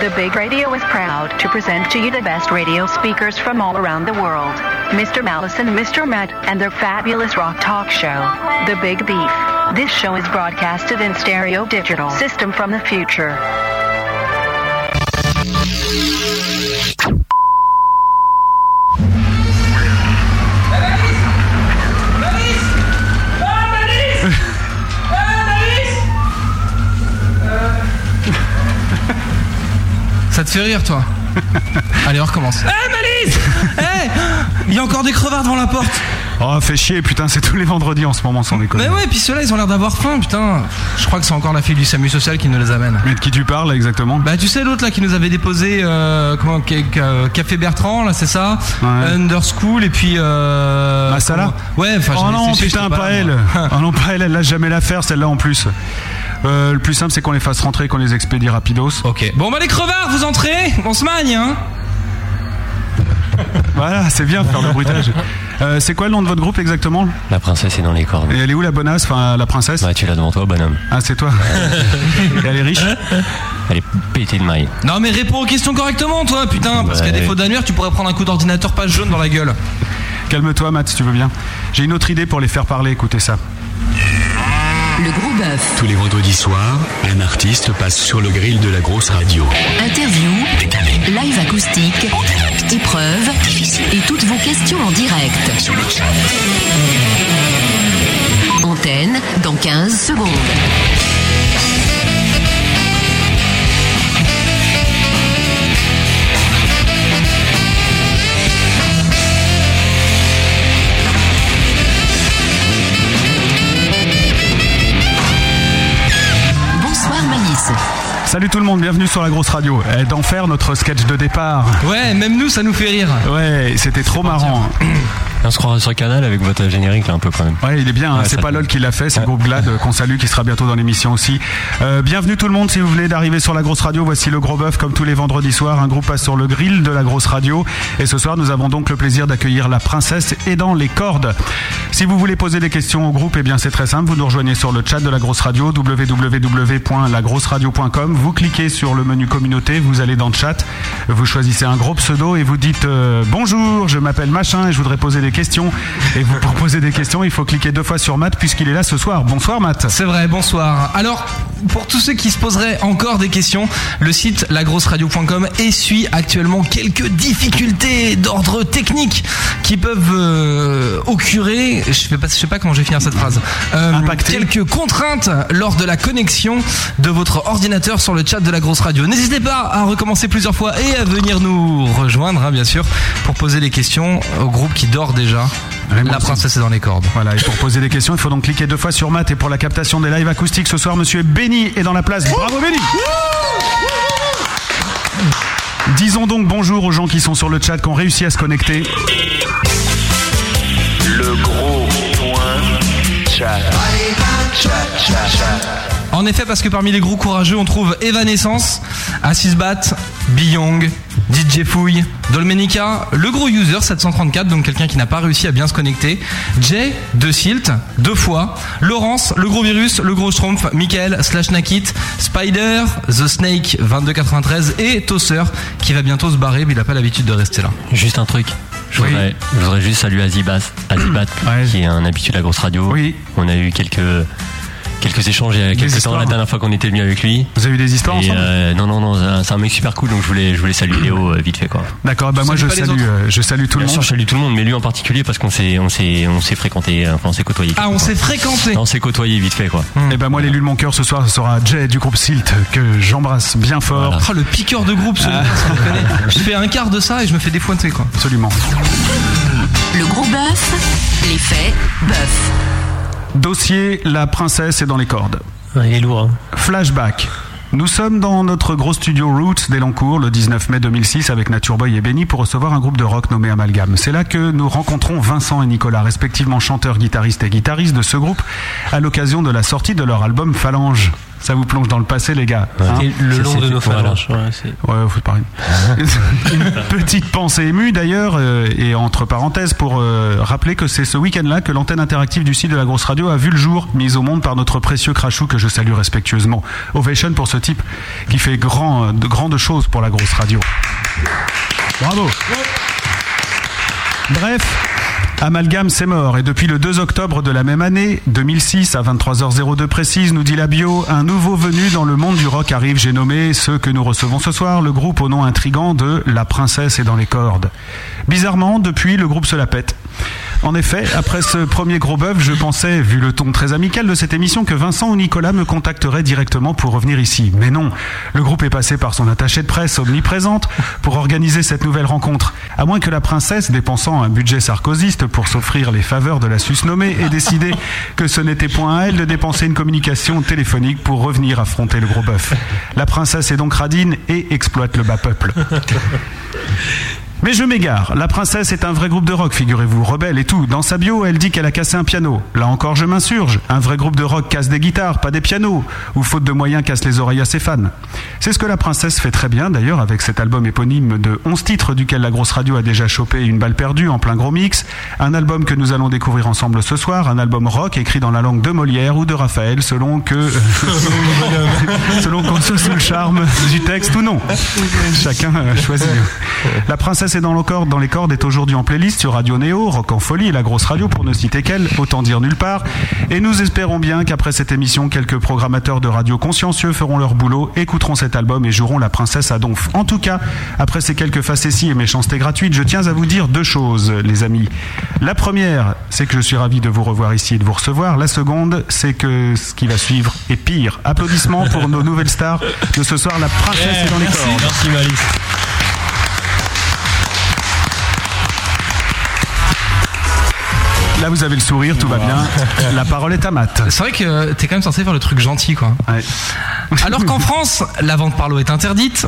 The Big Radio is proud to present to you the best radio speakers from all around the world. Mr. Malice and Mr. Matt and their fabulous rock talk show, The Big Beef. This show is broadcasted in stereo digital system from the future. Ça te fait rire, toi Allez, on recommence. Malice Eh Il y a encore des crevards devant la porte Oh, fait chier, putain, c'est tous les vendredis en ce moment, sans déconner. Mais ouais, puis ceux-là, ils ont l'air d'avoir faim, putain. Je crois que c'est encore la fille du SAMU social qui nous les amène. Mais de qui tu parles exactement Bah, tu sais, l'autre là qui nous avait déposé euh, comment, ca- ca- Café Bertrand, là, c'est ça Under School, et puis. Euh, Massala comment- Ouais, enfin, Bah, Oh j'ai- non, je sais, putain, j'étais pas, là, elle moi. Oh non, pas elle, elle lâche jamais l'affaire, celle-là en plus. Euh, le plus simple, c'est qu'on les fasse rentrer, qu'on les expédie rapidos. Ok. Bon, bah, les crevards, vous entrez On se magne, hein Voilà, c'est bien de faire le bruitage. Euh, c'est quoi le nom de votre groupe exactement La princesse est dans les cordes. Et elle est où la bonasse Enfin, la princesse Bah, tu l'as devant toi, bonhomme. Ah, c'est toi. Et elle est riche Elle est pétée de maille. Non, mais réponds aux questions correctement, toi, putain, parce qu'à Ouais. défaut d'annuaire, tu pourrais prendre un coup d'ordinateur page jaune dans la gueule. Calme-toi, Matt, si tu veux bien. J'ai une autre idée pour les faire parler, écoutez ça. Le gros bœuf. Tous les vendredis soirs, un artiste passe sur le grill de la grosse radio. Interview, live acoustique, épreuve et toutes vos questions en direct. Antenne dans 15 secondes. Bonsoir Malice. Salut tout le monde, bienvenue sur la grosse radio. Eh, D'enfer, notre sketch de départ. Ouais, même nous, ça nous fait rire. Ouais, c'était trop marrant. On se croirait sur Canal avec votre générique là un peu quand même. Ouais, il est bien, hein. Ouais, c'est ça pas te- LOL qui l'a fait, c'est le groupe GLAD euh, qu'on salue, qui sera bientôt dans l'émission aussi. Euh, bienvenue tout le monde, si vous venez d'arriver sur la grosse radio, voici le gros bœuf comme tous les vendredis soirs, un groupe passe sur le grill de la grosse radio. Et ce soir, nous avons donc le plaisir d'accueillir la princesse et dans les cordes. Si vous voulez poser des questions au groupe, eh bien c'est très simple, vous nous rejoignez sur le chat de la grosse radio, www.lagrosseradio.com, vous cliquez sur le menu communauté, vous allez dans le chat, vous choisissez un gros pseudo et vous dites euh, bonjour, je m'appelle machin et je voudrais poser des questions. Et vous pour poser des questions, il faut cliquer deux fois sur Matt puisqu'il est là ce soir. Bonsoir Matt. C'est vrai, bonsoir. Alors, pour tous ceux qui se poseraient encore des questions, le site lagrosseradio.com essuie actuellement quelques difficultés d'ordre technique qui peuvent euh, occurer, je fais pas, je sais pas comment je vais finir cette phrase, Euh, Impacter. quelques contraintes lors de la connexion de votre ordinateur sur le chat de la grosse radio. N'hésitez pas à recommencer plusieurs fois et à venir nous rejoindre, hein, bien sûr, pour poser des questions au groupe qui dort déjà. Raymond, La princesse est dans les cordes. Voilà, et pour poser des questions, il faut donc cliquer deux fois sur Matt. Et pour la captation des lives acoustiques ce soir, monsieur Benny est dans la place. Bravo Benny Disons donc bonjour aux gens qui sont sur le chat, qui ont réussi à se connecter. Le gros point chat. Chat, chat, chat. En effet, parce que parmi les gros courageux, on trouve Evanescence, Assis Bat, Biyong, DJ Fouille, Dolmenica, le gros user 734, donc quelqu'un qui n'a pas réussi à bien se connecter, Jay, De Silt, deux fois, Laurence, le gros virus, le gros Schtroumpf, Michael, Slash Nakit, Spider, The Snake 2293 et Tosser, qui va bientôt se barrer, mais il n'a pas l'habitude de rester là. Juste un truc. Je Oui. voudrais, je voudrais juste saluer Azibas, Azibat, Ouais. qui est un habitué de la grosse radio. Oui. On a eu quelques, quelques échanges il y a quelques temps, histoires. la dernière fois qu'on était venu avec lui. Vous avez eu des histoires Et, ensemble euh, non, non, non, c'est un- c'est un mec super cool, donc je voulais, je voulais saluer Léo euh, vite fait quoi. D'accord, bah moi je saluez pas les salue, autres euh, je salue tout Bien le sûr, monde. je salue tout le monde, mais lui en particulier parce qu'on s'est, on s'est, on s'est fréquenté, euh, enfin on s'est côtoyé. Ah, on s'est fréquenté Non, on s'est côtoyé vite fait quoi. Et ben moi l'élu de mon cœur ce soir ce sera Jay du groupe Silt que j'embrasse bien fort. Ah. Oh, le piqueur de groupe, celui-là, sans déconner. Je fais un quart de ça et je me fais défointer, quoi. Absolument. Le gros bœuf, l'effet bœuf. Dossier La princesse est dans les cordes. Il est lourd. hein. Flashback. Nous sommes dans notre gros studio Roots d'Elancourt le 19 mai 2006 avec Nature Boy et Benny pour recevoir un groupe de rock nommé Amalgam. C'est là que nous rencontrons Vincent et Nicolas, respectivement chanteurs, guitaristes et guitaristes de ce groupe, à l'occasion de la sortie de leur album Phalange. Ça vous plonge dans le passé, les gars. Ouais. hein. Et le Ça, long de c'était- nos voilà. phalanges. Ouais, c'est- Ouais, faut pas- Une petite pensée émue d'ailleurs, euh, et entre parenthèses, pour euh, rappeler que c'est ce week-end-là que l'antenne interactive du site de la grosse radio a vu le jour, mise au monde par notre précieux Crachou que je salue respectueusement. Ovation pour ce type qui fait grand, euh, de grandes choses pour la grosse radio. Bravo. Bref. Amalgame, c'est mort. Et depuis le 2 octobre de la même année, 2006, à 23h02 précise, nous dit la bio, un nouveau venu dans le monde du rock arrive. J'ai nommé ce que nous recevons ce soir, le groupe au nom intrigant de La Princesse est dans les cordes. Bizarrement, depuis, le groupe se la pète. En effet, après ce premier gros bœuf, je pensais, vu le ton très amical de cette émission, que Vincent ou Nicolas me contacteraient directement pour revenir ici. Mais non, le groupe est passé par son attaché de presse omniprésente pour organiser cette nouvelle rencontre. À moins que la princesse, dépensant un budget sarkozyste pour s'offrir les faveurs de la susnommée, ait décidé que ce n'était point à elle de dépenser une communication téléphonique pour revenir affronter le gros bœuf. La princesse est donc radine et exploite le bas peuple. Mais je m'égare. La princesse est un vrai groupe de rock, figurez-vous, rebelle et tout. Dans sa bio, elle dit qu'elle a cassé un piano. Là encore, je m'insurge. Un vrai groupe de rock casse des guitares, pas des pianos. Ou faute de moyens, casse les oreilles à ses fans. C'est ce que la princesse fait très bien, d'ailleurs, avec cet album éponyme de 11 titres duquel la grosse radio a déjà chopé une balle perdue en plein gros mix. Un album que nous allons découvrir ensemble ce soir. Un album rock écrit dans la langue de Molière ou de Raphaël, selon que, euh, selon qu'on soit sous le charme du texte ou non. Chacun euh, choisit. La princesse est dans le corps, dans les cordes est aujourd'hui en playlist sur Radio Néo, Rock en folie et la grosse radio pour ne citer qu'elle, autant dire nulle part. Et nous espérons bien qu'après cette émission, quelques programmateurs de radio consciencieux feront leur boulot, écouteront cet album et joueront la princesse à donf. En tout cas, après ces quelques facéties et méchancetés gratuites, je tiens à vous dire deux choses, les amis. La première, c'est que je suis ravi de vous revoir ici et de vous recevoir. La seconde, c'est que ce qui va suivre est pire. Applaudissements pour nos nouvelles stars de ce soir, la princesse Eh, Yeah, est dans les merci. cordes. Merci Malice. Là, vous avez le sourire, tout va bien. La parole est à Matt. C'est vrai que euh, t'es quand même censé faire le truc gentil, quoi. Ouais. Alors qu'en France, la vente par lot est interdite,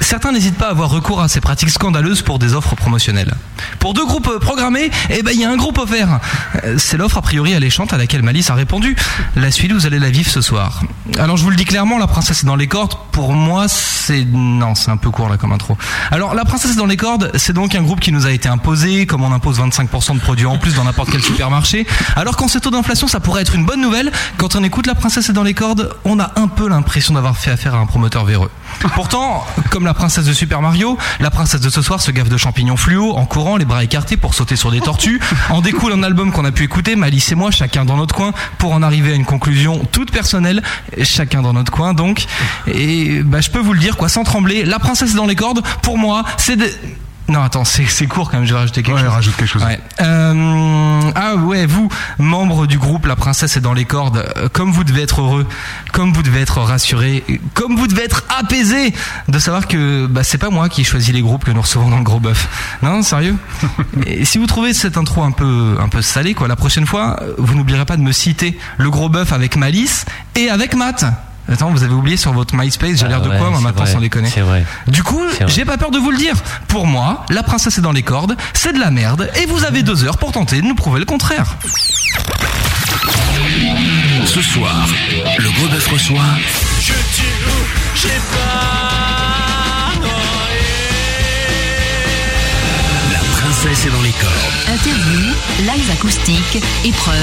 certains n'hésitent pas à avoir recours à ces pratiques scandaleuses pour des offres promotionnelles. Pour deux groupes euh, programmés, eh ben il y a un groupe offert. Euh, C'est l'offre a priori alléchante à laquelle Malice a répondu. La suite, vous allez la vivre ce soir. Alors je vous le dis clairement, la princesse est dans les cordes. Pour moi, c'est non, c'est un peu court là comme intro. Alors la princesse est dans les cordes, c'est donc un groupe qui nous a été imposé, comme on impose 25% de produits en plus dans n'importe quel supermarché. Alors qu'en ces taux d'inflation, ça pourrait être une bonne nouvelle. Quand on écoute la princesse est dans les cordes, on a un peu l'impression d'avoir fait affaire à un promoteur véreux. Pourtant, comme la princesse de Super Mario, la princesse de ce soir se gaffe de champignons fluo en courant, les bras écartés pour sauter sur des tortues. En découle un album qu'on a pu écouter, Malice et moi, chacun dans notre coin, pour en arriver à une conclusion toute personnelle, chacun dans notre coin donc. Et bah, je peux vous le dire, quoi, sans trembler, la princesse dans les cordes, pour moi, c'est de... Non, attends, c'est c'est court quand même, je vais rajouter quelque Ouais, chose. rajoute quelque chose. Ouais. Euh, ah ouais, vous, membres du groupe La Princesse est dans les cordes, euh, comme vous devez être heureux, comme vous devez être rassuré, comme vous devez être apaisé de savoir que bah, c'est pas moi qui choisis les groupes que nous recevons dans le gros bœuf. Non, sérieux Et si vous trouvez cette intro un peu, un peu salée, quoi, la prochaine fois, euh, vous n'oublierez pas de me citer le gros bœuf avec Malice et avec Matt. Attends, vous avez oublié sur votre MySpace, j'ai Ah l'air de ouais, quoi moi c'est maintenant vrai, sans déconner C'est vrai. du coup, C'est vrai. j'ai pas peur de vous le dire. Pour moi, la princesse est dans les cordes, c'est de la merde, et vous avez deux heures pour tenter de nous prouver le contraire. Ce soir, le gros bœuf reçoit Je tue, j'ai La princesse est dans les cordes. Interviews, live acoustiques, épreuves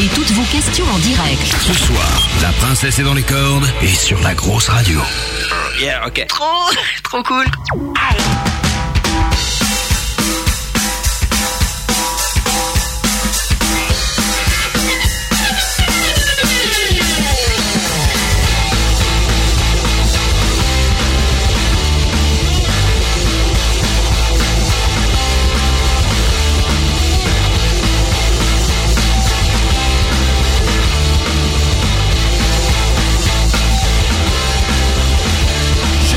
et toutes vos questions en direct. Ce soir, la princesse est dans les cordes et sur la grosse radio. Yeah, ok. Trop, trop cool. Je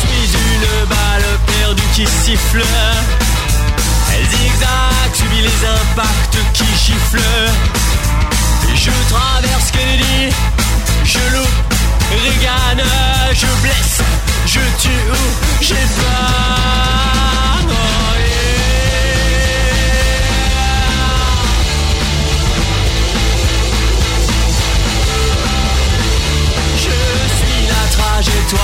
suis une balle perdue qui siffle. Elle zigzag, subit les impacts qui giflent. Et je traverse Kennedy, je loupe Reagan, je blesse, je tue, j'ai pas. Je Oh,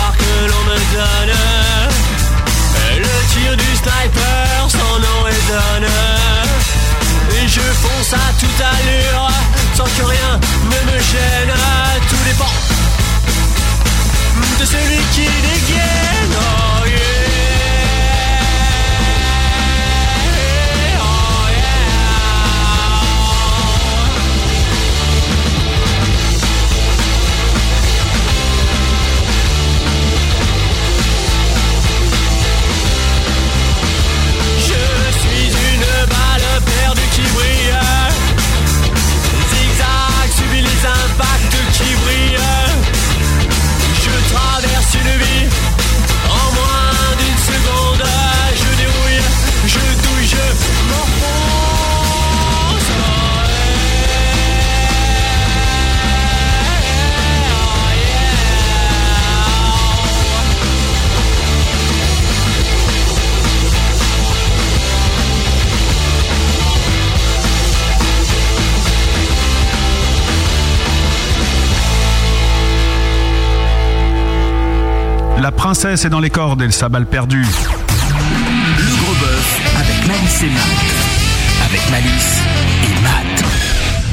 La princesse est dans les cordes et le sabal perdu. Le gros bœuf avec Malice et Matt. Avec Malice et Matt.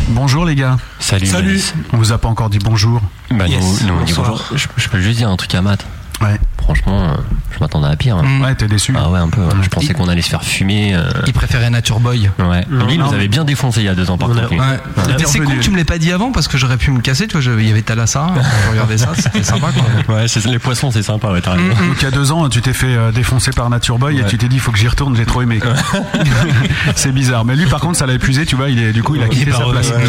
Bonjour les gars. Salut. Salut. Malice. On vous a pas encore dit bonjour. Bah, Yes, nous- nous, on dit bonsoir. bonjour. Je, je peux juste dire un truc à Matt. Ouais. Mm. Franchement, euh, je m'attendais à pire. hein. Ouais, t'es déçu. Ah ouais, un peu. ouais. Je pensais qu'on allait se faire fumer. euh, Il préférait Nature Boy. Ouais. Lui, il Non. nous avait bien défoncé il y a deux ans, par contre. lui. Ouais. Il Mais est c'est revenu. con que tu me l'aies pas dit avant parce que j'aurais pu me casser. Tu vois, je- il y avait Thalassa, je regardais ça, c'était sympa quoi. Ouais, c'est- les poissons, c'est sympa, ouais, t'as raison. Donc il y a deux ans, tu t'es fait euh, défoncer par Nature Boy et tu t'es dit, faut que j'y retourne, j'ai trop aimé. quoi. c'est bizarre. Mais lui, par contre, ça l'a épuisé, tu vois, il est, du coup, il a Il est quitté pas sa place. revenu.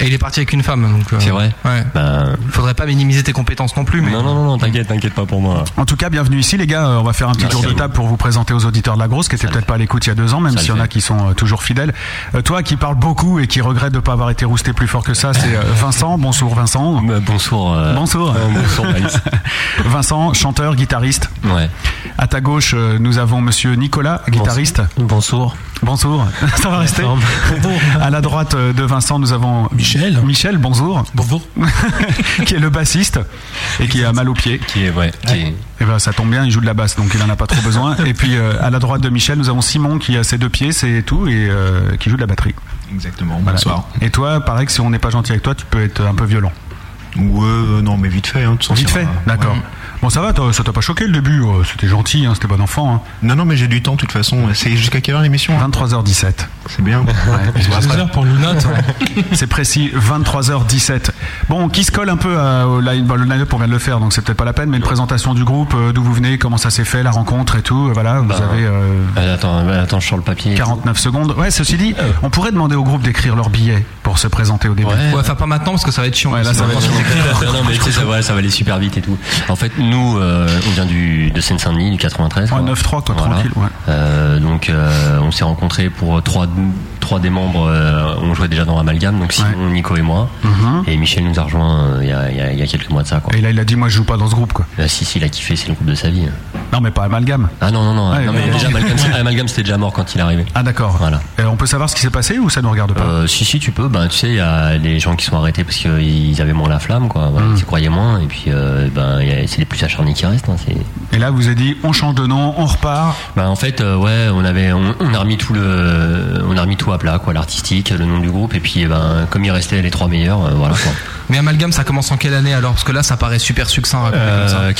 Et il est parti avec une femme. donc, euh, C'est vrai Ouais. Bah, Faudrait pas minimiser tes compétences non plus, mais. non, non, non, non, t'inquiète, t'inquiète pas pour moi. En tout cas, bienvenue ici, les gars. Euh, On va faire un petit Merci tour à de vous. table pour vous présenter aux auditeurs de la grosse, qui étaient peut-être pas à l'écoute il y a deux ans, même Ça s'il y le en a fait. qui sont euh, toujours fidèles. Euh, toi, qui parle beaucoup et qui regrette de pas avoir été rousté plus fort que ça, c'est euh, Vincent. Bonsour, Vincent. Bah, bonsour. euh, Bonsour. euh, bonsour, Malice. Vincent, chanteur, guitariste. Ouais. À ta gauche, euh, nous avons Monsieur Nicolas, guitariste. Bonsour. Bonjour. Ça va rester. À la droite euh, de Vincent, nous avons Michel. Michel, bonjour. Bonjour. qui est le bassiste et qui a mal au pied. Qui est, ouais, qui est- Et ben ça tombe bien, il joue de la basse, donc il en a pas trop besoin. Et puis euh, à la droite de Michel, nous avons Simon qui a ses deux pieds, c'est tout, et euh, qui joue de la batterie. Exactement, Voilà. bonsoir. Et toi, pareil, que si on n'est pas gentil avec toi, tu peux être un peu violent. Ouais, euh, non, mais vite fait. Hein, de sortir, Vite fait, euh, d'accord. ouais. Bon, ça va, toi, ça t'a pas choqué le début, euh, c'était gentil, hein, c'était bon enfant. hein. Non, non, mais j'ai du temps, de toute façon. C'est jusqu'à quelle heure l'émission hein 23h17. C'est bien. On se voit après. pour nous notes. C'est précis, 23h17. Bon, qui se colle un peu à, au line, bon, le line-up, on vient de le faire, donc c'est peut-être pas la peine, mais une présentation du groupe, euh, d'où vous venez, comment ça s'est fait, la rencontre et tout. euh, Voilà, vous Bah, avez euh, Euh, attends, euh, attends, je sors le papier. 49 secondes. Ouais, ceci dit, Euh. on pourrait demander au groupe d'écrire leur billet pour se présenter au début. Ouais. Ouais, enfin pas maintenant parce que ça va être chiant. Ouais, là, ça va être Non, non, non, mais tu sais, ça, va- ça va aller super vite et tout. En fait, nous, euh, on vient du, de Seine-Saint-Denis, du 93. Ouais, quoi. 9-3, quoi, tranquille, ouais. Euh, donc, euh, on s'est rencontrés pour trois, trois des membres. euh, on jouait déjà dans Amalgam, donc Simon, Nico et moi. Mhm. Et Michel nous a rejoint euh, il y, a, il y a- il y a quelques mois de ça. Quoi. Et là, il a dit, moi, je joue pas dans ce groupe, quoi. Là, si, si, il a kiffé, c'est le groupe de sa vie. Non, mais pas amalgame. Ah non, non, non. Ouais, non mais non, déjà, non. Amalgam, c'est- Amalgam, c'était déjà mort quand il est arrivé. Ah, d'accord. Voilà. Euh, on peut savoir ce qui s'est passé ou ça nous regarde pas Euh, si si tu peux ben tu sais il y a des gens qui sont arrêtés parce qu'ils avaient moins la flamme quoi Voilà, Hmm. ils s'y croyaient moins et puis euh, ben il y a- c'est les plus acharnés qui restent hein, c'est Et là, vous avez dit, on change de nom, on repart. ben en fait euh, ouais on avait on, on a remis tout le on a remis tout à plat quoi l'artistique le nom du groupe et puis eh ben comme il restait les trois meilleurs euh, voilà quoi Mais Amalgam, ça commence en quelle année alors Parce que là, ça paraît super succinct. raconté comme ça. Euh,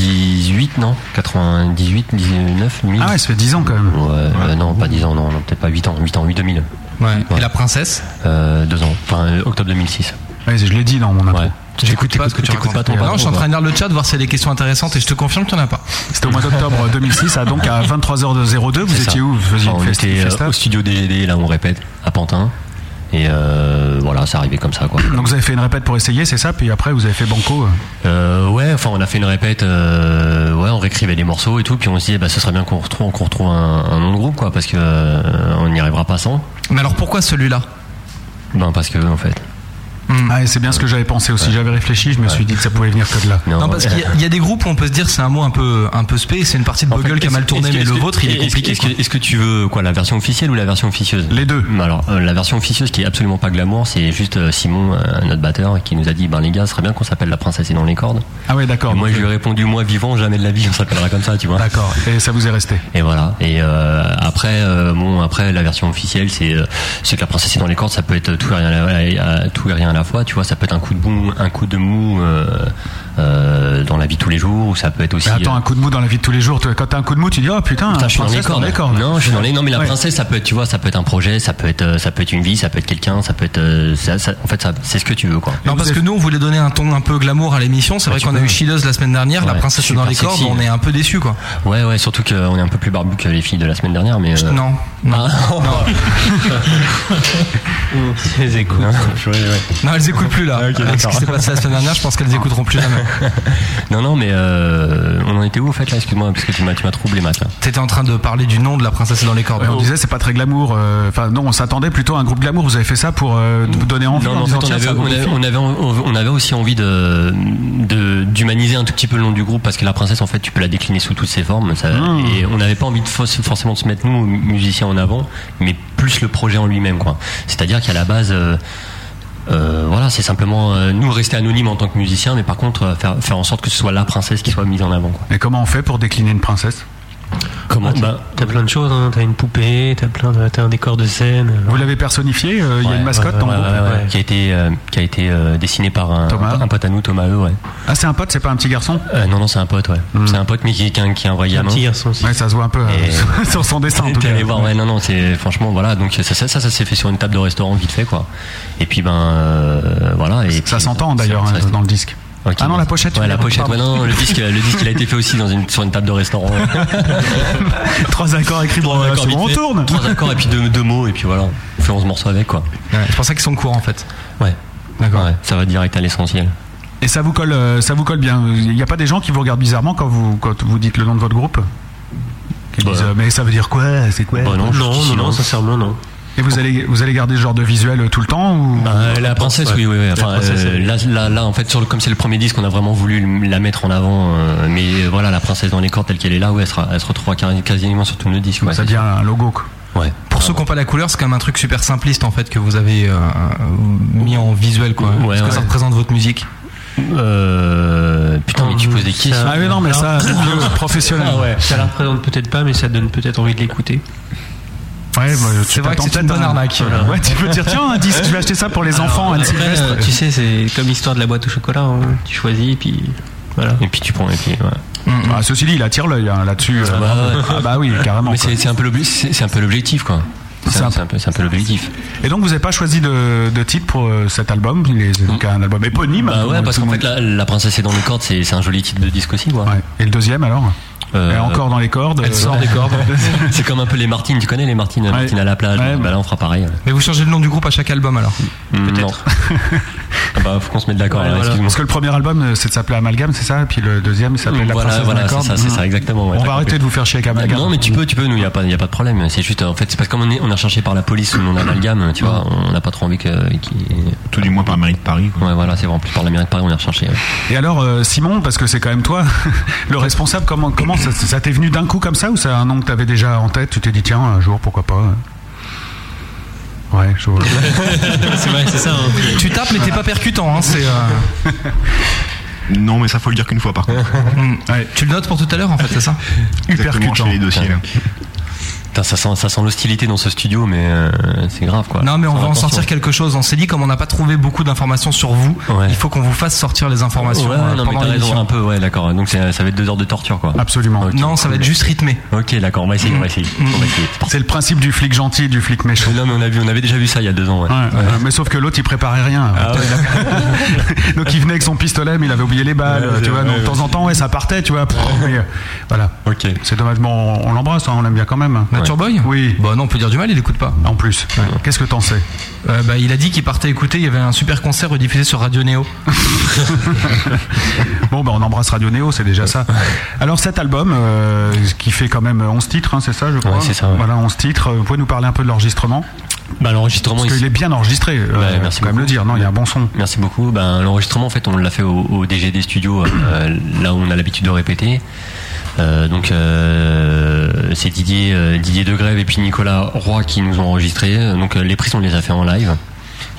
98 non 98 19 1000 Ah, ouais, ça fait 10 ans quand même. Ouais, euh, non pas 10 ans non, non peut-être pas 8 ans 8 ans 8 2000 Ouais. ouais. Et la princesse euh, 2 ans enfin euh, octobre 2006 Ouais, je l'ai dit dans mon intro. ouais J'écoute pas ce que tu t'écoutes racontes. pas ton Non, patron, je suis en quoi. train de lire le chat, voir s'il y a des questions intéressantes et je te confirme qu'il y en a pas. C'était au mois d'octobre 2006, à, donc à 23h02. Vous C'est étiez ça. où Vous faisiez Enfin, une on festi- était euh, festa au studio DGD, là on répète, à Pantin. Et euh, voilà, ça arrivait comme ça quoi. Donc vous avez fait une répète pour essayer, c'est ça Puis après, vous avez fait Banco. euh. Euh, ouais, enfin on a fait une répète, euh, ouais, on réécrivait des morceaux et tout, puis on se disait bah ce serait bien qu'on retrouve, qu'on retrouve un, un nom de groupe quoi, parce que euh, on n'y arrivera pas sans. Mais alors pourquoi celui-là Ben parce que en fait. Hmm. Ah, et c'est bien ce que j'avais pensé aussi. J'avais réfléchi, je me suis dit que ça pouvait venir que de là. Non, parce qu'il y a- il y, a des groupes où on peut se dire c'est un mot un peu un peu spé, c'est une partie de En fait, Bogle qui a est-ce- mal tourné, est-ce que- mais est-ce le que- vôtre il est est-ce- compliqué. Est-ce que, est-ce que tu veux quoi, la version officielle ou la version officieuse Les deux. Alors, euh, la version officieuse qui est absolument pas glamour, c'est juste euh, Simon, euh, notre batteur, qui nous a dit ben les gars, ce serait bien qu'on s'appelle la princesse et dans les cordes. Ah ouais, Et d'accord. moi, je lui ai répondu, moi vivant, jamais de la vie, on s'appellera comme ça, tu vois. D'accord. Et ça vous est resté Et voilà. Et euh, après, euh, bon, après la version officielle, c'est euh, c'est que la princesse est dans les cordes, ça peut être tout et rien à la, à- tout et rien à la fois, tu vois. Ça peut être un coup de boum, un coup de mou euh, euh, dans la vie de tous les jours, ou ça peut être aussi. Mais attends, euh, un coup de mou dans la vie de tous les jours. tu- Quand t'as un coup de mou, tu dis oh putain, putain, je suis dans les princesse cordes. Non, je suis dans les. Non, mais la Ouais. princesse, ça peut être, tu vois, ça peut être un projet, ça peut être, euh, ça peut être une vie, ça peut être quelqu'un, ça peut être. euh, ça- ça- en fait, ça- c'est ce que tu veux, quoi. Non, parce que nous, on voulait donner un ton un peu glamour à l'émission. Ah, C'est vrai qu'on a eu Chileuse la semaine dernière, la Ouais, princesse est dans super les cordes, sexy. on est un peu déçus, quoi. Ouais, ouais. Surtout qu'on est un peu plus barbu que les filles de la semaine dernière, mais. euh, Non, non. Ah, Elles écoutent. Ouais, ouais. Non, elles écoutent plus là. Ah, ok, Avec ce d'accord. qui s'est passé la semaine dernière, je pense qu'elles écouteront plus jamais. Non, non, mais euh, on en était où en fait là Excuse-moi, parce que tu m'as, tu m'as troublé, Matt. Là. T'étais en train de parler du nom de la princesse est dans les cordes. Euh, Ouais, on disait c'est pas très glamour. euh, Enfin non, on s'attendait plutôt à un groupe glamour. Vous avez fait ça pour euh, vous donner envie. Non, mais en en disant, fait, on tiens, avait, ça vaut on, le avait, coup. on, avait, on avait aussi envie de, de- d'humaniser un tout petit peu le nom du groupe, parce que la princesse, en fait, tu peux la décliner sous toutes ses formes. ça- Ah. Et on n'avait pas envie de fausse- forcément de se mettre, nous, musiciens, en avant, mais plus le projet en lui-même. quoi. C'est-à-dire qu'à la base... euh, euh, voilà, c'est simplement euh, nous rester anonymes en tant que musiciens, mais par contre euh, faire, faire en sorte que ce soit la princesse qui soit mise en avant. Quoi. Et comment on fait pour décliner une princesse Comment T'as bah, Ah, t'as plein de choses, hein. t'as une poupée, t'as plein de, t'as un décor de scène. Vous l'avez personnifié euh, Il y a ouais, une mascotte ouais, dans ouais, le ouais, groupe ouais, qui a été euh, qui a été euh, dessiné par un, Thomas. un pote à nous, Thomas Heu, ouais. Ah, c'est un pote, c'est pas un petit garçon Euh, Non, non, c'est un pote, ouais. Hmm. C'est un pote, mais qui, qui est un, qui est un vrai gamin. Ouais, ça se voit un peu euh, Et- sur son dessin en tout T'es cas. allé voir, ouais, non, non, c'est franchement, voilà, donc ça, ça, ça, ça s'est fait sur une table de restaurant vite fait, quoi. Et puis, ben, euh, voilà. Et Ça s'entend d'ailleurs hein, dans le disque. Ah non, la pochette. tu Ouais, veux la dire, pochette, pardon. ouais, non, le disque, le disque, il a été fait aussi dans une, sur une table de restaurant. Trois accords écrits dans sur- on tourne. Trois accords et puis deux, deux mots, et puis voilà, on fait 11 morceaux avec, quoi. C'est pour ça qu'ils sont courts en fait. Ouais. D'accord. ça va direct à l'essentiel. Et ça vous colle, euh, ça vous colle bien. Il n'y a pas des gens qui vous regardent bizarrement quand vous quand vous dites le nom de votre groupe. Qui Bah. disent euh, mais ça veut dire quoi C'est quoi non, non, non, sincèrement, non. Et vous allez vous allez garder ce genre de visuel euh, tout le temps ou Bah, la princesse, oui, oui, oui. Enfin, euh, là, là, là, en fait, sur le, comme c'est le premier disque, on a vraiment voulu le- la mettre en avant. euh, mais euh, voilà, la princesse dans les cordes telle qu'elle est là, ouais, elle, sera- elle se retrouvera quasi- quasiment sur tous nos disques. ouais, ça c'est devient un logo. quoi. sûr. Ouais. Pour ceux qui n'ont pas la couleur, c'est quand même un truc super simpliste en fait que vous avez euh, mis en visuel quoi. Ouais, Parce que ouais. ça représente votre musique. Euh, putain, mais tu poses des questions. Ah professionnel. Hein Ah ouais, ça la représente peut-être pas, mais ça donne peut-être envie de l'écouter. Ouais, bah, tu C'est vrai t'attends que c'est peut-être une bonne un- arnaque. Ouais, tu peux dire tiens un disque, je vais acheter ça pour les enfants. Anne Après, Sylvestre. euh, tu sais, c'est comme l'histoire de la boîte au chocolat. hein. Tu choisis, puis voilà. Et puis tu prends, et puis ouais. Ah, ceci dit, il attire l'œil hein, là-dessus. euh, ouais. ah bah oui, carrément. Mais quoi. c'est c'est un peu l'obli- c'est c'est un peu l'objectif, quoi. C'est un, c'est un peu, c'est un peu l'objectif. Et donc vous n'avez pas choisi de, de titre pour euh, cet album, il est donc un album éponyme. hein, Bah tout ouais, le parce monde- qu'en fait, la, la princesse est dans les cordes, c'est c'est un joli titre de disque aussi, quoi. Et le deuxième alors Euh, Elle est encore dans les cordes. euh, Elle sort des cordes. c'est comme un peu les Martines, tu connais les Martines, Martine à la plage. Bah là, on fera pareil. Mais vous changez le nom du groupe à chaque album alors. Peut-être. bah, faut qu'on se mette d'accord. là, excuse-moi. Parce que le premier album, euh, c'est de s'appeler Amalgame, c'est ça Et puis le deuxième, ça s'appelait La Voilà, Princesse voilà, des c'est Cordes. ça, c'est ça, Ah. exactement. ouais, On t'as va arrêter compris. de vous faire chier avec Amalgame. Non, mais tu peux, tu peux, nous, il n'y a, pas- y a pas de problème. C'est juste, en fait, c'est parce que comme on est, on est recherché par la police sous le nom d'amalgame, tu vois, on n'a pas trop envie que. Tout du moins par la mairie de Paris. Ouais, voilà, c'est vrai. En plus, par la mairie de Paris, on est recherché. ouais. Et alors, euh, Simon, parce que c'est quand même toi, le responsable, comment, comment ça, ça t'est venu d'un coup comme ça ou c'est un nom que t'avais déjà en tête Tu t'es dit, tiens, un jour, pourquoi pas euh. Ouais, je vois. c'est vrai, c'est ça. hein. Tu tapes mais t'es pas percutant. Hein, c'est. euh, Non, mais ça faut le dire qu'une fois par contre. mm. Ouais, Tu le notes pour tout à l'heure en fait, c'est ça Exactement, chez les dossiers. là. Putain, ça sent, ça sent l'hostilité dans ce studio, mais euh, c'est grave, quoi. Non mais on Faut va faire en attention. sortir quelque chose. On s'est dit comme on n'a pas trouvé beaucoup d'informations sur vous, il faut qu'on vous fasse sortir les informations Ouais, euh, non, mais pendant t'as raison, l'émission. un peu, ouais, d'accord. Donc, c'est- ça va être deux heures de torture, quoi. Absolument. Non, ça va être juste rythmé. Ok, d'accord, on va essayer, on va essayer. On va essayer. C'est parti. C'est le principe du flic gentil et du flic méchant. Non, mais on, a vu, on avait déjà vu ça il y a deux ans, ouais. Ah Ouais, euh, mais sauf que l'autre il préparait rien. donc il venait avec son pistolet, mais il avait oublié les balles. Ouais, tu vois, ouais, donc, de ouais. temps en temps, ouais, ça partait, tu vois. pff, mais, euh, voilà. Ok. C'est dommage, mais on, on l'embrasse, hein, on l'aime bien quand même. Nature Boy Oui. Bah non, on peut dire du mal, il écoute pas. En plus, ouais. qu'est-ce que t'en sais Euh, bah, il a dit qu'il partait écouter, il y avait un super concert rediffusé sur Radio Néo. Bon, bah, on embrasse Radio Néo, c'est déjà ça. Alors cet album, euh, qui fait quand même 11 titres, hein, c'est ça, je crois. Ouais, c'est ça, ouais. Voilà, 11 titres. Vous pouvez nous parler un peu de l'enregistrement Bah, l'enregistrement, Parce il- qu'il est bien enregistré, euh, Ouais, merci faut quand même beaucoup. le dire. Non, il y a un bon son. Merci beaucoup. Ben, l'enregistrement, en fait, on l'a fait au, au DG des studios, euh, là où on a l'habitude de répéter. Euh, donc, euh, c'est Didier, euh, Didier Degrève et puis Nicolas Roy qui nous ont enregistré. Donc, euh, les prises, on les a fait en live,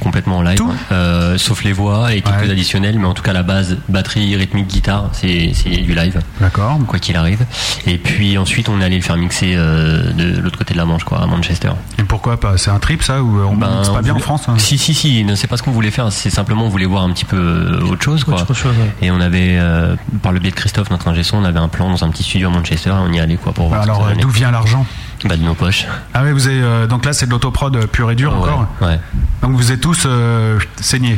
complètement en live, Euh, sauf les voix et quelques additionnels, mais en tout cas, la base, batterie, rythmique, guitare, c'est c'est du live. D'accord. Quoi qu'il arrive. Et puis ensuite, on est allé le faire mixer euh, de l'autre côté de la Manche, quoi, à Manchester. Et pourquoi pas C'est un trip, ça, ou euh, on Ben, mixe on pas bien en voulait- France hein Si, si, si, non, c'est pas ce qu'on voulait faire, c'est simplement on voulait voir un petit peu euh, autre chose, quoi. Autre chose, ouais. Et on avait, euh, par le biais de Christophe, notre ingé son, on avait un plan dans un petit studio à Manchester, on y allait, quoi, pour voir. ce que Alors, ça euh, donnait. d'où vient l'argent Bah, de nos poches. Ah oui, vous avez, euh, donc là c'est de l'autoprod pure et dure encore. Ouais. Donc vous êtes tous euh, saignés. Euh,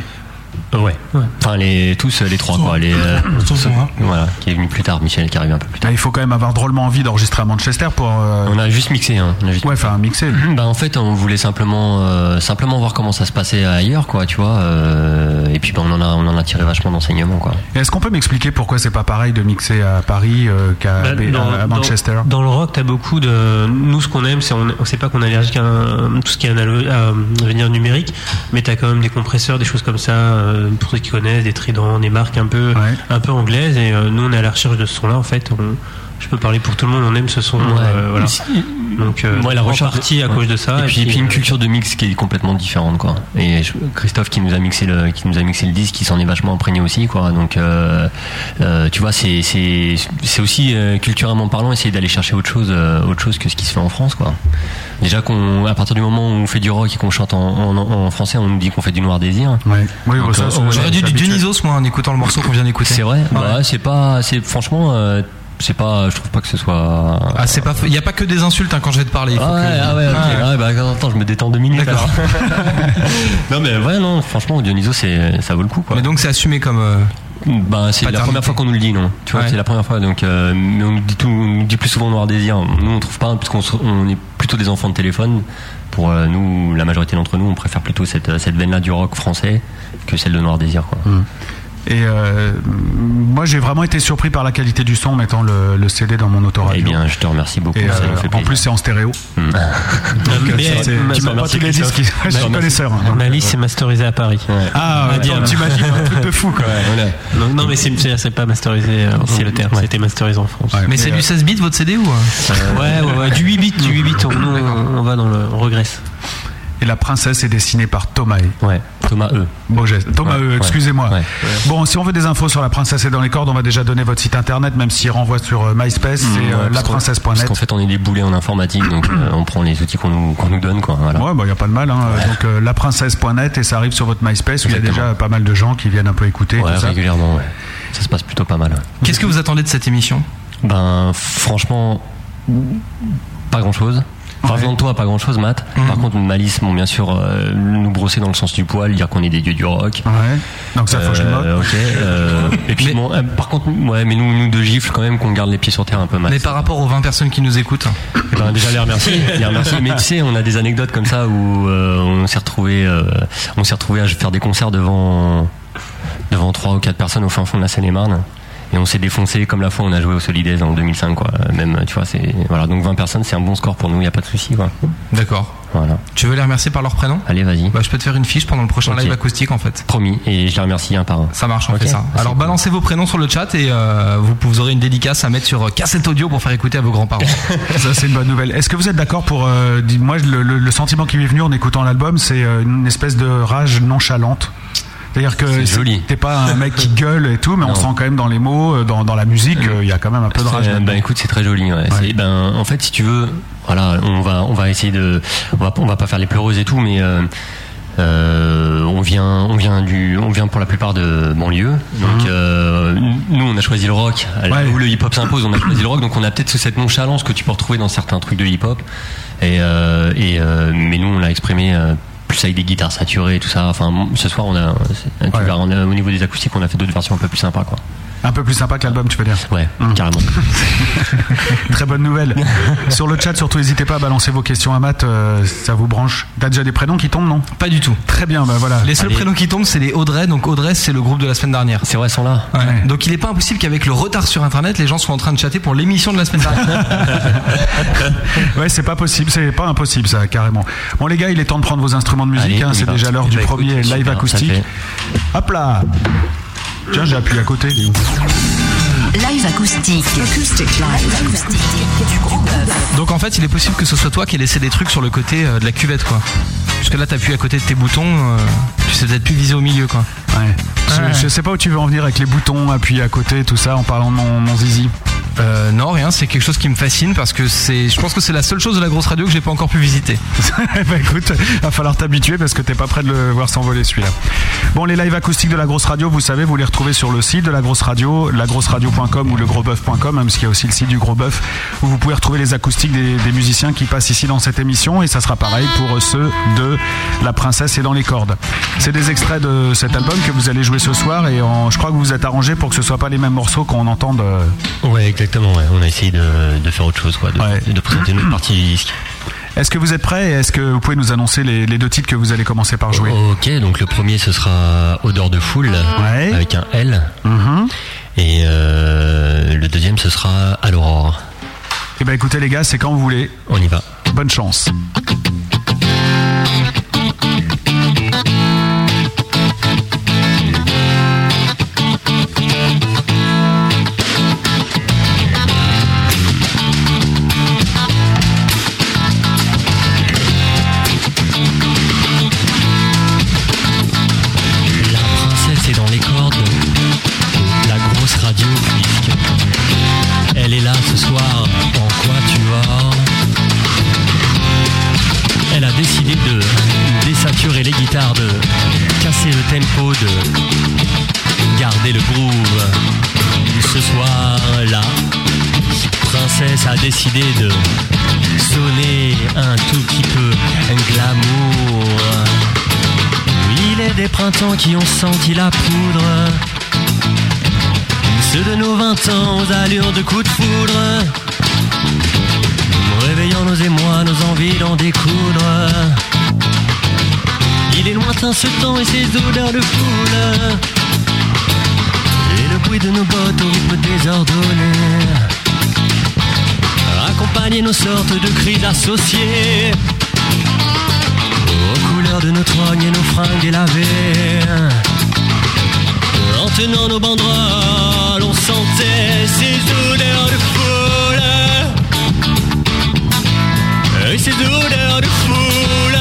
Ouais. Enfin, les, tous, euh, les trois, quoi. Les, euh, Sauf moi. hein. voilà, qui est venu plus tard, Michel, qui arrive un peu plus tard. Ah, il faut quand même avoir drôlement envie d'enregistrer à Manchester pour. euh, On a juste mixé, hein. On a juste Ouais, enfin mixer. Bah en fait on voulait simplement euh, simplement voir comment ça se passait ailleurs quoi tu vois euh, et puis bah, on en a on en a tiré vachement d'enseignements quoi Et Est-ce qu'on peut m'expliquer pourquoi c'est pas pareil de mixer à Paris euh, qu'à Bah, à- à Manchester Dans, le rock, t'as beaucoup de. Nous, ce qu'on aime, c'est on, on sait pas qu'on est allergique à un- tout ce qui est analo- à euh, venir numérique, mais t'as quand même des compresseurs, des choses comme ça, euh, pour ceux qui connaissent, des tridents, des marques un peu, un peu anglaises. Et euh, nous, on est à la recherche de ce son-là, en fait. On, je peux parler pour tout le monde, on aime ce son. euh, voilà. Donc, euh, Moi, la en recherche partie à ouais. cause de ça. euh, Et puis, et puis une culture de mix qui est complètement différente, quoi. Et je- Christophe qui nous a mixé le, qui nous a mixé le disque, qui s'en est vachement imprégné aussi, quoi. Donc, euh, euh, tu vois, c'est c'est c'est aussi euh, culturellement parlant, essayer d'aller chercher autre chose, euh, autre chose que ce qui se fait en France, quoi. Déjà qu'on, à partir du moment où on fait du rock et qu'on chante en, en, en français, on nous dit qu'on fait du noir désir. Oui, Donc, bah, ça, euh, c'est- on- J'aurais dû du habitué. Dionysos, moi, en écoutant le morceau qu'on vient d'écouter. C'est vrai. Ouais. Bah, c'est pas, c'est franchement, euh, c'est pas, je trouve pas que ce soit. Ah, c'est pas. Il y a pas que des insultes hein, quand je vais te parler. il faut Ah ouais, que- ah ouais, ok. Ouais. Ah bah, attends, attends, je me détends deux minutes. D'accord. alors. non mais ouais, non, franchement, Dionyso, c'est, ça vaut le coup. Quoi. Mais donc c'est assumé comme. euh, Ben, c'est la paternité. première fois qu'on nous le dit, non Tu vois, Ouais. c'est la première fois. Donc, euh, mais on nous dit tout, on nous dit plus souvent Noir Désir. Nous, on trouve pas, parce qu'on se- on est plutôt des enfants de téléphone. Pour euh, nous, la majorité d'entre nous, on préfère plutôt cette, euh, cette veine-là du rock français que celle de Noir Désir. Quoi. Mmh. Et euh, moi, j'ai vraiment été surpris par la qualité du son en mettant le, le CD dans mon autoradio. Eh bien, je te remercie beaucoup. Et, ça euh, nous fait en plaisir. plus, c'est en stéréo. Mm. Donc, Mais, euh, c'est- ma- c'est ma- pas merci, tous les disques Christophe. qui je suis Ma- connaisseur. hein. Ma liste est masterisée à Paris. Ah, À attends, Diane. t'imagines un truc de fou, quoi. euh, Non, non, mais c'est- c'est c'est pas masterisé, euh, c'est le terme, c'était masterisé en France. Mais c'est du 16 bits votre CD ou euh Ouais, ouais, ouais, du 8 bits, du 8 bits, on, nous, on, on va dans le, on regresse. Et la princesse est dessinée par Thomas. Ouais, Thomas E. Bon geste. Thomas Ouais, E, ouais. excusez-moi. Ouais. Bon, si on veut des infos sur la princesse et dans les cordes, on va déjà donner votre site internet, même s'il renvoie sur euh, MySpace, c'est Hmm, Ouais, euh, parce qu'on- Parce laprincesse.net. qu'en fait, on est des boulets en informatique, donc euh, on prend les outils qu'on nous, qu'on nous donne, quoi. Voilà. Ouais, bah, y a pas de mal. Hein. Donc, euh, laprincesse.net et ça arrive sur votre MySpace où il y a Exactement. déjà pas mal de gens qui viennent un peu écouter. Ouais, tout ça. régulièrement, ouais. Ça se passe plutôt pas mal. ouais. Qu'est-ce que vous attendez de cette émission Ben, franchement, pas grand chose. Enfin, venant de toi, pas grand chose, Matt. Mhm. Par contre, Malice, bon, bien sûr, euh, nous brosser dans le sens du poil, dire qu'on est des dieux du rock. Ouais. Donc, ça, faut que je le note. Euh, ok. euh, et puis, bon, euh, par contre, ouais, mais nous, nous deux gifles quand même qu'on garde les pieds sur terre un peu, Matt. Mais par rapport aux 20 personnes qui nous écoutent. Eh ben, déjà les remercier, les remercier. Mais tu sais, on a des anecdotes comme ça où euh, on s'est retrouvé, on s'est retrouvé à faire des concerts devant devant trois ou quatre personnes au fin fond de la Seine-et-Marne. Et on s'est défoncé comme la fois où on a joué au Solidaise en 2005, quoi. Même, tu vois, c'est voilà. Donc 20 personnes, c'est un bon score pour nous. Il y a pas de souci, quoi. D'accord. Voilà. Tu veux les remercier par leur prénom Allez, vas-y. Bah, je peux te faire une fiche pendant le prochain Ok. live acoustique en fait. Promis. Et je les remercie un par un. Ça marche, on Ok. fait ça. Alors balancez vos prénoms sur le chat et euh, vous, vous aurez une dédicace à mettre sur euh, cassette audio pour faire écouter à vos Ah, grands-parents. Ça, c'est une bonne nouvelle. Est-ce que vous êtes d'accord pour. euh, dis- moi, le, le- le sentiment qui m'est venu en écoutant l'album, c'est euh, une espèce de rage nonchalante. C'est-à-dire que C'est joli. t'es pas un mec qui gueule et tout, mais on Non. sent quand même dans les mots, euh, dans, dans la musique, euh, il y a quand même un peu de rage. Euh, là-dedans. ben écoute, c'est très joli. ouais. C'est- Ben en fait, si tu veux, voilà, on va on va essayer de, on va on va pas faire les pleureuses et tout, mais euh, euh, on vient on vient du on vient pour la plupart de banlieue. Donc euh, nous on a choisi le rock là Mhm. Ouais. où le hip hop s'impose. On a choisi le rock, donc on a peut-être cette nonchalance que tu peux retrouver dans certains trucs de hip hop. Et, euh, et euh, mais nous on l'a exprimé. euh, plus avec des guitares saturées et tout ça. Enfin, ce soir, on a, tu Ouais. verras, on a- au niveau des acoustiques, on a fait d'autres versions un peu plus sympas, quoi. Un peu plus sympa que l'album, tu peux dire. Ouais, Mhm. carrément. Très bonne nouvelle. Sur le chat, surtout, n'hésitez pas à balancer vos questions à Matt, euh, ça vous branche. T'as déjà des prénoms qui tombent, non Pas du tout. Très bien, bah voilà. Les seuls Allez. prénoms qui tombent, c'est les Audrey. Donc Audrey, c'est le groupe de la semaine dernière. C'est vrai, ils sont là. Ouais. Ouais. Donc il n'est pas impossible qu'avec le retard sur Internet, les gens soient en train de chatter pour l'émission de la semaine dernière. Ouais, c'est pas possible, c'est pas impossible, ça, carrément. Bon, les gars, il est temps de prendre vos instruments de musique, Allez, hein, on y c'est va. déjà l'heure Eh du ben, écoute, premier live super, ça acoustique. fait. Hop là Tiens, j'ai appuyé à côté. Live acoustique. Live acoustique du Grand Bœuf. Donc en fait, il est possible que ce soit toi qui ait laissé des trucs sur le côté euh, de la cuvette, quoi. Parce que là, t'appuies à côté de tes boutons, euh, tu sais peut-être plus viser au milieu, quoi. Ouais. Je- Ouais. Je, sais pas où tu veux en venir avec les boutons, appuyer à côté, tout ça, en parlant de mon, mon zizi. Euh, non, rien, c'est quelque chose qui me fascine parce que c'est, je pense que c'est la seule chose de la grosse radio que j'ai pas encore pu visiter. bah écoute, va falloir t'habituer parce que t'es pas prêt de le voir s'envoler celui-là. Bon, les lives acoustiques de la grosse radio, vous savez, vous les retrouvez sur le site de la grosse radio, lagrosseradio.com ou legrosboeuf.com, hein, parce qu'il y a aussi le site du gros bœuf, où vous pouvez retrouver les acoustiques des, des musiciens qui passent ici dans cette émission, et ça sera pareil pour ceux de La Princesse et dans les cordes. C'est des extraits de cet album que vous allez jouer ce soir, et en- je crois que vous vous êtes arrangé pour que ce soit pas les mêmes morceaux qu'on entende. euh, Ouais, exactement. ouais. On a essayé de, de faire autre chose, quoi, de, Ouais. de présenter notre partie du disque. Est-ce que vous êtes prêts et Est-ce que vous pouvez nous annoncer les, les deux titres que vous allez commencer par jouer Ok, donc le premier ce sera Odeur de foule Ouais. avec un L, Mhm. et euh, le deuxième ce sera À l'aurore. Eh ben écoutez les gars, c'est quand vous voulez. On y va. Bonne chance. Odeur ce soir-là, Princesse a décidé de sonner un tout petit peu glamour. Il est des printemps qui ont senti la poudre. Ceux de nos 20 ans aux allures de coups de foudre. Nous réveillant nos émois, nos envies d'en découdre. Il est lointain ce temps et ses odeurs de foule. Et le bruit de nos bottes au rythme désordonné. Accompagner nos sortes de cris associés. Aux couleurs de nos trognes et nos fringues délavées. En tenant nos banderoles, on sentait ces odeurs de foule. Et ces odeurs de foule.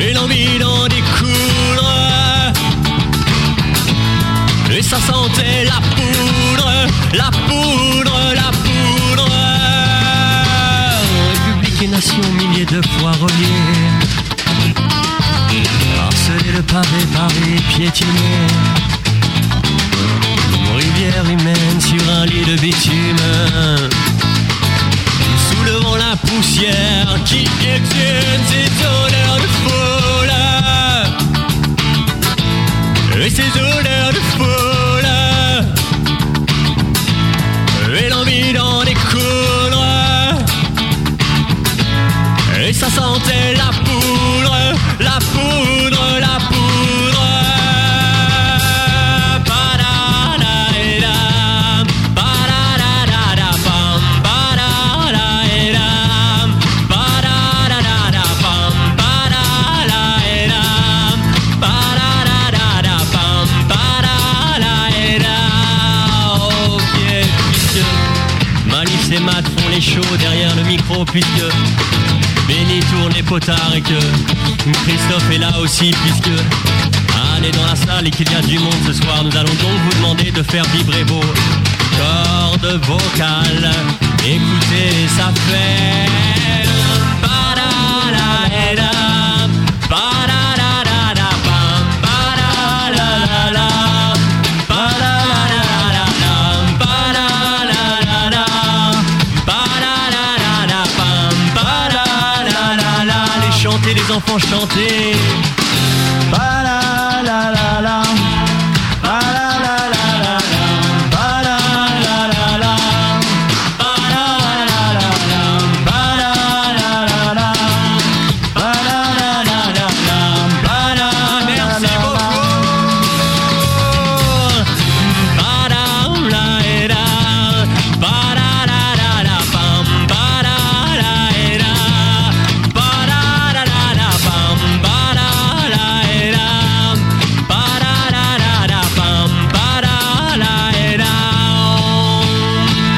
Et l'envie d'en découdre. Et ça sentait la poudre, la poudre, la poudre. République et nation, milliers de fois reliés. Harceler le pavé, pavé, piétiner. Une rivière humaine sur un lit de bitume. Soulevant la poussière qui exhume ses odeurs de foule. Et ses odeurs de foule. Et l'envie d'en découdre. Et ça sentait la poudre, la poudre, la poudre. Ba-da-da-da, ba-da-da-da-da-bam, ba-da-da-da-dam, ba-da-da-da-da-bam, ba-da-da-da-dam, ba-da-da-da-da-bam, ba-da-da-da-da. Oh, yeah, puisque Malif et Matt font les shows derrière le micro puisque Béni tourne les potards et que Christophe est là aussi puisque Anne est dans la salle et qu'il y a du monde ce soir. Nous allons donc vous demander de faire vibrer vos cordes vocales. Écoutez, ça fait... Ba-da-da-da-da, ba-da-da-da-da-bam, ba-da-da-da-da, ba-da-da-da-da-dam, ba-da-da-da-da. Ba-da-da-da-da, bam, ba-da-da-da-da. Les chanter, les enfants chanter. Ba-da-da-da-da. Ba-da-da-da-da-da. Ba-da-da-da-da. Ba-da-da-da-da. Ba-da-da-da-da. Ba-da-da-da-da-da. Ba-da- Merci beaucoup. Ba-da-da-da. Ba-da-da-da-da-bam. Ba-da-da-da. Ba-da-da-da-da-bam. Ba-da-da-da. Ba-da-da-da-da-bam. Ba-da-da-da.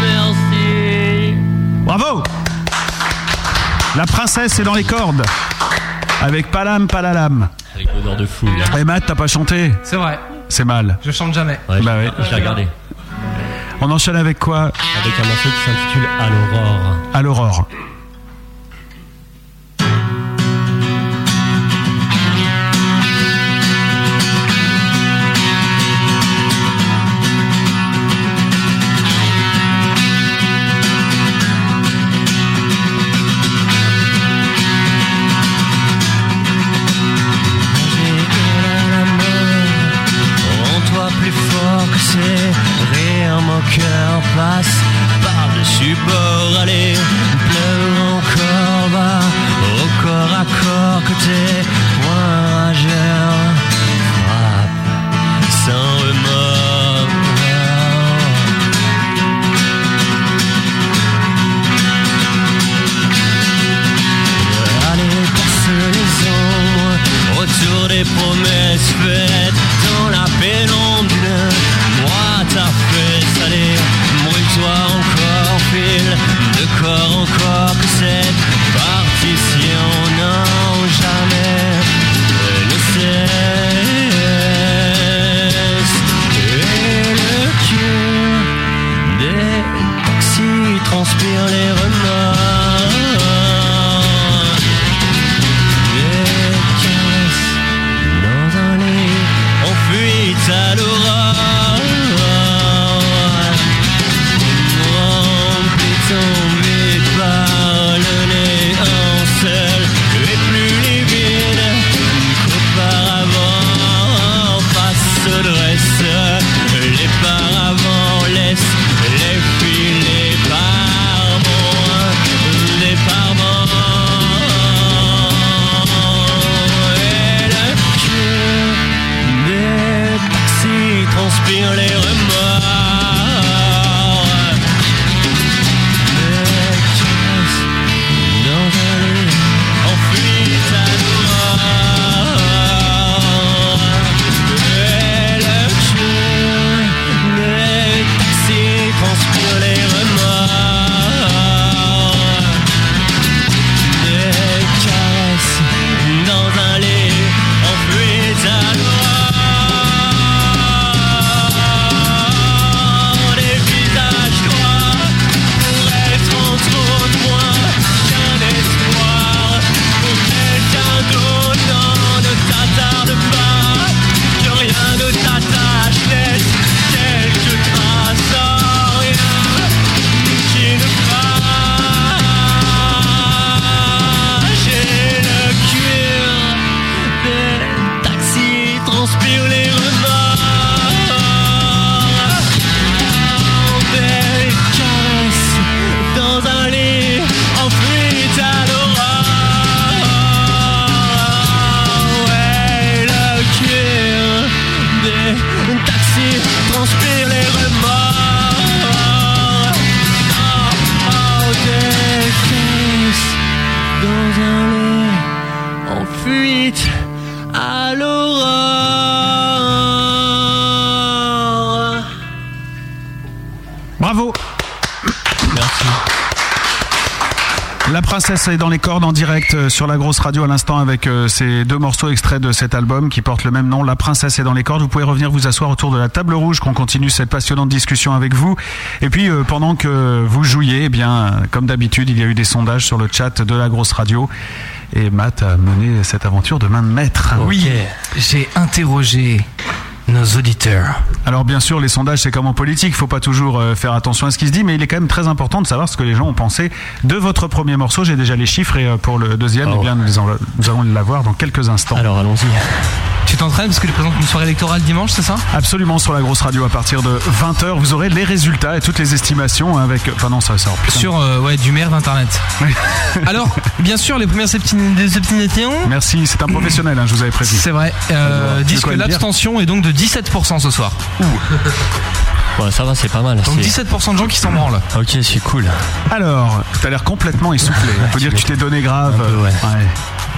Merci. Bravo La princesse est dans les cordes. Avec Palam Palalam. Avec l'odeur de foule. Et Matt, t'as pas chanté C'est vrai. C'est mal. Je chante jamais. Bah ouais. Je l'ai regardé. On enchaîne avec quoi Avec un morceau qui s'intitule À l'aurore. À l'aurore. En toi plus fort que c'est rire, mon cœur passe par-dessus bord, allez, pleure encore bas, au corps à corps que t'es moins rageur, frappe sans remords. Allez, perce les ombres autour des promesses faites dans la pénombre d'une moite à fesse. Allez, brûle-toi encore, fil de corps encore que cette partition non jamais ne cesse. Oh, Bravo. Merci. La princesse est dans les cordes en direct euh, sur la grosse radio à l'instant avec euh, ces deux morceaux extraits de cet album qui porte le même nom. La princesse est dans les cordes. Vous pouvez revenir vous asseoir autour de la table rouge qu'on continue cette passionnante discussion avec vous. Et puis euh, pendant que vous jouiez, eh bien euh, comme d'habitude, il y a eu des sondages sur le chat de la grosse radio et Matt a mené cette aventure de main de Ah maître. Oui, j'ai interrogé nos auditeurs. Alors bien sûr, les sondages, c'est comme en politique, faut pas toujours euh, faire attention à ce qui se dit, mais il est quand même très important de savoir ce que les gens ont pensé de votre premier morceau. J'ai déjà les chiffres et euh, pour le deuxième, eh bien, nous, les en- nous allons l'avoir dans quelques instants. Oh. Alors allons-y. Tu t'entraînes parce que tu présentes une soirée électorale dimanche, c'est ça Absolument, sur la grosse radio à partir de 20h, vous aurez les résultats et toutes les estimations hein, avec... Enfin non, ça sort. Sur euh, ouais, du maire d'internet. Alors, bien sûr, les premières septinétions. Merci, c'est un professionnel, hein, je vous avais prévu. C'est vrai. Euh, De disent quoi que le dire. l'abstention est donc de 17% ce soir. Ouais, ça va, c'est pas mal. Donc c'est- 17% de gens qui s'en branlent. Ok, c'est cool. Alors, t'as l'air complètement essoufflé. On peut dire que tu t'es donné grave. Ouais.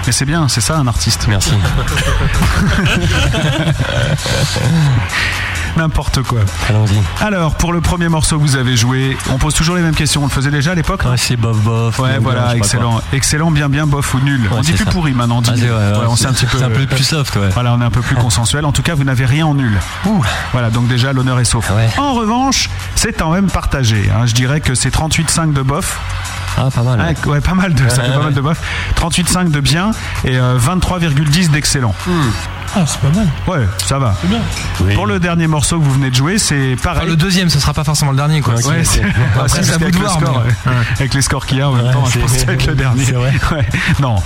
Mais c'est bien, c'est ça un artiste. Merci. N'importe quoi. Allons-y. Alors, pour le premier morceau que vous avez joué, on pose toujours les mêmes questions. On le faisait déjà à l'époque hein Ouais, c'est bof bof. Ouais, ou bien, je voilà, sais pas excellent. quoi. Excellent, bien, bien, bof ou nul. on Ouais, dit c'est plus ça. pourri maintenant, on dit Ah, c'est- nul. ouais, ouais, Voilà, on s'est un c'est- petit peu. c'est un peu plus soft, ouais. Voilà, on est un peu plus consensuel. En tout cas, vous n'avez rien en nul. Voilà, donc déjà, l'honneur est sauf. En revanche, c'est quand même partagé. hein. Je dirais que c'est 38,5 de bof. Ah, pas mal. Ouais, ouais, pas mal de, ça fait Ouais, pas ouais. mal de bof. 38,5 de bien et euh, 23,10 d'excellent. Hmm. Ah, c'est pas mal. Ouais, ça va. Pour le dernier morceau que vous venez de jouer, c'est pareil. Enfin, le deuxième, ce sera pas forcément le dernier, quoi. Ouais, c'est- Ah, si, Après, parce c'est à vous qu'avec de le voir. score, mais- ouais. Avec les scores qu'il y a en même Ouais, temps, je c'est- pense que ça va être le dernier. c'est vrai. Ouais. Non.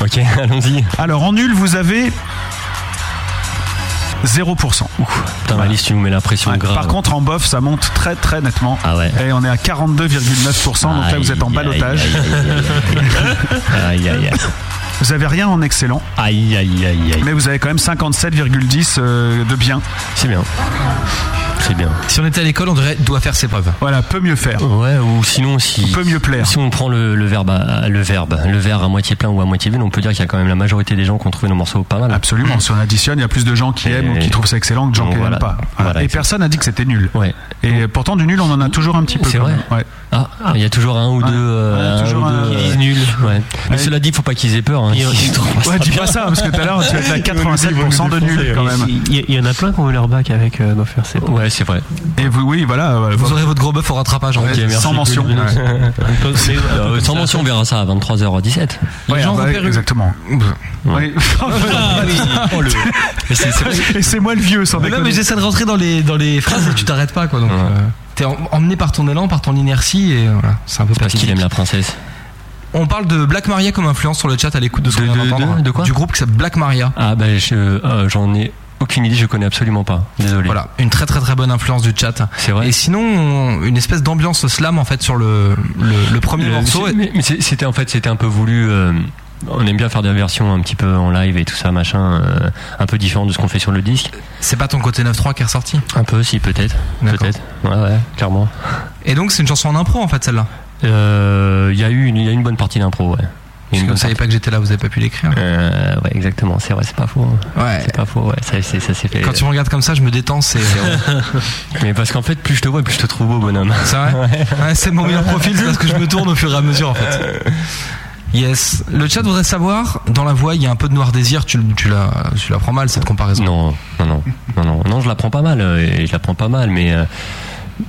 Ok, allons-y. Alors en nul, vous avez 0%. Putain, Malice, tu nous mets la pression Ouais, Oh, grave. Par contre, en bof, ça monte très très nettement. Ah ouais. Et on est à 42,9%. Donc là, vous êtes en balotage. Aïe, aïe, aïe. Vous avez rien en excellent. Aïe, aïe, aïe, aïe. Mais vous avez quand même 57,10 euh, de bien. C'est bien. C'est bien. Si on était à l'école, on dirait doit faire ses preuves. Voilà, peut mieux faire. Ouais, ou sinon, si. Peut mieux plaire. Si on prend le, le verbe, à, le verbe, le verbe à moitié plein ou à moitié vide, on peut dire qu'il y a quand même la majorité des gens qui ont trouvé nos morceaux pas mal. Absolument. Si on additionne, il y a plus de gens qui Et- aiment ou qui trouvent ça excellent que de gens Bon, qui n'aiment voilà. pas. Voilà. Voilà, Et exact. personne n'a dit que c'était nul. Ouais. Et pourtant, du nul, on en a toujours un petit peu. C'est quand vrai. même. Ouais. Ah, il y a toujours un ou deux, euh, Ouais, un toujours ou un, deux euh, qui disent nul. Ouais. Mais cela dit, faut pas qu'ils aient peur. Hein. Ils- Ils trouvent Ouais, ça dis bien. pas ça, parce que tout à l'heure, tu étais à 87% de nul quand même. Il y, il y en a plein qui ont eu leur bac avec euh, Dofer C. Ouais, c'est vrai. Et vous, oui, voilà. euh, Vous aurez votre gros bœuf au rattrapage en Ouais, fait. Ok, hein, merci. sans mention. Une- une- Euh, sans mention, on verra ça à 23h17. Ouais, gens bah, repèrent- exactement. Ouais. Ah, Oh, le- Mais c'est- c'est vrai. Et c'est moi le vieux, sans Mais non, déconner. mais j'essaie de rentrer dans les, dans les phrases et tu t'arrêtes pas, quoi. Donc, euh, t'es em- emmené par ton élan, par ton inertie, et voilà, c'est un peu Parce qu'il pathétique. aime la princesse. On parle de Black Maria comme influence sur le chat à l'écoute de ce qu'on De- vient de- d'entendre. de- de quoi Du groupe qui s'appelle Black Maria. Ah ben je- euh, j'en ai aucune idée, je connais absolument pas. Désolé. Voilà, une très très très bonne influence du chat. C'est vrai. Et sinon, on- une espèce d'ambiance slam en fait sur le, le, le premier Le- morceau. Euh, c'est- mais, mais c'est- c'était en fait c'était un peu voulu. euh, on aime bien faire des versions un petit peu en live et tout ça machin, euh, un peu différent de ce qu'on fait sur le disque. C'est pas ton côté 9-3 qui est ressorti. Un peu si peut-être, D'accord. peut-être. Ouais ouais, clairement. Et donc, c'est une chanson en impro en fait celle-là. Euh, Il y a eu une, il y a une bonne partie d'impro. Ouais. Il y a Parce une que vous bonne savez partie. pas que j'étais là, vous avez pas pu l'écrire. Euh, ouais exactement, c'est vrai, c'est pas faux. hein. Ouais. C'est pas faux, ouais. Ça c'est- ça s'est fait. Quand tu me regardes comme ça, je me détends, c'est. Mais parce qu'en fait plus je te vois, plus je te trouve beau bonhomme. C'est vrai Ouais, C'est mon meilleur profil, c'est parce que je me tourne au fur et à mesure en fait. Yes. Le chat voudrait savoir, dans la voix, il y a un peu de noir désir, tu, tu, la, tu la prends mal cette comparaison. Non, non, non, non, non, non, je la prends pas mal, euh, et je la prends pas mal, mais euh,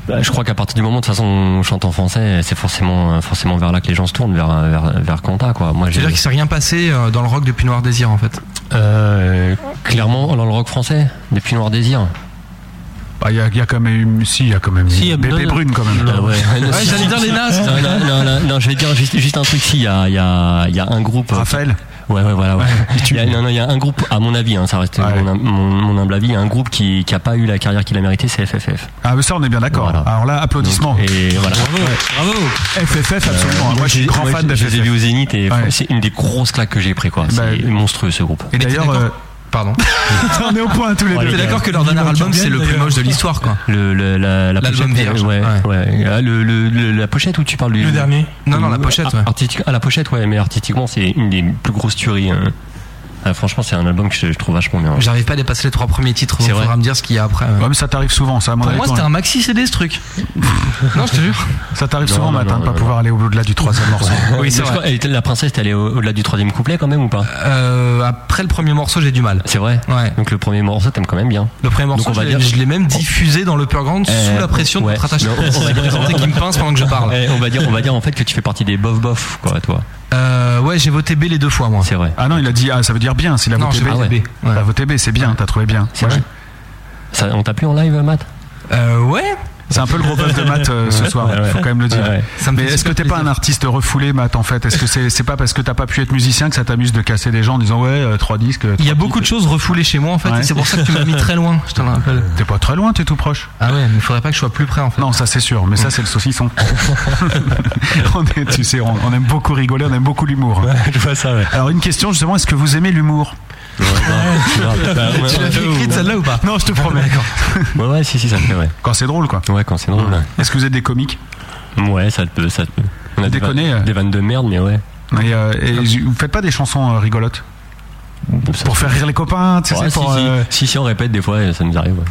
bah, je crois qu'à partir du moment, de toute façon, on chante en français, c'est forcément, euh, forcément vers là que les gens se tournent, vers, vers, vers Quanta, quoi. Moi, j'ai C'est-à-dire qu'il s'est rien passé euh, dans le rock depuis Noir Désir en fait. euh, clairement dans le rock français depuis Noir Désir. Bah, il y, a- il y a quand même eu. Si, il y a quand même eu. Si, il y a Bébé Brune. Brune, quand même. Ah ouais. Non, si, j'allais si, dire si. les nazes. Non, non, non, non, non, je vais dire juste, juste un truc. Si, il y a, il y, a, il y a un groupe. euh, Raphaël Ouais, ouais, voilà. Ouais. Il y a, non, non, il y a un groupe, à mon avis, hein, ça reste Ouais. mon, hum- mon- mon humble avis, il y a un groupe qui, qui a pas eu la carrière qu'il a méritée, c'est FFF. Ah, mais ça, on est bien d'accord. Voilà. Alors là, applaudissements. Donc, et voilà. Euh, Bravo FFF, absolument. Euh, moi, je suis grand fan de Je les ai FFF. vus au Zénith et Ouais. c'est une des grosses claques que j'ai pris quoi. Bah, C'est monstrueux ce groupe. Et Mais t'es d'ailleurs, d'accord euh, Pardon. on est au point tous les Ouais, deux. T'es d'accord que leur dernier album, c'est le plus moche de l'histoire quoi Le, le- la, la L'album pochette, vierge. ouais, Ouais. ouais. Ah, le- le- le- la pochette où tu parles du Le dernier Non, non, la Ah, pochette, ouais. artistique- ah, la pochette, ouais, mais artistiquement c'est une des plus grosses tueries. hein. Ah, franchement, c'est un album que je, je trouve vachement bien. J'arrive pas à dépasser les trois premiers titres, donc C'est vrai. faudra me dire ce qu'il y a après. Ouais, mais ça t'arrive souvent, ça. à mon Pour avis, moi, quand c'était même. un maxi CD ce truc. non, je te jure. Ça t'arrive Non, souvent, non, Matt, hein, non, de pas non, pouvoir aller au-delà du troisième morceau. Oui, c'est vrai. Elle était- la princesse, t'es allée au- au-delà du troisième couplet quand même ou pas Euh, Après le premier morceau, j'ai du mal. C'est vrai Ouais. Donc le premier morceau, t'aimes quand même bien. Le premier morceau, Donc, on va je l'ai- dire- je l'ai même diffusé dans l'Upperground Euh, sous la pression ouais. de votre attaché Non, on va dire- représenté qui me pince pendant que je parle. Eh, on, va dire, on va dire en fait que tu fais partie des bof-bof, quoi, toi. Euh, ouais, j'ai voté B les deux fois, moi. C'est vrai. Ah non, il a dit, ah, ça veut dire bien, s'il a Non, voté j'ai B. Ah voté B. Il a voté B, c'est bien, t'as trouvé bien. Ah C'est vrai. Ça, on t'a plu en live, Matt Euh, ouais. C'est un peu le gros bœuf de Matt euh, ce soir, Ouais, ouais. faut quand même le dire. Ouais, ouais. Ça me Mais fait est-ce que super t'es pas un plaisir. artiste refoulé, Matt, en fait Est-ce que c'est c'est pas parce que t'as pas pu être musicien que ça t'amuse de casser des gens en disant ouais, euh, trois disques euh, Il y trois a beaucoup de titres. choses refoulées chez moi en fait, Ouais. et c'est pour ça que tu m'as mis très loin, je te le rappelle. T'es pas très loin, t'es tout proche. Ah ouais, mais il faudrait pas que je sois plus près en fait. Non, ça c'est sûr, mais ça c'est le saucisson. on est- tu sais, on, on aime beaucoup rigoler, on aime beaucoup l'humour. Je vois ça, ouais. Alors une question justement, est-ce que vous aimez l'humour Tu l'as fait écrite celle-là ou pas Non, je te promets. Ouais, ouais, si, si, ça le fait, ouais. Quand c'est drôle, quoi. Ouais, quand c'est drôle. Est-ce que vous êtes des comiques Ouais, ouais ça te peut, ça te peut. On a des, Déconner, vannes, euh. des vannes de merde, mais ouais. et, euh, et vous faites pas des chansons euh, rigolotes bah, Ça- pour faire rire les copains, tu sais, Ouais, c'est si, pour, si. euh, si, si, on répète des fois, ça nous arrive, ouais.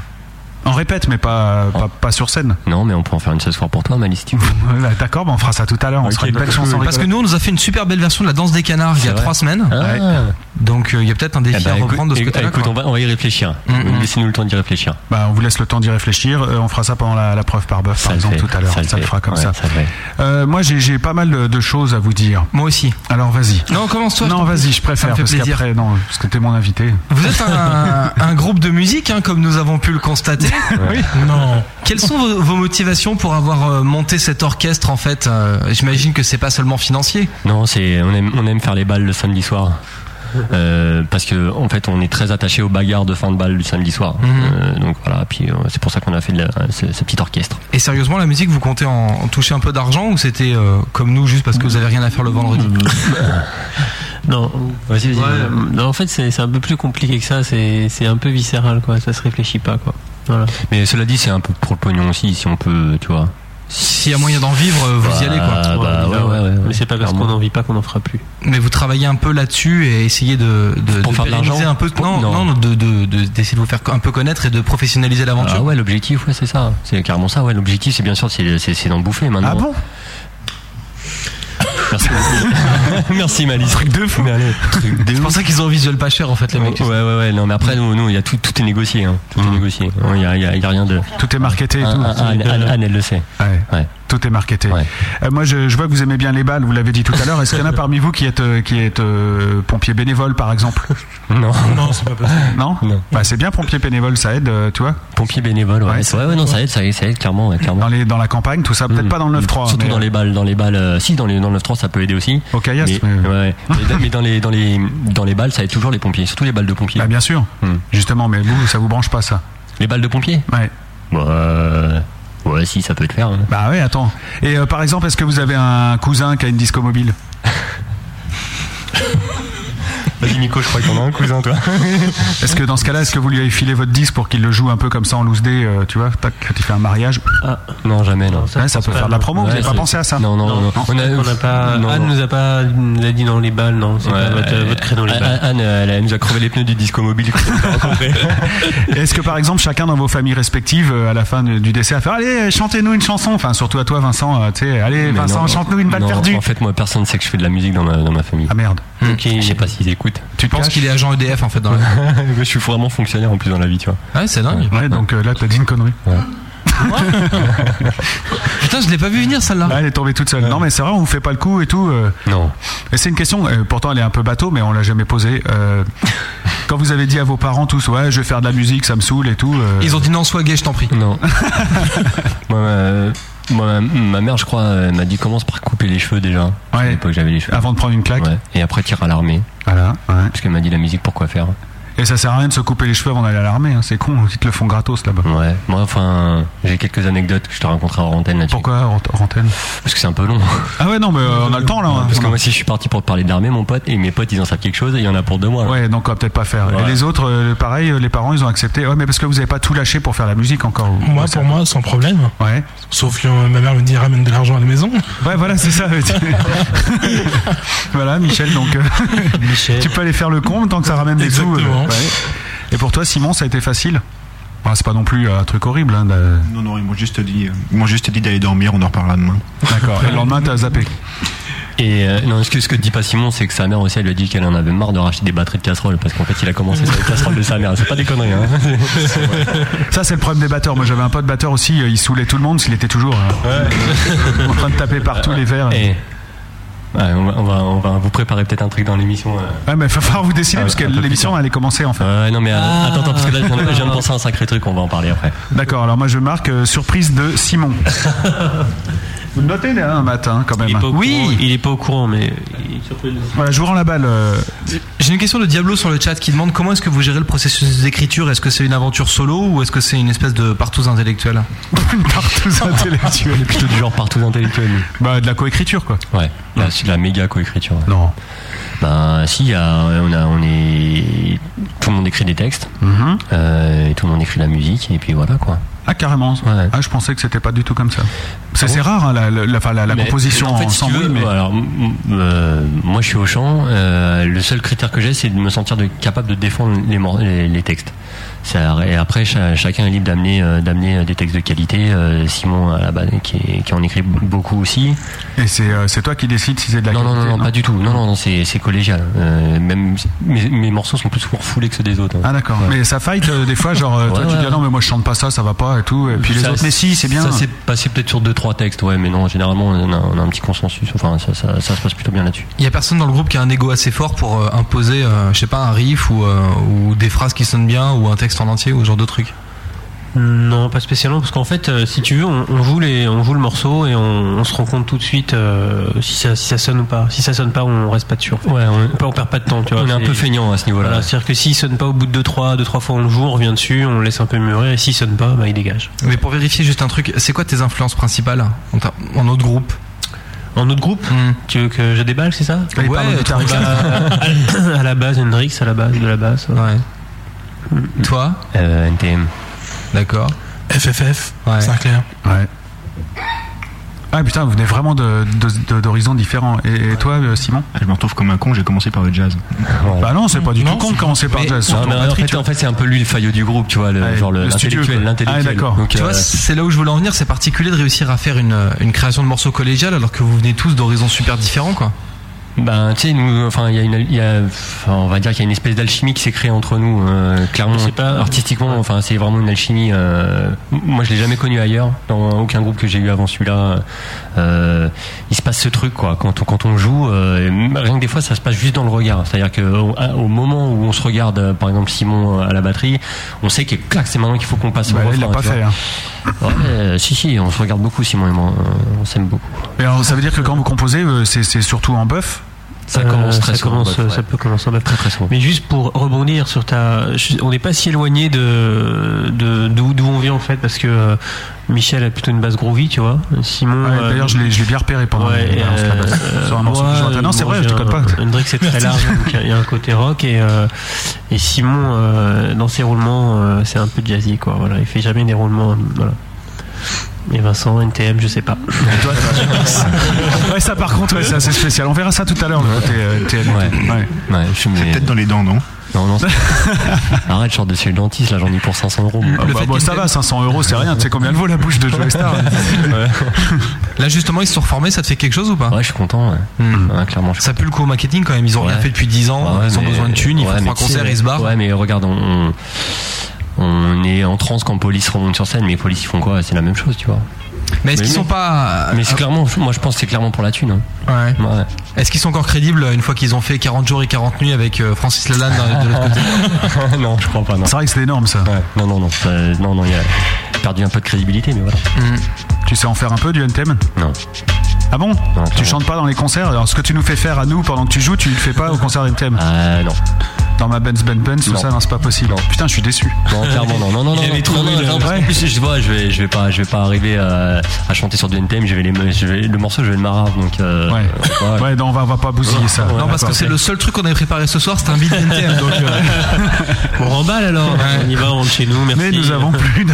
On répète, mais pas, pas, pas sur scène. Non, mais on peut en faire une ce soir pour toi, Malice, tu veux. Voilà, D'accord, bah, on fera ça tout à l'heure. On Ok, sera une belle cool. chanson. Parce que rigolote. nous, on nous a fait une super belle version de la danse des canards il y a vrai. trois semaines. Ah. Donc euh, il y a peut-être un défi Eh ben, à écoute- reprendre de ce eh, côté-là. écoute, quoi. on va, on va y réfléchir. Mm, mm. Laissez-nous le temps d'y réfléchir. Bah, on vous laisse le temps d'y réfléchir. Euh, on fera ça pendant la, la preuve par bœuf, Ça par le exemple, fait, tout à l'heure. Ça, le le fait. fera comme Ouais, ça. le fait. Euh, moi, j'ai j'ai pas mal de, de choses à vous dire. Moi aussi. Alors, vas-y. Non, commence toi. Non, vas-y, je Ça préfère me fait parce plaisir. qu'après, non, parce que t'es mon invité. Vous êtes un, un groupe de musique, hein, comme nous avons pu le constater. Oui. Non. Quelles sont vos, vos motivations pour avoir euh, monté cet orchestre en fait Euh, J'imagine que c'est pas seulement financier. Non, c'est on aime on aime faire les balles le samedi soir. Euh, parce que en fait, on est très attaché aux bagarres de fin de balle du samedi soir. Mm-hmm. Euh, donc voilà, puis euh, c'est pour ça qu'on a fait de la- ce, ce petit orchestre. Et sérieusement, la musique, vous comptez en, en toucher un peu d'argent ou c'était euh, comme nous juste parce que vous avez rien à faire le vendredi Non, Vas-y, vas-y. Ouais, euh, non, en fait, c'est c'est un peu plus compliqué que ça. C'est c'est un peu viscéral, quoi. Ça se réfléchit pas, quoi. Voilà. Mais cela dit, c'est un peu pour le pognon aussi, si on peut, tu vois. S'il y a moyen d'en vivre, euh, vous y allez quoi. Ah, bah, on y va, ouais, ouais, ouais, ouais. Mais c'est pas parce Clairement. qu'on n'en vit pas qu'on en fera plus. Mais vous travaillez un peu là-dessus et essayez de, de, Pour de faire de pérenniser l'argent un peu. Pour- Non, non. non, de, de, de- d'essayer de vous faire un peu connaître et de professionnaliser l'aventure. Ah ouais, l'objectif, ouais, c'est ça. C'est carrément ça. Ouais, l'objectif, c'est bien sûr, c'est c'est- c'est d'en bouffer maintenant. Ah bon Merci, Merci Malice. Truc de fou. Mais allez, truc de C'est pour ça qu'ils ont un visuel pas cher en fait, les mecs. Ouais, ouais, ouais. Non, mais après, nous, nous, il y a tout, tout est négocié. Hein. Tout est négocié. Il y a, il y a- il y a rien de. Tout est marketé et tout. Ah, ah, Anne, Anne- Anne, elle le sait. Ouais, Ouais. Tout est marketé. Ouais. Euh, moi, je, je vois que vous aimez bien les balles. Vous l'avez dit tout à l'heure. Est-ce qu'il y en a parmi vous qui êtes euh, qui êtes euh, pompier bénévole, par exemple Non. Non. Non. Bah, c'est bien pompier bénévole, ça aide, euh, tu vois. Pompier bénévole, ouais. Ouais, Ouais, c'est- ouais, non, ça aide, ça aide, ça aide, clairement, ouais, clairement. Dans les dans la campagne, tout ça. Peut-être Mm. pas dans le 9-3. Surtout mais- dans les balles, dans les balles, euh, si dans les dans le 9-3 ça peut aider aussi. Au caillasse, mais, mais- euh. ouais. mais, dans- mais dans les dans les dans les balles ça aide toujours les pompiers, surtout les balles de pompiers. Bah, bien sûr. Mm. Justement, mais vous, ça vous branche pas ça. Les balles de pompiers Ouais. Bah, euh, ouais, si ça peut te faire. hein. Bah ouais, attends. Et euh, par exemple, est-ce que vous avez un cousin qui a une disco mobile Vas-y Nico, je crois qu'on a un cousin toi. Est-ce que dans ce cas-là, est-ce que vous lui avez filé votre disque pour qu'il le joue un peu comme ça en loose day, euh, tu vois, tac, quand il fait un mariage Ah, Non, jamais non. Ouais, Ça peut faire de la promo, vous Ouais, n'avez pas c'est- pensé à ça Non, non, non. non, on a- n'a pas. non, Anne non. nous a pas nous a dit dans les balles, non. C'est Ouais, pas ben, votre, euh, votre créneau les Anne- balles. Anne, elle, elle nous a crevé les pneus du disco mobile. qu'on a Eh rencontré. ben, Est-ce que par exemple, chacun dans vos familles respectives, euh, à la fin de- du décès, a fait Allez, chantez-nous une chanson Enfin, surtout à toi, Vincent, euh, tu sais, Mais allez, Vincent, non, chante-nous une balle non, perdue En fait, moi, personne sait que je fais de la musique dans ma, dans ma famille. Ah merde. Ok. Je sais pas s'ils écoutent. Je Tu te pense caches qu'il est agent EDF E en fait dans la. je suis vraiment fonctionnaire en plus dans la vie, tu vois. Ouais, c'est dingue. Ouais, donc euh, là, t'as dit une connerie. Putain, je l'ai pas vu venir celle-là. Ah, elle est tombée toute seule. Non, mais c'est vrai, on vous fait pas le coup et tout. euh. Non. Et c'est une question, euh, pourtant elle est un peu bateau, mais on l'a jamais posée. Euh, quand vous avez dit à vos parents tous, ouais, je vais faire de la musique, ça me saoule et tout. euh, Ils ont dit non, sois gay, je t'en prie. Non. moi, ma, moi, ma- ma mère, je crois, elle m'a dit commence par couper les cheveux déjà. Ouais. À l'époque, j'avais les cheveux. Avant de prendre une claque. Ouais. Et après, tire à l'armée. Voilà, ouais. Parce qu'elle m'a dit la musique, pourquoi faire Et ça sert à rien de se couper les cheveux avant d'aller à l'armée. hein. C'est con, ils te le font gratos là-bas. Ouais, moi enfin, j'ai quelques anecdotes que je te raconterai en antenne là-dessus. Pourquoi en antenne Parce que c'est un peu long. Ah ouais, non, mais euh, on a le temps là. hein. Parce que moi, si je suis parti pour te parler de l'armée, mon pote, et mes potes, ils en savent quelque chose et il y en a pour deux mois. là. Ouais, donc on va peut-être pas faire. Et Ouais. les autres, euh, pareil, euh, les parents, ils ont accepté. Ouais, mais parce que vous avez pas tout lâché pour faire la musique encore. vous. Moi, pour moi, sans problème. Ouais. Sauf que euh, ma mère me dit ramène de l'argent à la maison. Ouais, voilà, c'est ça. voilà, Michel, donc euh, tu peux aller faire le compte tant que ça ramène des sous. euh, Exactement. ouais. Et pour toi, Simon, ça a été facile Ah, C'est pas non plus euh, un truc horrible. hein, de- ah. Non, non, ils m'ont juste dit, euh, ils m'ont juste dit d'aller dormir, on en reparlera demain. D'accord. Et le lendemain, t'as zappé. Et euh, non, ce que, ce que dit pas Simon, c'est que sa mère aussi, elle lui a dit qu'elle en avait marre de racheter des batteries de casserole parce qu'en fait, il a commencé sur les casseroles de sa mère. C'est pas des conneries, hein. Ça, c'est le problème des batteurs. Moi, j'avais un pote batteur aussi, euh, il saoulait tout le monde, s'il était toujours euh, en train de taper Euh, partout les verres. Et- Ouais, on, va, on, va, on va vous préparer peut-être un truc dans l'émission. euh. Ouais, mais il va falloir vous décider Ah, parce que un peu plus l'émission, elle est commencée en fait. Ouais, non, mais euh, attends, attends, parce que là, je viens, de- je viens de penser à un sacré truc, on va en parler après. D'accord, alors moi je marque euh, surprise de Simon. Vous le notez là un matin quand même. oui, il est pas au courant, mais Voilà, je vous rends la balle. euh, J'ai une question de Diablo sur le chat qui demande comment est-ce que vous gérez le processus d'écriture Est-ce que c'est une aventure solo ou est-ce que c'est une espèce de partout intellectuel Partout intellectuel. plutôt du genre partout intellectuel. Bah, de la coécriture, quoi. Ouais, là, c'est de la méga coécriture. ouais. Non. Bah, si, il y a- on, a, on est. Tout le monde écrit des textes, Mhm. euh, et tout le monde écrit de la musique, et puis voilà quoi. Ah, carrément. Ah, je pensais que c'était pas du tout comme ça. Ça, Ah c'est bon rare, hein, la, la- la- enfin, la- la Mais- composition en fait, en- si sans tu veux, bruit, mais- alors, m- m- euh, moi je suis au chant. euh, le seul critère que j'ai, c'est de me sentir de- capable de défendre les, mor- les, les textes. Ça- et après, cha- chacun est libre d'amener euh, d'amener des textes de qualité. euh, Simon, à la base, qui, est- qui en écrit b- beaucoup aussi. Et c'est euh, c'est toi qui décides si c'est de la Non, non, non, qualité, non, pas du tout. Non, non, non, c'est c'est collégial. Euh, même mes, mes morceaux sont plus souvent refoulés que ceux des autres. hein. Ah, d'accord. Ouais. Mais ça fight euh, des fois, genre, euh, toi Ouais, tu ouais. Euh, dis ah, non, mais moi je chante pas ça, ça va pas et tout. Et puis les Ça, autres, mais si, c'est bien. Ça s'est passé peut-être sur deux trois textes, ouais, mais non, généralement on a, on a un petit consensus. Enfin, ça, ça, ça se passe plutôt bien là-dessus. Il y a personne dans le groupe qui a un ego assez fort pour euh, imposer, euh, je sais pas, un riff ou, euh, ou des phrases qui sonnent bien ou un texte en entier ou ce genre de truc. Non, pas spécialement, parce qu'en fait, euh, si tu veux, on, on joue les, on joue le morceau et on, on se rend compte tout de suite euh, si ça, si ça sonne ou pas. Si ça sonne pas, on reste pas dessus. en fait. Ouais, on, on perd pas de temps, tu vois. on est un C'est- peu feignant à ce niveau-là. Voilà, c'est-à-dire que s'il sonne pas au bout de 2 trois, deux trois fois on le joue, on revient dessus, on le laisse un peu mûrir et s'il sonne pas, bah il dégage. Mais pour vérifier juste un truc, c'est quoi tes influences principales en, ta- en autre groupe Hmm. En autre groupe Tu veux que je déballe, c'est ça Ouais, toi, bah, à la base Hendrix, à la base de la basse. Toi Euh, NTM. D'accord. FFF, Ouais. Sinclair. Ouais. Ah putain, vous venez vraiment de- de- de- d'horizons différents. Et, et toi, euh, Simon Ah, Je me retrouve comme un con, j'ai commencé par le jazz. Bah non, c'est pas du tout con de commencer par Mais- jazz. non, surtout mais en en batterie, fait, tu vois. en fait, c'est un peu lui le faillot du groupe, tu vois, le, Ouais, genre le- le studio, l'intellectuel. quoi. l'intellectuel. Ah, d'accord. Donc, Tu euh, vois, c'est là où je voulais en venir, c'est particulier de réussir à faire une, une création de morceaux collégial alors que vous venez tous d'horizons super différents quoi. Ben, tu sais, nous, enfin, il y a une, il y a, enfin, on va dire qu'il y a une espèce d'alchimie qui s'est créée entre nous, euh, clairement, C'est pas- artistiquement, enfin, c'est vraiment une alchimie. euh, m- moi, je l'ai jamais connue ailleurs, dans aucun groupe que j'ai eu avant celui-là. Euh, il se passe ce truc, quoi, quand on, quand on joue, euh, et même- rien que des fois, ça se passe juste dans le regard. C'est-à-dire que au, à- au moment où on se regarde, euh, par exemple, Simon euh, à la batterie, on sait que clac, c'est maintenant qu'il faut qu'on passe au Bah, là, il refrain, l'a pas tu vois. fait, hein. Ouais, euh, si, si, on se regarde beaucoup, Simon et moi, euh, on s'aime beaucoup. Mais alors, ça veut dire que quand vous composez, euh, c'est c'est surtout en bœuf Ça Euh, commence très ça souvent, bah, commence, ouais, ouais. ça peut commencer en bas. Très souvent. Mais juste pour rebondir sur ta, je- on n'est pas si éloigné de de- d'où d'où on vient en fait parce que euh, Michel a plutôt une basse groovy, tu vois. Simon. Ouais, euh, Ah, D'ailleurs, je l'ai je l'ai bien repéré pendant Ouais, les balances, la euh, basse. Sur un euh, morceau que moi, je jouais. Non, c'est bon, vrai, j'ai je déconne un- pas. Hendrix est très large, donc il y a un côté rock et, euh, et Simon, euh, dans ses roulements, euh, c'est un peu jazzy, quoi. Voilà, il fait jamais des roulements, voilà. Et Vincent, NTM, je sais pas. Et toi, t'as- ouais, ça par contre, ouais, c'est assez spécial. On verra ça tout à l'heure, le côté euh, TNT. Ouais. Ouais, je suis- mais- Peut-être dans les dents, non Non, non, c'est- Arrête, je sors de chez le dentiste, là j'en ai pour 500 euros. moi. Ah, bah, bon, ça va, 500 euros, c'est rien. Tu sais combien elle vaut la bouche de Joe Star Là justement ils se sont reformés, ça te fait quelque chose ou pas Hmm. Ouais, je suis content, ouais. Ouais, clairement. je suis Ça pue le coup au marketing quand même, ils ont rien Ouais. fait depuis 10 content. ans, Ouais, ils ont mais- besoin de thunes, ils ouais, font mais trois tu sais, concerts, ils se barrent. Ouais, mais regarde, on, on- on est en transe quand police remonte sur scène, mais police ils font quoi C'est la même chose, tu vois. Mais est-ce Mais qu'ils non. sont pas euh, Mais c'est clairement, moi je pense que c'est clairement pour la thune. hein. Ouais. Ouais. Est-ce qu'ils sont encore crédibles euh, une fois qu'ils ont fait 40 jours et 40 nuits avec euh, Francis Lalanne dans- de l'autre côté non, je crois pas, non. C'est vrai que c'est énorme ça. Ouais, Non, non, non. ça- non, non, il y a perdu un peu de crédibilité, mais voilà. hein Tu sais en faire un peu du NTM Non. Ah bon Tu clairement. chantes pas dans les concerts Alors, ce que tu nous fais faire à nous pendant que tu joues, tu le fais pas au concert NTM Ah non. dans ma Benz Benz Benz, tout ça, non, c'est pas possible. Putain, je suis déçu. Non, clairement, non, non, non, non, non, non, non, non, parce qu'en plus, je vois, je vais, je vais pas, je vais pas arriver à, à chanter sur du NTM, je vais les, me- je vais, le morceau, je vais le marave, donc, euh, Ouais. ouais. Ouais, non, on va, on va pas bousiller ça. Non, parce que c'est le seul truc qu'on avait préparé ce soir, c'était un beat NTM. Donc, euh, On remballe alors, on y va, on rentre chez nous, merci. Mais nous avons plus de-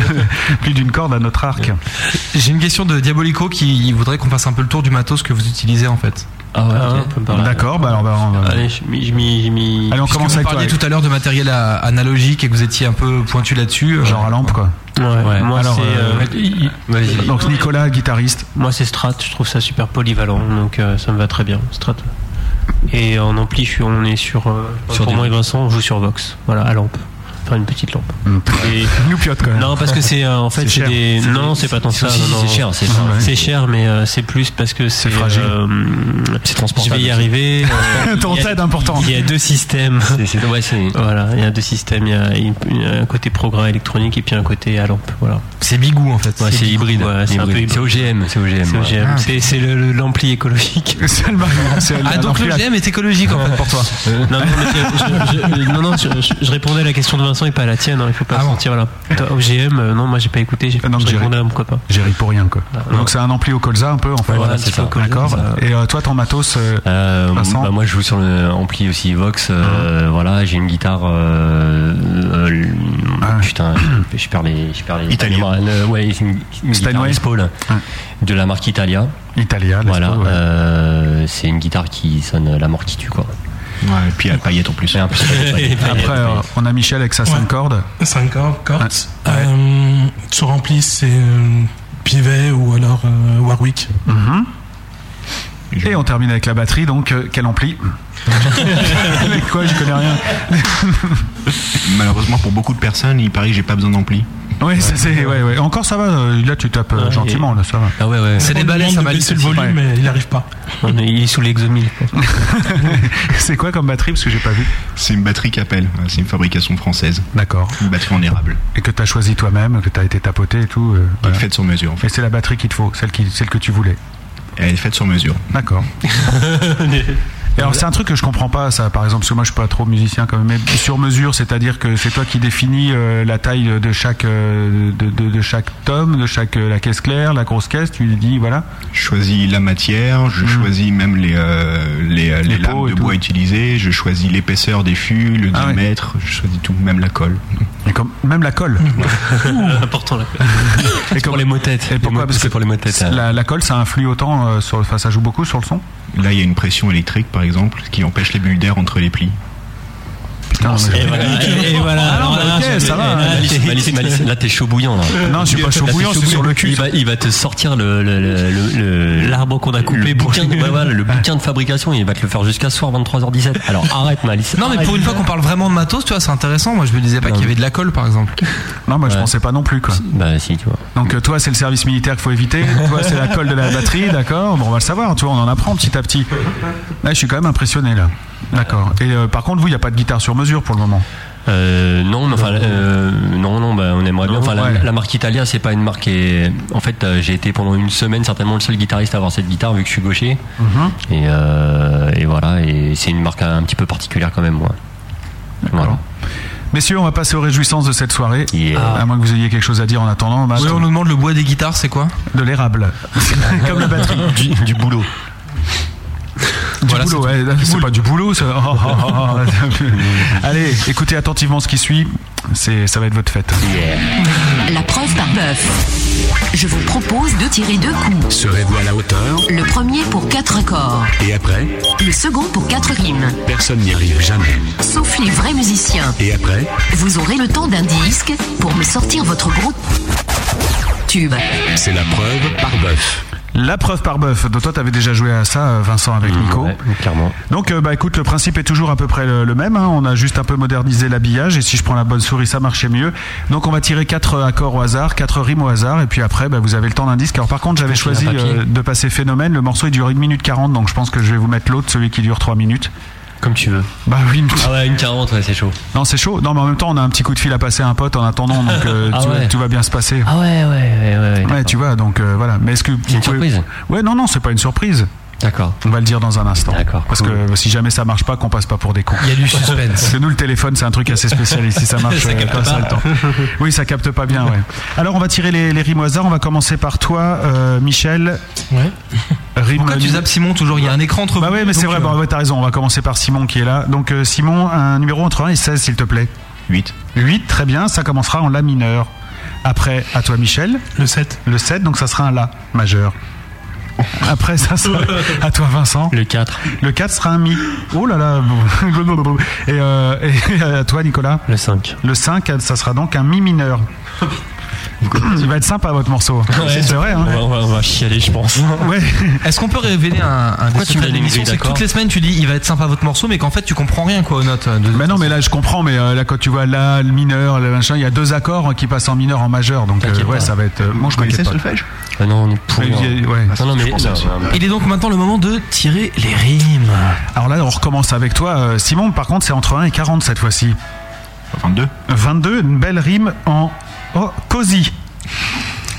plus d'une corde à notre arc. J'ai une question de Diabolico qui voudrait qu'on fasse un peu le tour du matos que vous utilisez en fait. Ah ouais, ok. D'accord, bah alors bah, on va. Allez, je m'y- je m'y- je m'y- Puisque vous parliez tout à l'heure de matériel à- analogique et que vous étiez un peu pointu là-dessus. euh, Genre à lampe quoi. Ouais, moi Alors, c'est. euh, euh, il- il- donc Nicolas, guitariste. Moi c'est Strat, je trouve ça super polyvalent, donc euh, ça me va très bien, Strat. Et en ampli, je suis, on est sur. euh, Sur pour du- moi et Vincent, on joue sur Vox, voilà, à lampe. Faire une petite lampe. Et- Nous piote quand même. Non, parce que c'est euh, en fait c'est Hum. cher. des non, c'est pas tant ça. si, non, si, non. c'est cher, c'est cher. C'est cher, mais euh, c'est plus parce que c'est fragile. euh, C'est transportable. Je vais y arriver. euh, Ton il y a- TED important. Il y a deux systèmes. C'est, c'est, ouais, c'est, Voilà, il y a deux systèmes. Il y a, une- une- un côté programme électronique et puis un côté à lampe. Voilà. C'est bigou en fait. Ouais, c'est hybride. ouais, c'est un peu hybride. C'est OGM, c'est OGM. C'est ouais. OGM. Ah, C'est- C'est le- le- l'ampli écologique. C'est le c'est Ah, donc le GM est écologique en fait pour toi. Euh, Non, non, mais je, je- je- non, non, je, je- je répondais à la question de Vincent et pas à la tienne. hein, il faut pas se mentir là. Toi, OGM, euh, non, moi j'ai pas écouté. J'ai Ah non, je j'ai- répondais à mon copain. Ah. J'ai ri pour rien quoi. Donc c'est un ampli au colza un peu en fait. Ouais, voilà, c'est ça. D'accord. Et euh, toi ton matos euh, Euh, Vincent Hein. bah, moi je joue sur le ampli aussi Vox euh, voilà j'ai une guitare euh, euh, l- Ah. putain je, je perds les je perds les Italia. Euh, ouais c'est une, une guitare Steinway. Les euh, Paul de la marque Italia Italia. Les voilà Paul, ouais. euh, c'est une guitare qui sonne la mort qui tue quoi Ouais, et puis à paillettes en plus. Et en plus, il y a des paillettes. Après euh, on a Michel avec sa 5 cordes. 5 cordes, cordes. Euh, sur ampli, c'est euh, Pivet ou alors euh, Warwick. Mhm. Et on termine avec la batterie donc euh, quel ampli Mais Quoi je connais rien. Malheureusement, pour beaucoup de personnes, il paraît que j'ai pas besoin d'ampli. Oui ça, c'est ouais ouais. Encore ça va euh, là tu tapes euh, gentiment là ça va. ah ouais ouais C'est des On balais, demande ça de m'a baisser le volume, mais il n'arrive pas. On est- il est sous l'exomile. C'est quoi comme batterie parce que j'ai pas vu. C'est une batterie qu'appelle. C'est une fabrication française. D'accord. Une batterie en érable. Et que t'as choisi toi-même, que t'as été tapoté et tout. euh, Elle est voilà. faite sur mesure, en fait. Et c'est la batterie qu'il te faut, celle, qui, celle que tu voulais. Elle est faite sur mesure. D'accord. Et alors c'est un truc que je comprends pas ça par exemple parce que moi je suis pas trop musicien quand même mais sur mesure c'est-à-dire que c'est toi qui définis euh, la taille de chaque euh, de, de- de chaque tome de chaque euh, la caisse claire la grosse caisse tu lui dis voilà Mhm. Je choisis la matière, je choisis même les, euh, les, euh, les Les pots lames et de tout. bois utilisées, je choisis l'épaisseur des fûts, le Ah ouais. diamètre, je choisis tout, même la colle. et comme même la colle Important là. et comme- pour les motettes et pourquoi Les mots- parce que c'est pour les motettes hein. la, la colle ça influe autant euh, sur enfin ça joue beaucoup sur le son Là, il y a une pression électrique, par exemple, qui empêche les bulles d'air entre les plis. putain mais je- Et voilà. Et, et voilà. Ah non, alors bah, là, ok, je- ça va. là, Malice, Malice, Malice, là t'es chaud bouillant là non je suis pas chaud Là, t'es bouillant chaud c'est sur le cul il va, il va te sortir le le- le- le- le- L'arbre qu'on a coupé le pour- bouquin, ouais, voilà, le bouquin de fabrication, il va te le faire jusqu'à ce soir 23h17. Alors arrête Malice. Non, mais pour une fois qu'on parle vraiment de matos, tu vois, c'est intéressant. Moi, je me disais pas qu'il y avait de la colle, par exemple. non moi je Ouais. pensais pas non plus quoi Bah si, tu vois. Donc euh, toi, c'est le service militaire qu'il faut éviter. Toi, c'est la colle de la batterie, d'accord. Bon, on va le savoir. Tu vois, on en apprend petit à petit. Là, je suis quand même impressionné là. D'accord. Et euh, par contre, vous, il n'y a pas de guitare sur mesure pour le moment. Euh, non, mais enfin, euh, non, non, bah, on aimerait bien. Enfin, la- ouais. la, marque Italia, c'est pas une marque. Et, en fait, euh, j'ai été pendant une semaine certainement le seul guitariste à avoir cette guitare vu que je suis gaucher. Mhm. et, euh, et voilà, et c'est une marque un petit peu particulière quand même, moi. Voilà. Messieurs, on va passer aux réjouissances de cette soirée. Yeah. À moins que vous ayez quelque chose à dire en attendant, bah, Oui, on nous demande le bois des guitares, c'est quoi de l'érable, comme la batterie. Du, du boulot. Du Voilà, boulot, ouais, Ah, c'est pas du boulot. ça. Oh, oh, oh, oh. Allez, écoutez attentivement ce qui suit. C'est, ça va être votre fête. La preuve par bœuf. Je vous propose de tirer deux coups. Serez-vous à la hauteur Le premier pour quatre accords, Et après le second pour quatre rimes. Personne n'y arrive jamais. Sauf les vrais musiciens. Et après Vous aurez le temps d'un disque pour me sortir votre gros tube. C'est la preuve par bœuf. La preuve par bœuf. Donc toi, t'avais déjà joué à ça, euh, Vincent, avec Nico. Ouais, clairement. Donc, euh, bah écoute, le principe est toujours à peu près le, le même. hein. On a juste un peu modernisé l'habillage et si je prends la bonne souris, ça marchait mieux. Donc, on va tirer quatre euh, accords au hasard, quatre rimes au hasard et puis après, bah, vous avez le temps d'un disque. Alors, par contre, j'avais choisi un papier. euh, de passer Phénomène. Le morceau il dure 1 minute 40, donc je pense que je vais vous mettre l'autre, celui qui dure 3 minutes. Comme tu veux. Bah oui. mais- Ah ouais, une 40, ouais, c'est chaud. Non, c'est chaud. Non, mais en même temps, on a un petit coup de fil à passer à un pote en attendant, donc euh, Ah tu vois, ouais. tout va bien se passer. Ah ouais, ouais, ouais, ouais. Ouais, tu vois, donc euh, voilà. Mais est-ce que C'est une surprise Ouais, non, non, c'est pas une surprise. D'accord. On va le dire dans un instant. D'accord. Parce que si jamais ça marche pas, qu'on passe pas pour des cons. Il y a du suspense. Parce que nous, le téléphone, c'est un truc assez spécial. Et si ça marche, Ça euh, capte pas, pas. ça le temps. Oui, ça capte pas bien, ouais. Alors, on va tirer les, les rimes au hasard. On va commencer par toi, euh, Michel. Ouais. Rime Pourquoi tu numéro- zappes Simon toujours Il y a un écran entre Bah oui, mais euh, c'est vrai, bah, ouais, t'as raison, on va commencer par Simon qui est là. Donc euh, Simon, un numéro entre 1 et 16 s'il te plaît. 8. 8, très bien, ça commencera en La mineur. Après, à toi Michel. Le 7. Le 7, donc ça sera un La majeur. Après, ça sera à toi Vincent. Le 4. Le 4 sera un Mi. Oh là là. Et, euh, et à toi Nicolas. Le 5. Le 5, ça sera donc un Mi mineur. Il va être sympa votre morceau. c'est vrai, hein. On va, on va- on va chialer, je pense. Ouais. Est-ce qu'on peut révéler un, un des tu me secrets donnes de une l'émission grille C'est que d'accord toutes les semaines, tu dis il va être sympa votre morceau, mais qu'en fait, tu comprends rien quoi aux notes. euh, de- Mais non, mais là je comprends, mais euh, là quand tu vois la, le mineur, le machin, il y a deux accords euh, qui passent en mineur, en majeur, donc euh, T'inquiète ouais, pas. ça va être. euh, moi je m'inquiète pas. Ah non, on est pour. Mais il y a- ouais. Ah, Non, non, mais. Je pense non, aussi. non, Il est donc maintenant le moment de tirer les rimes. Alors là, on recommence avec toi, euh, Simon. Par contre, c'est entre 1 et 40 cette fois-ci. 22. 22, une belle rime en oh, cosy.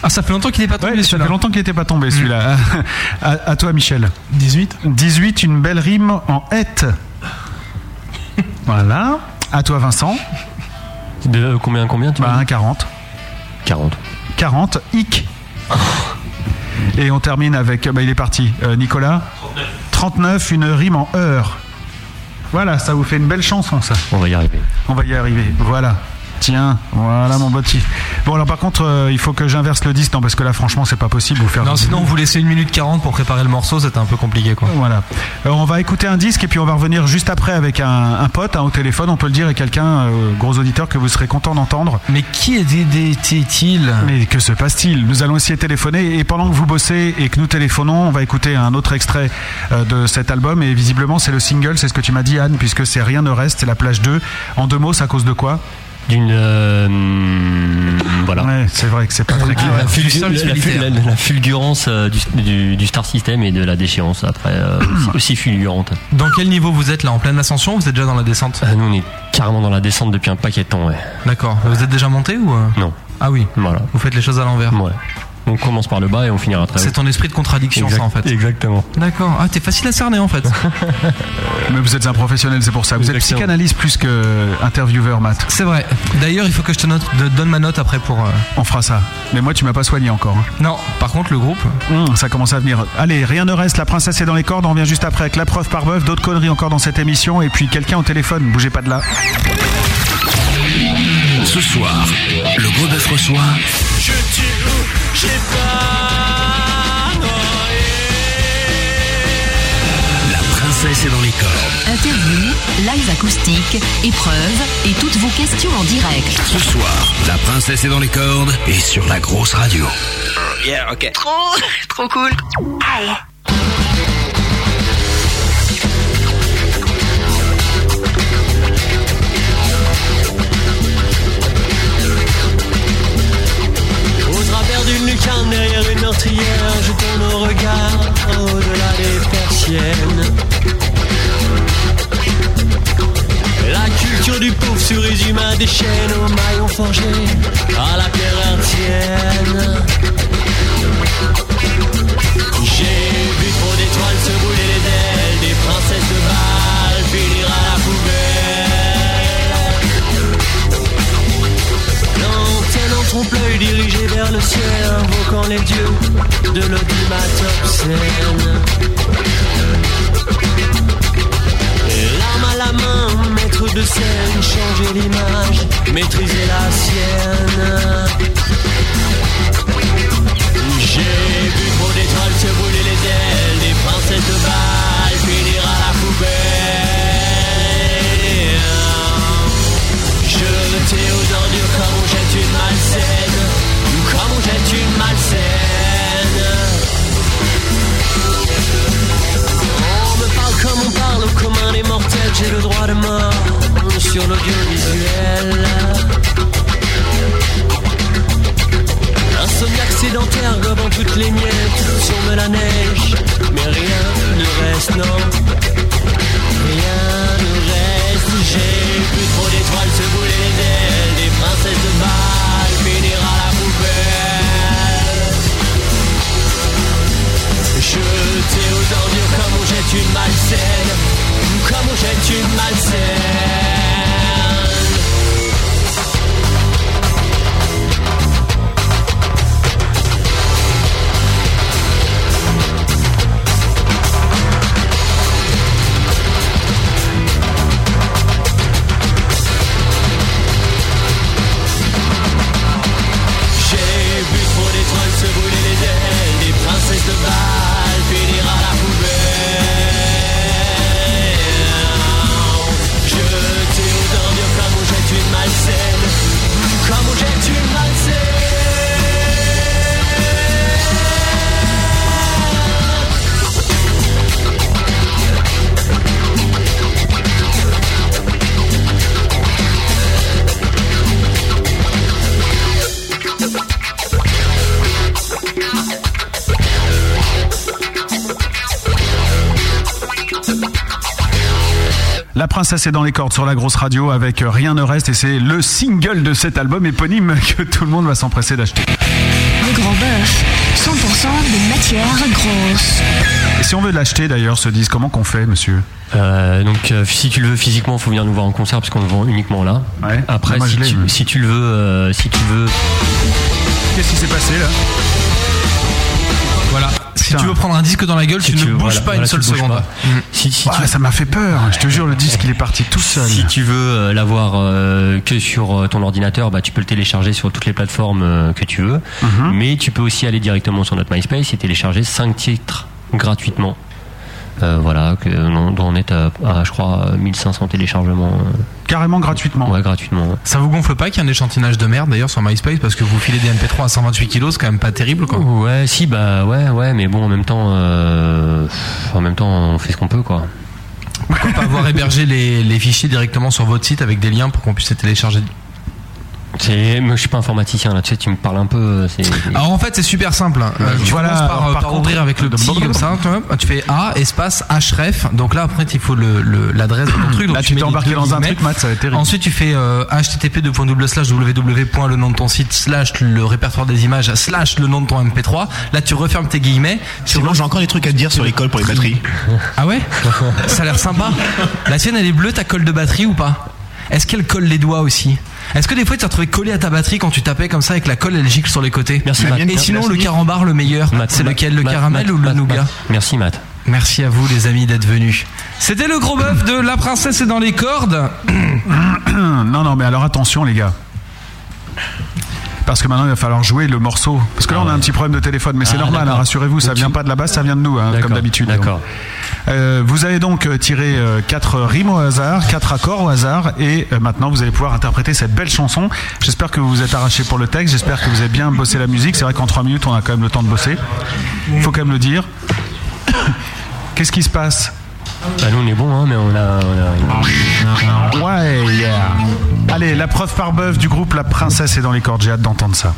Ah, ça fait longtemps qu'il n'est pas tombé Ça celui-là. Mm. fait longtemps qu'il n'était pas tombé celui-là. à, à toi, Michel. 18. 18, une belle rime en hête. voilà. À toi, Vincent. mais- De euh, combien, combien tu Bah, m'as un dit 40. 40. 40, hic. Et on termine avec. Bah, il est parti. Euh, Nicolas 39, une rime en heure. Voilà, ça vous fait une belle chanson, ça. On va y arriver. On va y arriver. Voilà. Tiens, voilà mon petit. Bon alors par contre, euh, il faut que j'inverse le disque, non parce que là franchement c'est pas possible vous faire. Non, sinon, vous laissez une minute 40 pour préparer le morceau, c'était un peu compliqué quoi. Voilà. Euh, on va écouter un disque et puis on va revenir juste après avec un, un pote hein, au téléphone. On peut le dire et quelqu'un, euh, gros auditeur, que vous serez content d'entendre. Mais qui était-il Mais que se passe-t-il Nous allons essayer de téléphoner et pendant que vous bossez et que nous téléphonons, on va écouter un autre extrait euh, de cet album et visiblement c'est le single, c'est ce que tu m'as dit Anne, puisque c'est Rien ne reste, c'est la plage 2. En deux mots, c'est à cause de quoi D'une. euh, hmm, voilà. Ouais, c'est vrai que c'est pas très clair. Euh, la, du fulgu- service la- la- militaire. la- la fulgurance euh, du, du- du Star System et de la déchéance après euh, aussi- aussi fulgurante. Dans quel niveau vous êtes là En pleine ascension ou vous êtes déjà dans la descente Ah, nous on est carrément dans la descente depuis un paquet de temps, ouais. D'accord. Vous êtes déjà monté ou euh Non, Ah oui. voilà. Vous faites les choses à l'envers. Ouais. On commence par le bas et on finira très haut. C'est ton esprit de contradiction Exact- ça en fait. Exactement. D'accord. Ah, t'es facile à cerner en fait. Mais vous êtes un professionnel, c'est pour ça. Vous êtes Exactement. psychanalyste plus que intervieweur, Matt. C'est vrai. D'ailleurs, il faut que je te note, de- donne ma note après pour. euh, On fera ça. Mais moi, tu m'as pas soigné encore. hein. Non, par contre, le groupe. Hum, ça commence à venir. Allez, rien ne reste. La princesse est dans les cordes. On revient juste après avec la preuve par bœuf. D'autres conneries encore dans cette émission. Et puis quelqu'un au téléphone. Bougez pas de là. Ce soir, le gros bœuf reçoit Je tue, j'ai pas La princesse est dans les cordes. Interview, live acoustique, épreuves et toutes vos questions en direct. Ce soir, la princesse est dans les cordes et sur la grosse radio. Ah, Yeah, ok. Trop, trop cool. Au travers d'une lucarne derrière une meurtrière, je tourne au regard au-delà des persiennes. La culture du pauvre se résume à des chaînes aux maillons forgés à la pierre artienne. J'ai vu trop d'étoiles se brûler les ailes, des princesses de Bâle finir à la poubelle. L'antenne en trompe-l'œil dirigée vers le ciel, invoquant les dieux de l'audimat obscène. L'arme à la main, maître de scène, changer l'image, maîtriser la sienne. J'ai vu trop d'étoiles se brûler les ailes Des princesses de Bâle finir à la poubelle Je tire aux ordures comme on jette une malsaine Ou comme on jette une malsaine On me parle comme on parle au commun des mortels J'ai le droit de mort sur l'audiovisuel Insomniaque sédentaire gobant toutes les miettes Sombre la neige, mais rien ne reste, non Rien ne reste, j'ai plus trop d'étoiles se brûler les ailes Des princesses de Bâle finir à la poubelle Jeter aux ordures comme malsaine. J'ai vu trop d'étoiles se brûler les ailes Des princesses de Bâle finir à la poubelle Jeté aux ordures comme on jette une malsaine Comme on jette une La princesse est dans les cordes sur la grosse radio avec euh, Rien ne reste et c'est le single de cet album éponyme que tout le monde va s'empresser d'acheter. Le gros bœuf, 100% de matière grosse. Et si on veut l'acheter d'ailleurs ce disque, comment qu'on fait monsieur Euh, donc euh, si tu le veux physiquement, faut venir nous voir en concert parce qu'on le vend uniquement là. Après, Moi, si, je l'ai, tu, mais- si tu le veux, euh, si tu veux, Qu'est-ce qui s'est passé là Voilà. Si tu veux prendre un disque dans la gueule, tu, ne bouges voilà, pas voilà, une seule tu bouges seconde. Mm. pas. Si, si tu- Ça m'a fait peur, je te jure, le disque il est parti tout seul. si tu veux euh, l'avoir euh, que sur euh, ton ordinateur, bah, tu peux le télécharger sur toutes les plateformes euh, que tu veux. Mhm. Mais tu peux aussi aller directement sur notre MySpace et télécharger 5 titres gratuitement. Euh, voilà, que, on, on est à, à, je crois, 1500 téléchargements. euh. Carrément gratuitement Ouais, gratuitement. ouais. Ça vous gonfle pas qu'il y ait un échantillonnage de merde d'ailleurs sur MySpace parce que vous filez des MP3 à 128 kilos, c'est quand même pas terrible quoi. Ouais, si, bah ouais, ouais, mais bon, en même temps, euh, pff, en même temps, on fait ce qu'on peut, quoi. Pourquoi pas avoir hébergé les, les fichiers directement sur votre site avec des liens pour qu'on puisse les télécharger C'est, moi, je suis pas informaticien là, tu sais, tu me parles un peu. euh, C'est, Ah, Alors en fait c'est super simple. Euh, tu Voilà, commences par, euh, par par contre- ouvrir avec le petit comme ça, tu, vois. tu fais A espace href. Donc là après il faut le- le- l'adresse de ton truc. Donc Là, tu mets t'es les embarqué deux dans un guillemets. truc, Matt, ça va être terrible. Ensuite tu fais euh, http www le nom de ton site slash le répertoire des images slash le nom de ton mp3. Là tu refermes tes guillemets. Sinon j'ai encore des trucs à te dire sur l'école pour les batteries. Ah ouais Ça a l'air sympa. La sienne elle est bleue, ta colle de batterie ou pas Est-ce qu'elle colle les doigts aussi est-ce que des fois tu t'es retrouvé collé à ta batterie quand tu tapais comme ça avec la colle elle gicle sur les côtés bah, Merci, Matt. Et sinon Merci. le carambar le meilleur, Matt, c'est Matt, lequel le Matt, caramel Matt, ou le Matt, nougat Matt. Merci Matt. Merci à vous les amis d'être venus. C'était le gros bœuf de La princesse est dans les cordes. non, non, mais alors attention, les gars. Parce que maintenant, il va falloir jouer le morceau. Parce que là, on a un petit problème de téléphone, mais c'est Ah, normal, d'accord. hein, rassurez-vous, ça Donc, vient tu- pas de la base, ça vient de nous, hein, comme d'habitude. d'accord. Euh, vous allez donc euh, tirer euh, quatre rimes au hasard, quatre accords au hasard, et euh, maintenant, vous allez pouvoir interpréter cette belle chanson. J'espère que vous vous êtes arraché pour le texte, j'espère que vous avez bien bossé la musique. C'est vrai qu'en trois minutes, on a quand même le temps de bosser. Il faut quand même le dire. Qu'est-ce qui se passe Bah, nous on est bon, hein, mais on a. on a- Ouais, yeah. Allez, la preuve par bœuf du groupe La Princesse est dans les cordes. J'ai hâte d'entendre ça.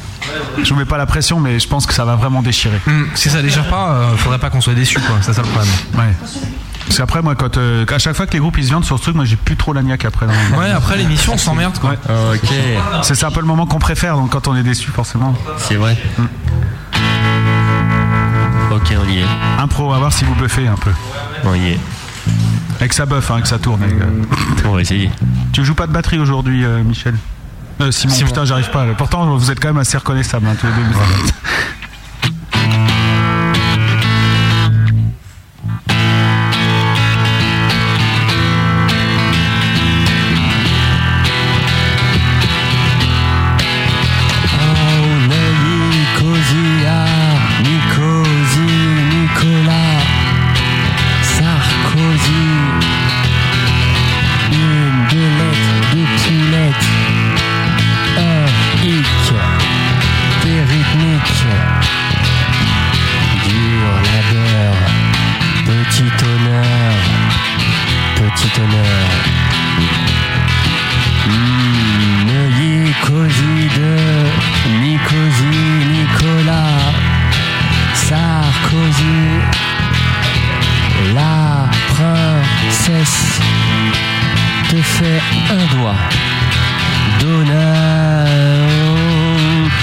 Je vous mets pas la pression, mais je pense que ça va vraiment déchirer. Si ça déchire pas, euh, faudrait pas qu'on soit déçu quoi, c'est ça le problème. Ouais. Parce qu'après, moi, quand, euh, à chaque fois que les groupes ils se viandent sur ce truc, moi j'ai plus trop la niaque après. Euh, Ouais, après l'émission, on s'emmerde, quoi. Ok. C'est c'est un peu le moment qu'on préfère, donc quand on est déçu, forcément. Mm. C'est vrai. Ok, on y est. Impro, à voir si vous buffez un peu. On y est. Avec ça buff, hein, que ça tourne. les gars. On va essayer. Tu joues pas de batterie aujourd'hui, euh, Michel Euh, Simon, Simon. putain, j'arrive pas. Pourtant, vous êtes quand même assez reconnaissables, hein, tous les deux. On est Nicosia, Nicosie, Nicolas, Sarkozy. Une, deux lettres, deux petites lettres. Un hic, des rythmiques. Dur labeur, petit honneur, petit honneur. Neuilly, Cosy de Nicosie, Nicolas, Sarkozy, la princesse te fait un doigt d'honneur.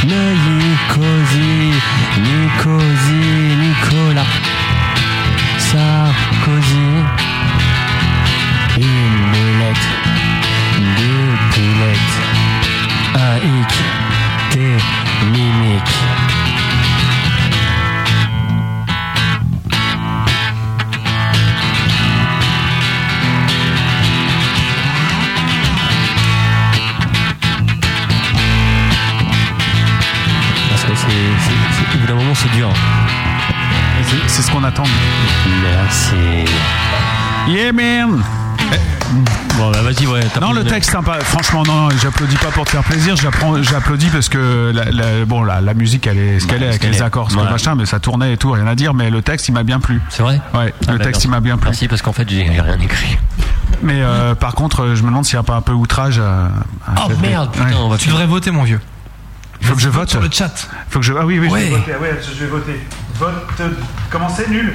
Neuilly, Cosy, Nicosie, Nicolas, Sarkozy, une c'est dur. C'est ce qu'on attend. Merci. Eh. Yeah, man Bon, bah vas-y, ouais. Non, le texte sympa. Franchement, non, non, j'applaudis pas pour te faire plaisir. j'apprends- J'applaudis parce que la, la- bon, la, la musique, elle est ce qu'elle est, avec qu'elle les est. accords, ce que Ouais. machin, mais ça tournait et tout, rien à dire. Mais le texte, il m'a bien plu. C'est vrai Ouais, Ah, le bah, texte, il m'a bien plu. Merci parce qu'en fait, j'ai rien écrit. Mais euh, par contre, euh, je me demande s'il n'y a pas un peu outrage. à- à- Oh, merde, putain, on va- Tu devrais voter, mon vieux. Il faut que je vote. Sur le chat. Faut que je. Ah oui, oui, Ouais. je vais voter. ah ouais, je vais voter. Vote. Comment c'est nul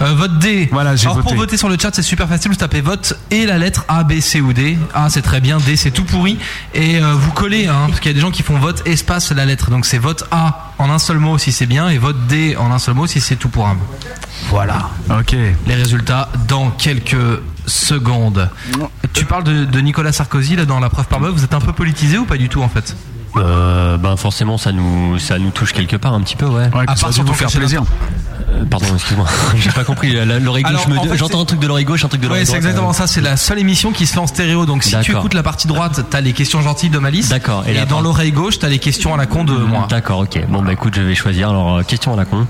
Euh, vote D. Voilà, j'ai Alors voté. pour voter sur le chat, c'est super facile. Vous tapez vote et la lettre A, B, C ou D. A, c'est très bien. D, c'est tout pourri. Et euh, vous collez, hein, parce qu'il y a des gens qui font vote espace la lettre. Donc c'est vote A en un seul mot si c'est bien et vote D en un seul mot si c'est tout pour un mot. Voilà. Ok. Les résultats dans quelques secondes. Tu parles de, de Nicolas Sarkozy là dans la preuve par bœuf. Vous êtes un peu politisé ou pas du tout en fait Euh, ben forcément, ça nous, ça nous touche quelque part un petit peu, ouais. puis À ça part a dû sur vous ton faire cachet plaisir. Euh, pardon, excuse-moi, j'ai pas compris. la- la- L'oreille gauche, Alors, me- en fait, j'entends c'est- un truc de l'oreille gauche, un truc de l'oreille Ouais, c'est droite. euh, exactement ça. C'est la seule émission qui se fait en stéréo. Donc si tu D'accord. écoutes la partie droite, t'as les questions gentilles de Malice. D'accord. Et, la dans part- l'oreille gauche, t'as les questions à la con de moi. D'accord, ok. Bon, bah écoute, je vais choisir. Alors, euh, question à la con.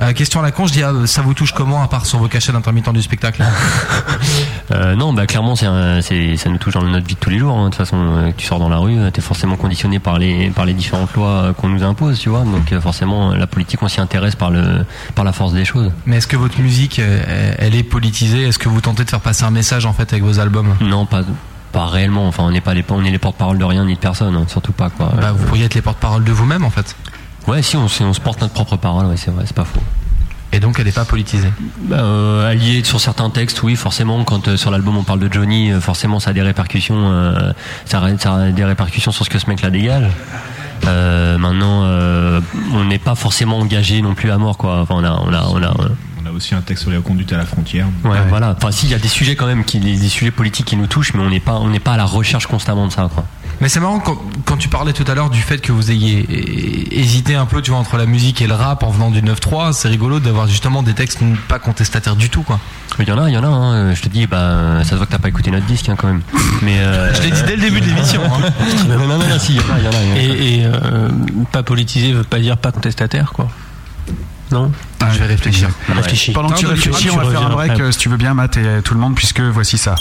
Euh, question à la con, je dis ah, ça vous touche comment à part sur vos cachets d'intermittent du spectacle Euh, non, bah clairement, c'est, un- c'est- ça nous touche dans notre vie de tous les jours. hein. De toute façon, euh, tu sors dans la rue, euh, t'es forcément conditionné par les par les différentes lois euh, qu'on nous impose, tu vois. Donc euh, forcément, la politique, on s'y intéresse par le par la force des choses. Mais est-ce que votre musique, euh, elle est politisée Est-ce que vous tentez de faire passer un message en fait avec vos albums Non, pas pas réellement. Enfin, on n'est pas les on est les porte-parole de rien ni de personne, hein, surtout pas quoi. Bah, vous pourriez être les porte-parole de vous-même en fait. Ouais, si on, si on se porte notre propre parole, ouais, c'est vrai, c'est pas faux. Et donc, elle n'est pas politisée. Bah, euh, allié sur certains textes, oui, forcément. Quand euh, sur l'album on parle de Johnny, euh, forcément ça a des répercussions, euh, ça, a, ça a des répercussions sur ce que ce mec-là dégage. Euh, maintenant, euh, on n'est pas forcément engagé non plus à mort, quoi. Enfin, on a, on a, on a. euh, On a aussi un texte sur les conduites à la frontière. Ouais, voilà. Enfin, si, il y a des sujets quand même, qui, des, des sujets politiques qui nous touchent, mais on n'est pas, on n'est pas à la recherche constamment de ça, quoi. Mais c'est marrant quand, quand tu parlais tout à l'heure du fait que vous ayez eh, hésité un peu, tu vois, entre la musique et le rap en venant du 9-3. C'est rigolo d'avoir justement des textes pas contestataires du tout, quoi. Il y en a, il y en a. hein. Je te dis, bah, ça se voit que t'as pas écouté notre disque, hein, quand même. Mais euh, Je l'ai dit dès le début de l'émission. hein. non, non, non, non, si, il y en a, il y en a, il y en a. Et, et, euh, pas politisé veut pas dire pas contestataire, quoi. Non Ah, Je vais réfléchir. Réfléchis. Pendant que tu Non, réfléchis, tu on va faire reviens un break après. euh, si tu veux bien, Matt et euh, tout le monde, puisque voici ça.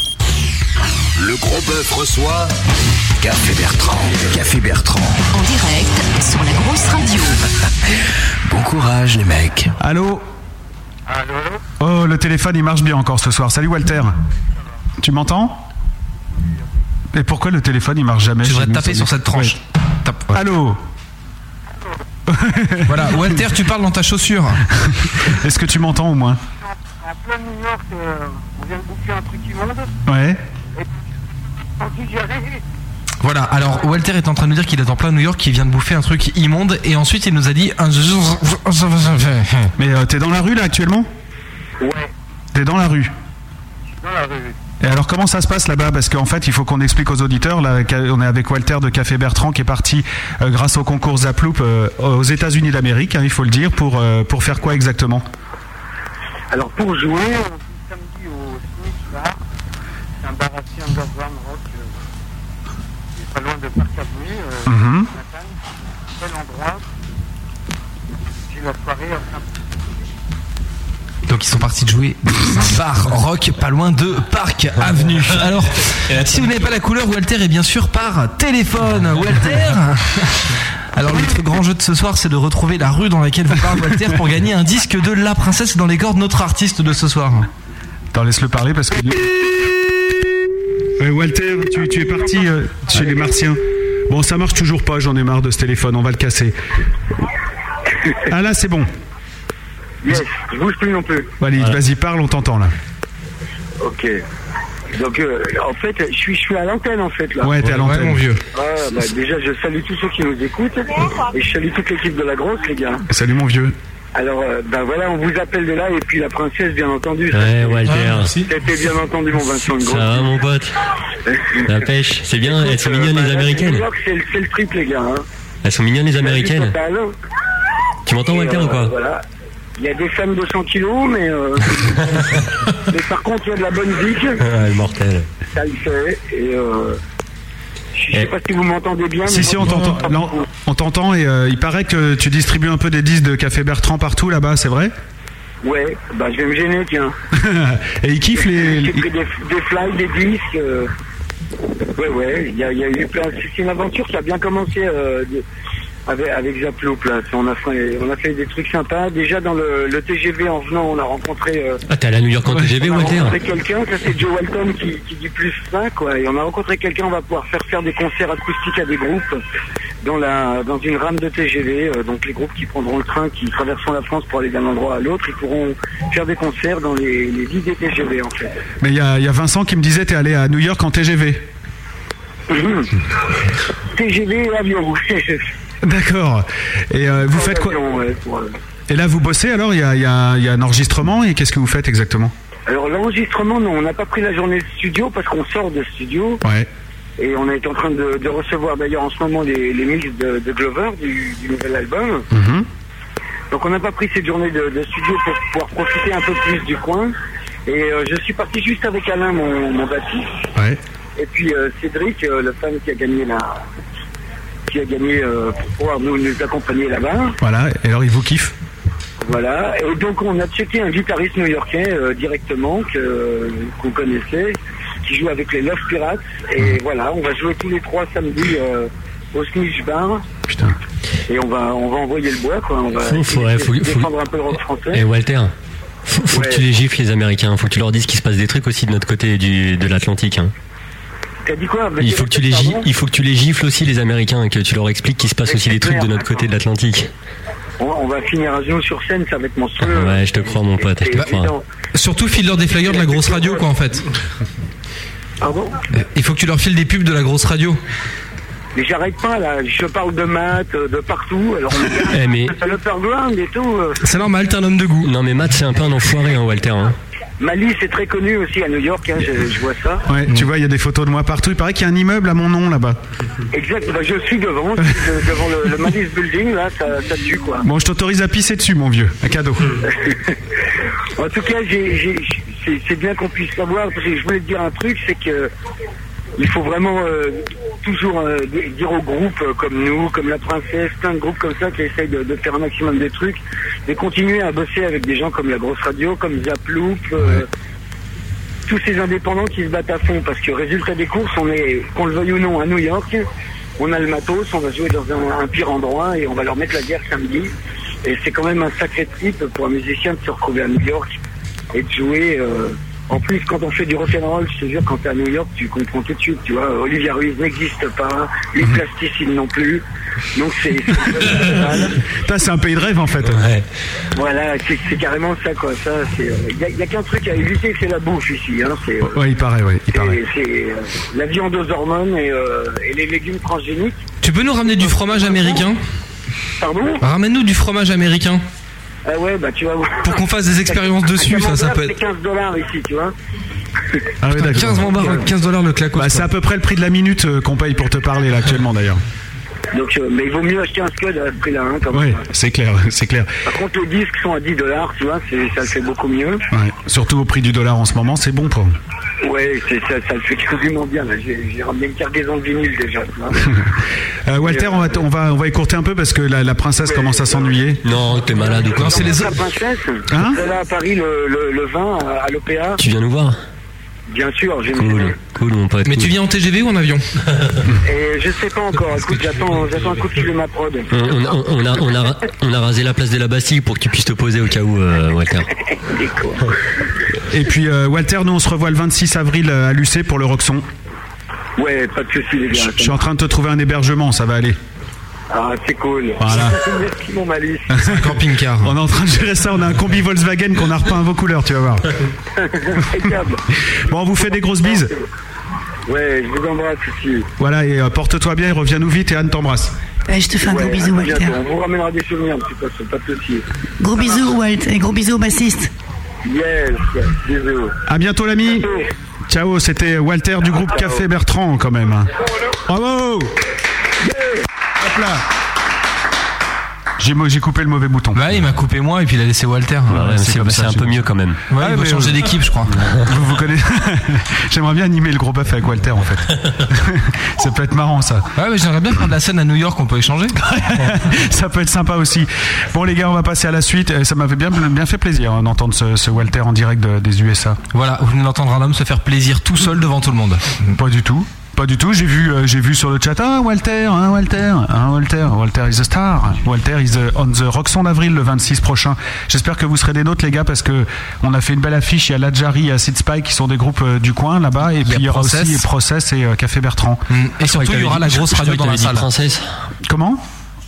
Le gros bœuf reçoit Café Bertrand. Café Bertrand. En direct sur la grosse radio. Bon courage les mecs. Allô Oh, le téléphone il marche bien encore ce soir. Salut Walter. Tu m'entends Et pourquoi le téléphone il marche jamais Tu chez devrais nous, taper ça sur dit- cette tranche. Ouais. Tape, ouais. Allô Voilà, Walter, tu parles dans ta chaussure. Est-ce que tu m'entends au moins En plein New York, euh, on vient de bouffer un truc immonde. Ouais. Sans digérer. Voilà, alors Walter est en train de nous dire qu'il est en plein New York, qu'il vient de bouffer un truc immonde, et ensuite il nous a dit. Mais euh, t'es dans la rue là actuellement Ouais, T'es dans la rue. je suis dans la rue. Et alors comment ça se passe là-bas Parce qu'en fait, il faut qu'on explique aux auditeurs. Là, qu'a- on est avec Walter de Café Bertrand qui est parti euh, grâce au concours Zaploop euh, aux États-Unis d'Amérique, hein, il faut le dire, pour, euh, pour faire quoi exactement Alors pour jouer, on joue samedi au Smith Bar. C'est un bar assez underground rock. euh, qui est pas loin de Parc Avenue. Euh, Mhm. Manhattan. Bel endroit. Puis la soirée, enfin, Donc ils sont partis de jouer dans un bar rock pas loin de Parc Avenue. Alors, si vous n'avez pas la couleur, Walter est bien sûr par téléphone. Walter Alors notre grand jeu de ce soir, c'est de retrouver la rue dans laquelle vous parle Walter pour gagner un disque de La Princesse et dans les cordes notre artiste de ce soir. Attends, laisse-le parler parce que. Ouais, Euh, Walter, tu, tu es parti euh, chez les Martiens. Bon, ça marche toujours pas, j'en ai marre de ce téléphone, on va le casser. Ah là, c'est bon. Yes, je bouge plus non plus. Allez, vas-y, parle, on t'entend là. Ok. Donc euh, en fait, je suis, je suis à l'antenne en fait là. Ouais, t'es à Ouais, l'antenne. ouais, mon vieux. Ah, bah, déjà, je salue tous ceux qui nous écoutent et je salue toute l'équipe de la grosse les gars. Salut mon vieux. Alors, euh, ben voilà, on vous appelle de là et puis la princesse, bien entendu. Ouais, Walter. Ah, merci. C'était bien entendu mon Vincent le Gros. Ça va, mon pote La pêche, c'est bien, elles sont mignonnes Bah, les New américaines. York, C'est le, c'est le trip les gars. hein. Elles sont mignonnes les américaines. Bah, non. Tu m'entends, Et, Walter, euh, ou quoi Voilà. Il y a des femmes de 100 kilos, mais euh, mais par contre il y a de la bonne zik, Ah, le mortel. ça le fait. Et euh, je sais pas si vous m'entendez bien. mais Si, si, moi, on je t'entend. m'entends pas Là, beaucoup. On t'entend et euh, il paraît que tu distribues un peu des disques de Café Bertrand partout là-bas, c'est vrai Ouais, bah je vais me gêner, tiens. Et ils kiffent les. J'ai pris des, des fly, des disques. euh, Ouais, ouais, il y, a- il y a eu plein. C'est une aventure qui a bien commencé euh, de- avec, avec Zaploop, là. On a, fait, on a fait des trucs sympas. Déjà, dans le, le TGV, en venant, on a rencontré. euh, Ah, t'es allé à New York en TGV on ou a à terre rencontré Ah, quelqu'un, ça c'est Joe Walton qui, qui dit plus ça, quoi. Et on a rencontré quelqu'un, on va pouvoir faire faire des concerts acoustiques à des groupes dans, la, dans une rame de TGV. euh, donc les groupes qui prendront le train, qui traverseront la France pour aller d'un endroit à l'autre, ils pourront faire des concerts dans les, les lits des TGV, en fait. Mais il y, a il y a Vincent qui me disait t'es allé à New York en TGV. TGV et avion. D'accord. Et euh, vous faites quoi Ouais, pour, euh, Et là vous bossez alors Il y a, il y a- il y a un enregistrement et qu'est-ce que vous faites exactement Alors l'enregistrement, non, on n'a pas pris la journée de studio parce qu'on sort de studio. Ouais. Et on est en train de, de recevoir d'ailleurs en ce moment les, les mix de, de Glover du, du nouvel album. Donc on n'a pas pris cette journée de, de studio pour pouvoir profiter un peu plus du coin. Et euh, je suis parti juste avec Alain, mon, mon bassiste. Ouais. Et puis euh, Cédric, euh, le fan qui a gagné la qui a gagné euh, pour pouvoir nous, nous accompagner là-bas. Voilà. Et alors il vous kiffe Voilà, et donc on a checké un guitariste new-yorkais euh, directement que, qu'on connaissait, qui joue avec les Love Pirates. Mhm. Et voilà, on va jouer tous les trois samedis euh, au Snitch Bar. Et on va, on va envoyer le bois, quoi. On va Faut- faut- essayer ouais, de faut- faut- défendre un peu le rock français. Et Eh, Walter faut, faut Ouais. que tu les gifles les Américains, faut que tu leur dises qu'il se passe des trucs aussi de notre côté du, de l'Atlantique. hein. T'as dit quoi Il faut que tu les gi- Pardon il faut que tu les gifles aussi les Américains, que tu leur expliques qu'il se passe aussi des trucs de notre côté de l'Atlantique. on, on va finir à genoux sur scène, ça va être monstrueux. Ouais, je te crois mon pote, je te Bah, crois. évident. Surtout file-leur des flyers de la grosse radio, quoi, en fait. Pardon Il faut que tu leur files des pubs de la grosse radio. Mais j'arrête pas là, je parle de maths, euh, de partout. Alors on Eh, mais est à l'Upperground et tout. euh. c'est normal, t'es un homme de goût. Non mais Matt c'est un peu un enfoiré hein, Walter. hein. Malice est très connu aussi à New York, hein, je, je vois ça. Ouais. Tu vois il y a des photos de moi partout. Il paraît qu'il y a un immeuble à mon nom là-bas. Exact, bah, je suis devant, je suis de- devant le, le Malice Building, là, ça, ça tue quoi. Bon je t'autorise à pisser dessus mon vieux. Un cadeau. En tout cas, j'ai- j'ai- c'est- c'est bien qu'on puisse savoir, parce que je voulais te dire un truc, c'est que il faut vraiment euh, toujours euh, di- dire aux groupes euh, comme nous, comme La Princesse, plein de groupes comme ça qui essayent de, de faire un maximum de trucs, de continuer à bosser avec des gens comme La Grosse Radio, comme Zaploop, euh, tous ces indépendants qui se battent à fond, parce que résultat des courses, on est, qu'on le veuille ou non, à New York, on a le matos, on va jouer dans un, un pire endroit et on va leur mettre la guerre samedi. Et c'est quand même un sacré trip pour un musicien de se retrouver à New York et de jouer. euh, en plus, quand on fait du rock'n'roll, je te jure, quand t'es à New York, tu comprends tout de suite, tu vois. Olivia Ruiz n'existe pas, les plasticides non plus. Donc c'est... c'est- Putain, c'est un pays de rêve en fait. voilà, c'est c'est carrément ça, quoi. Ça, c'est... Il n'y a, qu'un truc à éviter, c'est la bouffe ici. Hein, c'est, euh, Ouais il paraît ouais. Il paraît. et c'est euh, la viande aux hormones et, euh, et les légumes transgéniques. Tu peux nous ramener du fromage américain Ah. Pardon Ramène-nous du fromage américain. Ah ouais, bah tu vas voir. Pour qu'on fasse des expériences dessus, Un ça, ça camembert, peut être- C'est 15 dollars ici, tu vois. Ah ouais, Putain, d'accord. 15 dollars, 15 dollars le claco. Bah, c'est à peu près le prix de la minute euh, qu'on paye pour te parler là actuellement d'ailleurs. Donc, euh, mais il vaut mieux acheter un Scud à ce prix-là. hein, quand même. Ouais, c'est clair, c'est clair. Par contre, les disques sont à 10 dollars, tu vois, c'est- ça le fait beaucoup mieux. Ouais, Surtout au prix du dollar en ce moment, c'est bon pour. Ouais, c'est- ça, ça le fait quasiment bien. là. J'ai j'ai ramené une cargaison de vinyle déjà, tu vois. Euh, Walter, on va, t- on, va, on va écourter un peu parce que la, la princesse commence à s'ennuyer. Non, t'es malade ou quoi c'est les La princesse, Hein je serai là à Paris le, le, le 20 à, à l'OPA. Tu viens nous voir Bien sûr, j'ai Cool, cool mon pote. Mais tu cool. viens en TGV ou en avion Et je sais pas encore, écoute, j'attends j'attends un coup de fil de ma prod. On, on- on- on a, on, a, on a rasé la place de la Bastille pour que tu puisses te poser au cas où, euh, Walter. Et puis euh, Walter, nous on se revoit le 26 avril euh, à Lucé pour le Roxon. Ouais, pas de soucis les gars. Je suis en train de te trouver un hébergement, ça va aller. Ah, c'est cool. Voilà. Merci mon malice. Camping-car. On est en train de gérer ça, on a un combi Volkswagen qu'on a repeint à vos couleurs, tu vas voir. Impeccable. Bon, on vous fait des grosses bises. Ouais, je vous embrasse ici. Voilà, et euh, porte-toi bien et reviens-nous vite et Anne t'embrasse. je te fais un gros Ouais, bisou, à bientôt. Walter. On vous ramènera des souvenirs, c'est pas, c'est pas de soucis. Gros bisous, Walt, et gros bisous au bassiste. Yes, bisous. À bientôt l'ami. Ciao, c'était Walter du groupe Café Bertrand quand même. Bravo Hop là J'ai mo- j'ai coupé le mauvais bouton. Bah, il m'a coupé moi et puis il a laissé Walter. ouais, Ouais, c'est comme ça, un c'est peu bon. mieux quand même. Ouais, il va Ah, mais- euh, changer d'équipe, je crois. Vous, vous connaissez. J'aimerais bien animer le gros bœuf avec Walter en fait. ça peut être marrant ça. Ouais, mais j'aimerais bien prendre la scène à New York, on peut échanger. ça peut être sympa aussi. Bon les gars, on va passer à la suite. Euh, Ça m'avait bien, bien fait plaisir hein, d'entendre ce, ce Walter en direct de- des USA. Voilà, vous venez d'entendre un homme se faire plaisir tout seul devant tout le monde. Pas du tout. Pas du tout. J'ai vu, euh, j'ai vu sur le chat. Ah, Walter, hein, Walter, hein, Walter, Walter is a star. Walter is uh, on the Roxon d'avril le 26 prochain. J'espère que vous serez des nôtres, les gars, parce que on a fait une belle affiche. Il y a Ladjari, il y a Sid Spike qui sont des groupes euh, du coin là-bas, et puis il y aura Process. Mm. aussi Process et euh, Café Bertrand. Et surtout, il y aura la grosse radio dans la salle. Comment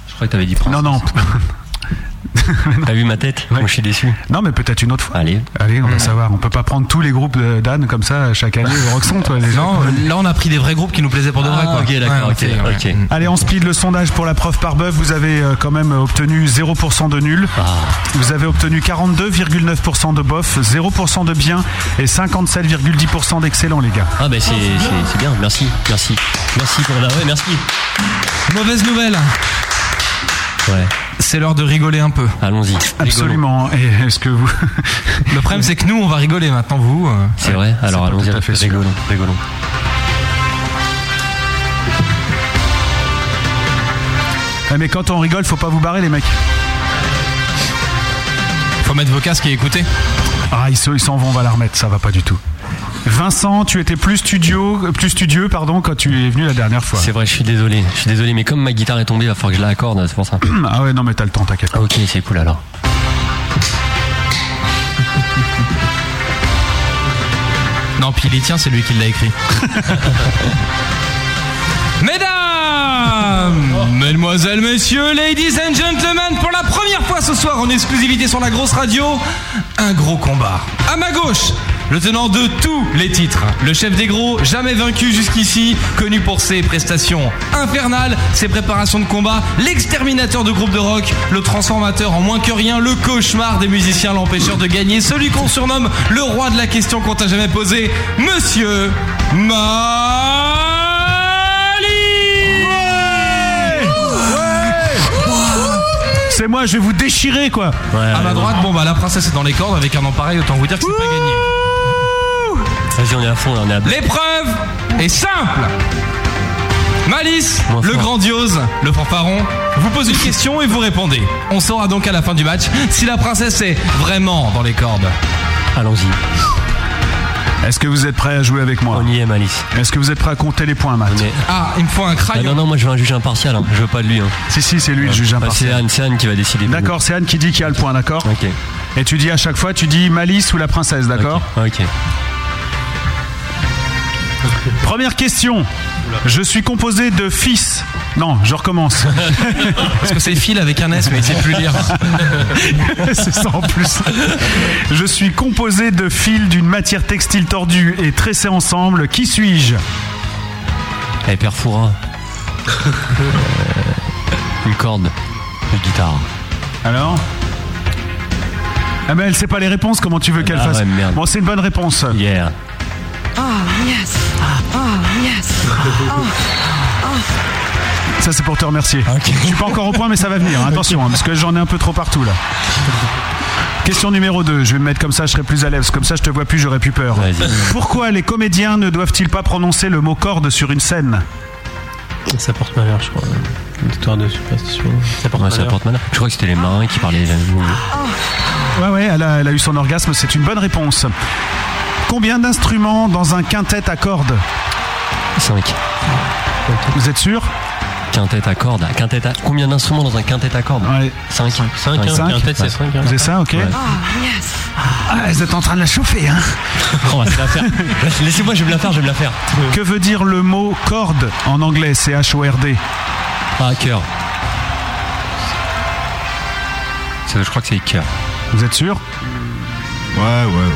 Je crois que t'avais dit princesse. Non, non. T'as vu ma tête Moi, je suis déçu. Non, mais peut-être une autre fois. Allez. Allez, on va Mm. savoir. On peut pas prendre tous les groupes de- d'Anne comme ça chaque année au Roxon, toi. les gens. Non, là, on a pris des vrais groupes qui nous plaisaient pour de vrai. Ah, quoi. ok, d'accord, Ouais, ok, ouais. ok. Allez, on speed le sondage pour la preuve par bœuf. Vous avez euh, quand même obtenu 0% de nul. Vous avez obtenu 42,9% de bof, 0% de bien et 57,10% d'excellent, les gars. Ah ben c'est c'est- c'est bien, merci, merci, merci pour la... Ouais, merci. Mauvaise nouvelle. Ouais. C'est l'heure de rigoler un peu. Allons-y. Absolument. Et est-ce que vous. Le problème, c'est que nous, on va rigoler maintenant, vous. euh, C'est vrai Alors pas allons-y, tout à fait sûr. rigolons, rigolons. Ah, mais quand on rigole, faut pas vous barrer, les mecs. Faut mettre vos casques et écouter. Ah, ils se- ils s'en vont, on va la remettre, ça va pas du tout. Vincent, tu étais plus studio, euh, plus studieux, pardon, quand tu es venu la dernière fois. C'est vrai, je suis désolé, je suis désolé, mais comme ma guitare est tombée, il va falloir que je la accorde, c'est pour ça. ah ouais, non mais t'as le temps, t'inquiète. Ok, c'est cool alors. Non, puis il y tient, c'est lui qui l'a écrit. Mesdames, Mesdemoiselles, Messieurs, Ladies and Gentlemen, pour la première fois ce soir en exclusivité sur la grosse radio, un gros combat. À ma gauche, le tenant de tous les titres, le chef des gros, jamais vaincu jusqu'ici, connu pour ses prestations infernales, ses préparations de combat, l'exterminateur de groupe de rock, le transformateur en moins que rien, le cauchemar des musiciens, l'empêcheur de gagner, celui qu'on surnomme le roi de la question qu'on t'a jamais posée, Monsieur Ma. C'est moi, je vais vous déchirer quoi. à ma droite, bon bah la princesse est dans les cordes avec un an pareil, autant vous dire que c'est pas gagné. Vas-y, on est à fond, là, on est à L'épreuve est simple. Malice, le grandiose, le fanfaron, vous pose une question et vous répondez. On saura donc à la fin du match si la princesse est vraiment dans les cordes. Allons-y. Est-ce que vous êtes prêts à jouer avec moi On y est, Malice. Est-ce que vous êtes prêts à compter les points, Matt Ah, il me faut un crayon. non, non, moi je veux un juge impartial, hein. je veux pas de lui. Hein. Si, si, c'est lui le juge impartial. Bah, C'est Anne, c'est Anne qui va décider. pour D'accord, c'est Anne qui dit qui a le point, d'accord Ok. Et tu dis à chaque fois, tu dis Malice ou la princesse, d'accord nous. Ok. Première question. Je suis composé de fils. Non, je recommence. Parce que c'est Phil avec un S, mais il sait plus lire. c'est ça en plus. Je suis composé de fils d'une matière textile tordue et tressée ensemble. Qui suis-je Eh, Perfoura. Une corde. Une guitare. Alors Ah ben elle sait pas les réponses, comment tu veux qu'elle Ah fasse ouais, merde. Bon, c'est une bonne réponse. Yeah. Oh yes. Oh yes. Ça c'est pour te remercier. Je suis pas encore au point mais ça va venir, hein, attention, hein, parce que j'en ai un peu trop partout là. Question numéro 2, je vais me mettre comme ça, je serai plus à l'aise, comme ça je te vois plus, j'aurai plus peur. Pourquoi les comédiens ne doivent-ils pas prononcer le mot corde sur une scène Ça porte malheur, je crois. Une histoire de superstition. Ça porte Ouais, ça malheur. porte malheur. Je crois que c'était les marins qui parlaient. la langue. Ouais ouais, elle a, elle a eu son orgasme, c'est une bonne réponse. Combien d'instruments dans un quintet à cordes 5. Vous êtes sûr Quintet à cordes. Quintet à... Combien d'instruments dans un quintet à cordes 5. 5. hein, quintet, c'est cinq, hein. Vous êtes ça, ok Ah, vous êtes en train de la chauffer, hein On va se la faire. Laissez-moi, je vais me la faire, je vais me la faire. Que veut dire le mot corde en anglais C'est H-O-R-D. Ah, cœur. Ça, Je crois que c'est cœur. Vous êtes sûr Ouais, ouais,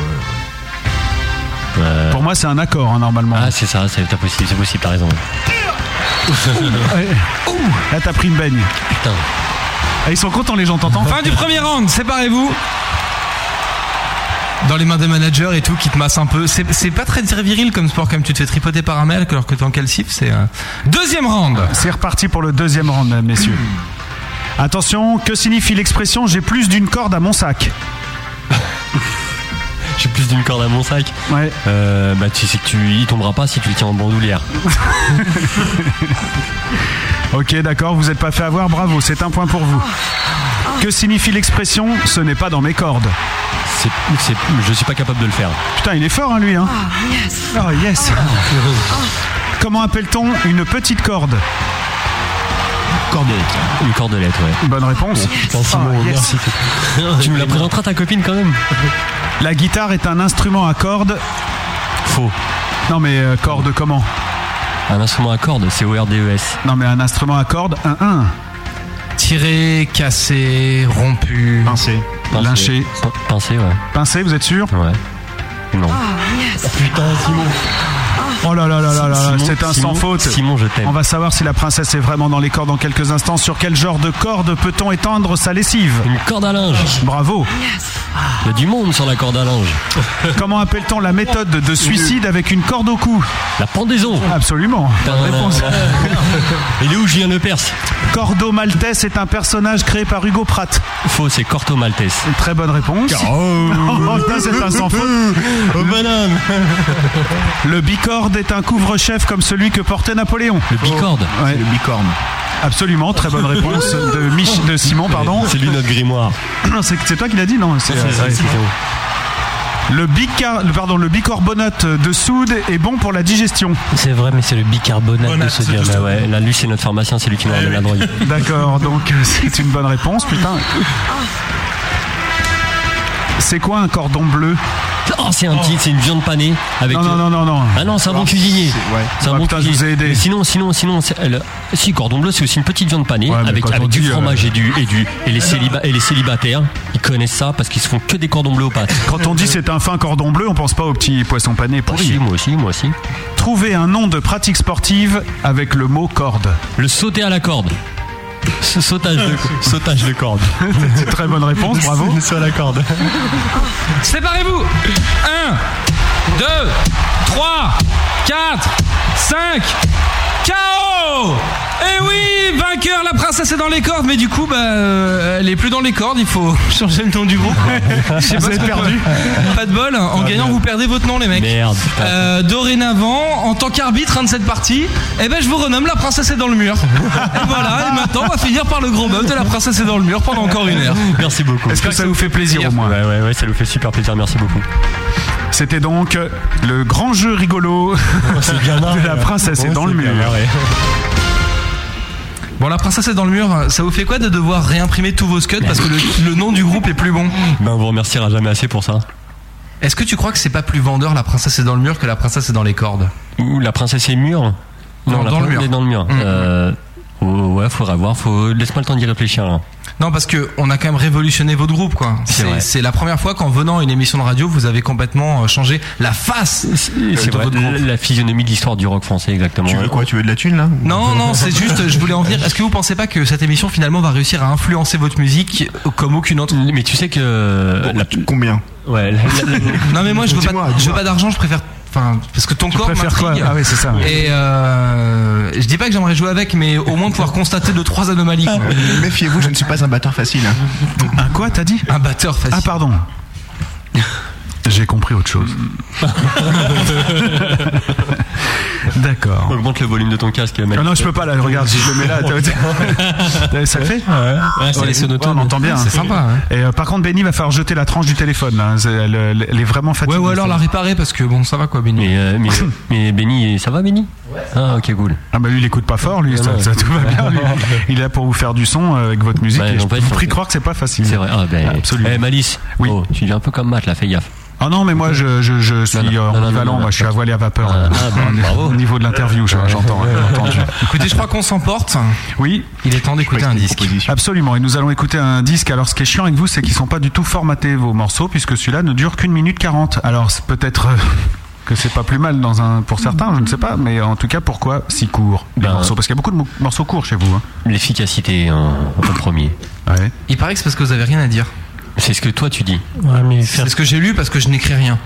ouais. Pour moi, c'est un accord, hein, normalement. Ah, c'est ça, c'est t'as possible, c'est possible, t'as raison. Ouais. Là, t'as pris une baigne. Putain. Ah, ils sont contents, les gens, t'entends Fin du premier round, séparez-vous. Dans les mains des managers et tout, qui te massent un peu. C'est c'est pas très viril comme sport, comme tu te fais tripoter par un mec alors que t'es en calcif, c'est. euh, Deuxième round C'est reparti pour le deuxième round, mesdames, messieurs. Mmh. Attention, que signifie l'expression j'ai plus d'une corde à mon sac J'ai plus d'une corde à mon sac. Ouais. Euh, bah tu sais que tu il tombera pas si tu le tiens en bandoulière. Ok, d'accord, vous n'êtes pas fait avoir, bravo, c'est un point pour vous. Que signifie l'expression ce n'est pas dans mes cordes c'est, Je suis pas capable de le faire. Putain, il est fort, hein, lui. Hein oh, yes. Ah. Comment appelle-t-on une petite corde Cordelette. Une cordelette, ouais. Bonne réponse. Putain, Simon, Ah, yes. merci. tu nous la présenteras ta copine quand même. La guitare est un instrument à cordes. Faux. Non, mais euh, corde comment Un instrument à cordes, c'est ORDES. Non, mais un instrument à cordes, un 1. Tiré, cassé, rompu. Pincé. Lynché. Pincé, ouais. Pincé, vous êtes sûr Ouais. Non. Ah, Putain, Simon. Oh là là là là là, Simon, c'est un Simon, sans faute. Simon, je t'aime. On va savoir si la princesse est vraiment dans les cordes dans quelques instants. Sur quel genre de corde peut-on étendre sa lessive Une corde à linge. Bravo. Il y a du monde sur la corde à linge. Comment appelle-t-on la méthode de suicide avec une corde au cou La pendaison. Absolument. Bonne réponse. Il est où Julien Le Perse Cordo Maltese est un personnage créé par Hugo Pratt. Faux, c'est Corto Maltese. Une Très bonne réponse. Oh. Oh, putain, c'est un sans faute. Oh, madame. Le bicorde est un couvre-chef comme celui que portait Napoléon. Oh. Le bicorde. Ouais. Le bicorne. Absolument, très bonne réponse de, Mich- de Simon, pardon. C'est lui notre grimoire. Non, c'est c'est toi qui l'as dit, non c'est- C'est- euh, c'est- c'est- Le, bica- le- pardon, le bicarbonate de soude est bon pour la digestion. C'est vrai, mais c'est le bicarbonate Bonate, de sodium. c'est tout ça. Ah ouais, là, lui, c'est notre pharmacien, c'est lui qui nous ramène la drogue. D'accord, donc euh, c'est une bonne réponse, putain. Ah. C'est quoi un cordon bleu Oh, c'est un petit, c'est une viande panée avec. Non, non, non, non, non. Ah non, c'est un bon Alors, cuisinier. c'est- ouais. C'est un Ah, bon putain, je cuisinier. vous ai aidé. Mais Sinon, sinon, sinon, c'est- le- si cordon bleu, c'est aussi une petite viande panée Ouais, mais avec, quand on avec du dit, euh, fromage et du et du et les, céliba- et les célibataires, ils connaissent ça parce qu'ils se font que des cordons bleus aux pâtes. Quand on dit c'est un fin cordon bleu, on pense pas au petit poisson pané Moi aussi, pourri. Ah, moi aussi, moi aussi. Trouver un nom de pratique sportive avec le mot corde. Le sauter à la corde. Ce sautage Euh, de sautage de corde. C'est une très bonne réponse, bravo. Le saut à la corde. Séparez-vous 1, 2, 3, 4, 5, KO Eh oui, vainqueur, la princesse est dans les cordes, mais du coup, bah, euh, elle est plus dans les cordes, il faut changer le nom du groupe. Je sais pas Vous ce avez qu'on perdu. peut- Pas de bol, hein. en gagnant, vous perdez votre nom, les mecs. Merde. putain. Euh, dorénavant, en tant qu'arbitre hein, de cette partie, eh ben, je vous renomme la princesse est dans le mur. et voilà, et maintenant, on va finir par le gros bœuf de la princesse est dans le mur pendant encore une heure. Merci beaucoup. Est-ce que ça vous fait plaisir au moins Ouais, ouais, ouais, ça nous fait super plaisir. Merci beaucoup. C'était donc le grand jeu rigolo Oh, C'est bien Oh, de la princesse est dans le Ah mur. Bon, la princesse est dans le mur. Ça vous fait quoi de devoir réimprimer tous vos scuds parce que le, le nom du groupe est plus bon Ben, on vous remerciera jamais assez pour ça. Est-ce que tu crois que c'est pas plus vendeur la princesse est dans le mur que la princesse est dans les cordes Ou la princesse est mûre Non, la dans le princesse mur. est dans le mur. Mm. Euh, oh, ouais, faudra voir. Faut... Laisse-moi le temps d'y réfléchir. là. Non, parce que on a quand même révolutionné votre groupe, quoi. C'est C'est vrai. c'est la première fois qu'en venant à une émission de radio, vous avez complètement euh, changé la face. C'est de c'est vrai, Euh, votre groupe. la, la physionomie de l'histoire du rock français, exactement. Tu veux quoi Tu veux de la thune là Non, non, c'est juste, je voulais en venir. Est-ce que vous pensez pas que cette émission finalement va réussir à influencer votre musique comme aucune autre Mais tu sais que. euh, la- Combien Ouais, la- la- Non, mais moi, je veux Dis-moi, pas, je veux dis-moi. pas d'argent, je préfère. Enfin, parce que ton corps préfères quoi m'intrigue. Ah oui, c'est ça. Et euh, je dis pas que j'aimerais jouer avec, mais au moins pouvoir constater deux trois anomalies. quoi. Méfiez-vous, je ne suis pas un batteur facile. hein. Un quoi, t'as dit Un batteur facile. Ah pardon. J'ai compris autre chose. D'accord. augmente le volume de ton casque, mec. Ah non, je peux pas là, regarde, si je le mets là, t'as- t'as- t'as- ça le fait Ouais, c'est Ouais, les sonotones. on entend bien. C'est hein. sympa, hein. Et euh, par contre, Benny va falloir jeter la tranche du téléphone. Là. hein. C'est- Elle, elle- elle est vraiment Ouais, fatiguée. ou alors la réparer parce que bon, ça va quoi, Benny. Mais, euh, mais, mais Benny, ça va, Benny Ah, ok, cool. Ah bah lui, il écoute pas fort, lui. Non, ça, non. ça, tout va bien. lui. Il est là pour vous faire du son euh, avec votre musique. Ouais, et je non, pas vous sûr. prie de croire que c'est pas facile. C'est vrai. Ah, ben, Absolument. Eh, Malice, Oui. oh, tu deviens un peu comme Matt, là, fais gaffe. Ah non, mais moi, je, je, je suis Non, non, euh, non, non, ambivalent. non, non, moi, je suis à voile et à vapeur. Ah, ah, bah, bravo. Au niveau de l'interview, je- j'entends. hein, j'ai entendu. Écoutez, je crois qu'on s'emporte. Oui, Il est temps d'écouter un disque. absolument. Et nous allons écouter un disque. Alors, ce qui est chiant avec vous, c'est qu'ils sont pas du tout formatés, vos morceaux, puisque celui-là ne dure qu'une minute quarante. Alors, c'est peut-être euh, que c'est pas plus mal dans un, pour certains, je ne sais pas. Mais en tout cas, pourquoi si court les Bah, Ben, morceaux Parce qu'il y a beaucoup de mo- morceaux courts chez vous. hein. L'efficacité hein, en premier. Ouais. Il paraît que c'est parce que vous avez rien à dire. C'est ce que toi tu dis. Ouais, mais faire Ah. C'est ce que j'ai lu parce que je n'écris rien.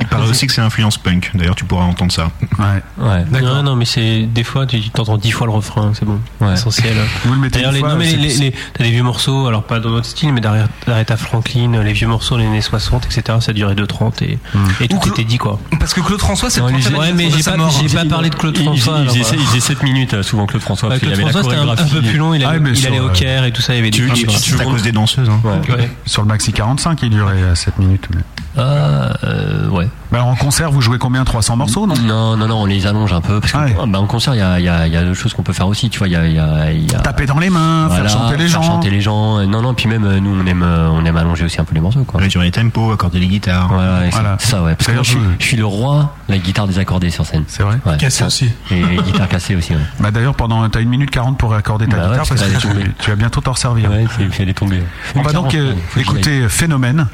Et paraît aussi que c'est influence punk. D'ailleurs, tu pourras entendre ça. Ouais. Ouais. Non, non, mais c'est des fois tu t'entends dix fois le refrain, c'est bon, Ouais. essentiel. Vous le mettez D'ailleurs, une les, fois, non, mais c'est- les- les- les- t'as des vieux morceaux, alors pas dans notre style, mais derrière d'Aretha Franklin, les vieux morceaux des années 60, etc. Ça durait 2,30 et, Hmm. et tout était dit quoi. Parce que Claude François, c'est le Ouais, 30e ouais, mais anniversaire j'ai de sa pas, mort. j'ai pas parlé de Claude Il- il- François. il alors, faisait- voilà. il faisait 7 minutes euh, souvent Claude François Ouais, parce qu'il Claude avait la François, c'était un- un chorégraphie. peu plus long, il allait- Ah, mais il sur, allait au euh, Caire et tout ça, il y avait des tu- trucs, tu- voilà. tu- C'est à cause des danseuses. Ouais. Sur le maxi 45, il durait euh, 7 minutes. mais- Ah, euh, ouais. Bah, en concert, vous jouez combien 300 morceaux, non Non, non, non, on les allonge un peu. Parce que, bah, en concert, il y a, il y, a, il y a d'autres choses qu'on peut faire aussi. Tu vois, il y a, il y a- il y a- Taper dans les mains, Voilà, faire chanter les gens. chanter les gens. Non, non, puis même euh, nous, on aime, euh, on aime allonger aussi un peu les morceaux. Quoi. Réduire les tempos, accorder les guitares. Voilà, et ça- Voilà. ça, ouais. Parce que D'ailleurs, moi, je, suis, je- je suis le roi de la guitare désaccordée sur scène. C'est vrai Cassée aussi. Et, et guitare cassée aussi, ouais. Bah d'ailleurs, pendant t'as une minute 40 pour accorder ta Bah ouais, guitare parce parce que que, ça allait tu, tomber. tu vas bientôt t'en servir. Ouais, c'est- elle est tombée. On va Une donc euh, quarantaine, faut que j'y Mmh. écouter Phénomène.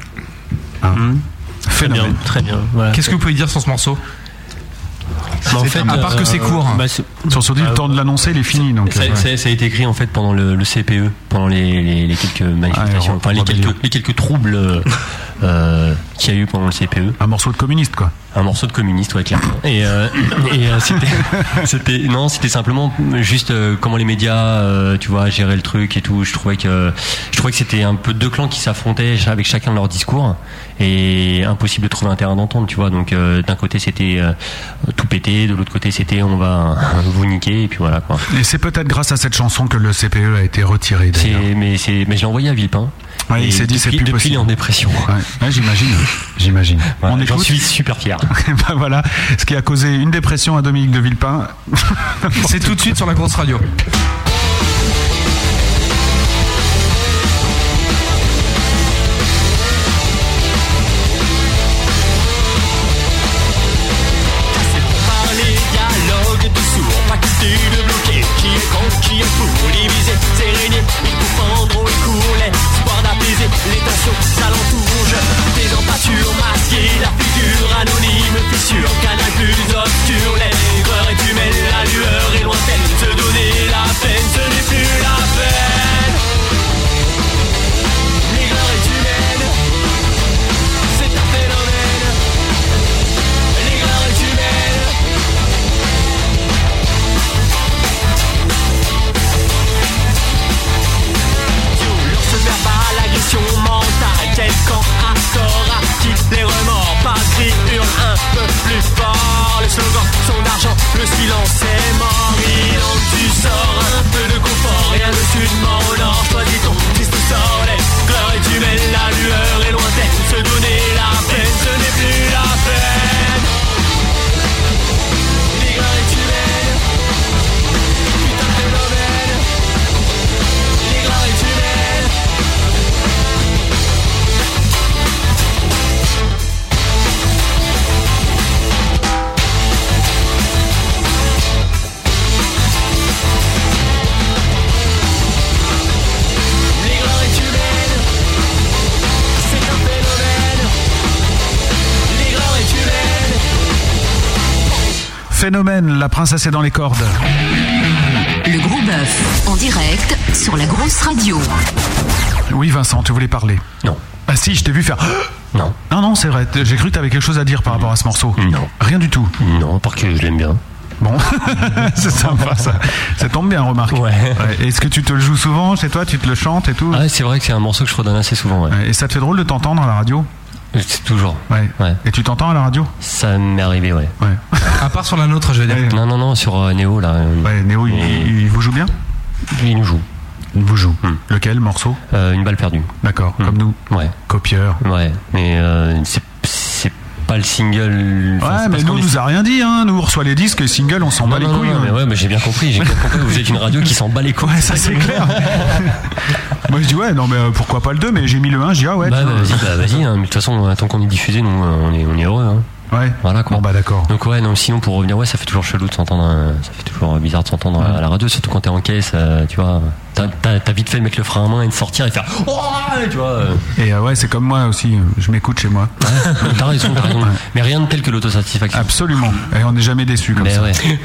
Hein. Phénomène. Très bien. Qu'est-ce que vous pouvez dire sur ce morceau Bah, en C'est- fait, à part que c'est euh, court. bah, c'est- Sur ce dit, le Ah, temps de l'annoncer, il est fini. Donc, Ça, euh, ça- ça a été écrit en fait pendant le, le CPE, pendant les, les- les quelques manifestations, enfin les quelques, les quelques troubles euh, euh, qu'il y a eu pendant le CPE. Un morceau de communiste quoi. Un morceau de communiste, ouais, clairement. Et, euh, et, euh, c'était, c'était- non, c'était simplement juste euh, comment les médias, euh, tu vois, géraient le truc et tout. Je trouvais que je trouvais que c'était un peu deux clans qui s'affrontaient ch- avec chacun de leur discours et impossible de trouver un terrain d'entente, tu vois. Donc euh, d'un côté c'était euh, tout pété, de l'autre côté c'était on va vous niquer et puis voilà quoi. Et c'est peut-être grâce à cette chanson que le CPE a été retiré. C'est- mais c'est mais je l'ai envoyé à Villepin. Ouais, Et il s'est dit c'est depuis- plus depuis, possible. il est en dépression. Ouais, ouais, j'imagine, j'imagine. Voilà, On j'en écoute. suis super fier. Bah, voilà, ce qui a causé une dépression à Dominique de Villepin. C'est tout de suite sur la grosse radio. Par les dialogues de sourds, pas quitté de bloquer, qui est contre, qui est pour, diviser, s'érigner, il faut pendre et couler, espoir d'apaiser les tensions s'alentourent, je des en pâture, masquer la figure anonyme, fissure, canal plus obscur, l'aigreur est humaine, la lueur est lointaine, se donner la peine, ce n'est plus la peine. L'aigreur est humaine, c'est un phénomène. L'aigreur est humaine. L'ours verbal, agression mentale, quel camp à tort active les remords, pas gris, hurle un peu plus fort, le slogan, son argent, le silence est mort, il en tu sors un peu de confort, rien de sudement au nord, choisis ton triste soleil, l'heure est humaine, la lueur est lointaine, se donner la peine, ce n'est plus la peine. L'aigreur est humaine, putain de phénomène, l'aigreur est humaine. L'aigreur est humaine, c'est un phénomène. L'aigreur est humaine. Phénomène, la princesse est dans les cordes. Le gros bœuf en direct sur la grosse radio. Oui, Vincent, tu voulais parler Non. Ah si, je t'ai vu faire. Non. Non, non, c'est vrai. t- J'ai cru que t'avais quelque chose à dire par rapport à ce morceau. Non. Rien du tout. Mm. Non, parce que je l'aime bien. Bon, c'est sympa ça. Ça tombe bien, remarque. Ouais. Est-ce que tu te le joues souvent chez toi Tu te le chantes et tout Ah, c'est vrai que c'est un morceau que je redonne assez souvent. Ouais. Et ça te fait drôle de t'entendre à la radio C'est toujours. Ouais. Et tu t'entends à la radio Ça m'est arrivé, ouais. À part sur la nôtre, je vais dire. Non, non, non, sur euh, Néo là. euh, Ouais, Néo, il, il- il vous joue bien Il nous joue. Mm. Il vous joue. Lequel morceau euh, une balle perdue. Mm. D'accord, comme nous. Ouais. Copieur. Ouais, mais euh, c'est- c'est pas le single. enfin, Ouais, c'est mais parce qu'on nous, est- nous a rien dit, hein. Nous, on reçoit les disques, les singles, on s'en bat les Non, non, couilles. non, hein. mais ouais, mais j'ai bien compris. J'ai bien compris. Vous êtes une radio qui s'en bat les couilles. Ouais, ça c'est clair. Moi, je dis, ouais, non, mais euh, pourquoi pas le 2, mais j'ai mis le 1, je dis, ah ouais. Bah, tiens. bah, vas-y, bah, vas-y, hein. Mais de toute façon, tant qu'on est diffusé, nous, euh, on est, on est heureux. hein. Ouais. Voilà quoi. Bon, bah, d'accord. Donc ouais, non, sinon pour euh, revenir, ouais, ça fait toujours chelou de s'entendre, euh, ça fait toujours bizarre de s'entendre à la radio, surtout quand t'es en caisse, euh, tu vois. t'as- t'as t'as vite fait de mettre le frein à main et de sortir et de faire. Oh tu vois. Et euh, ouais, c'est comme moi aussi, euh, je m'écoute chez moi. t'as raison, t'as raison. Mais rien de tel que l'autosatisfaction. Absolument. Et on n'est jamais déçu comme Mais ça. ouais.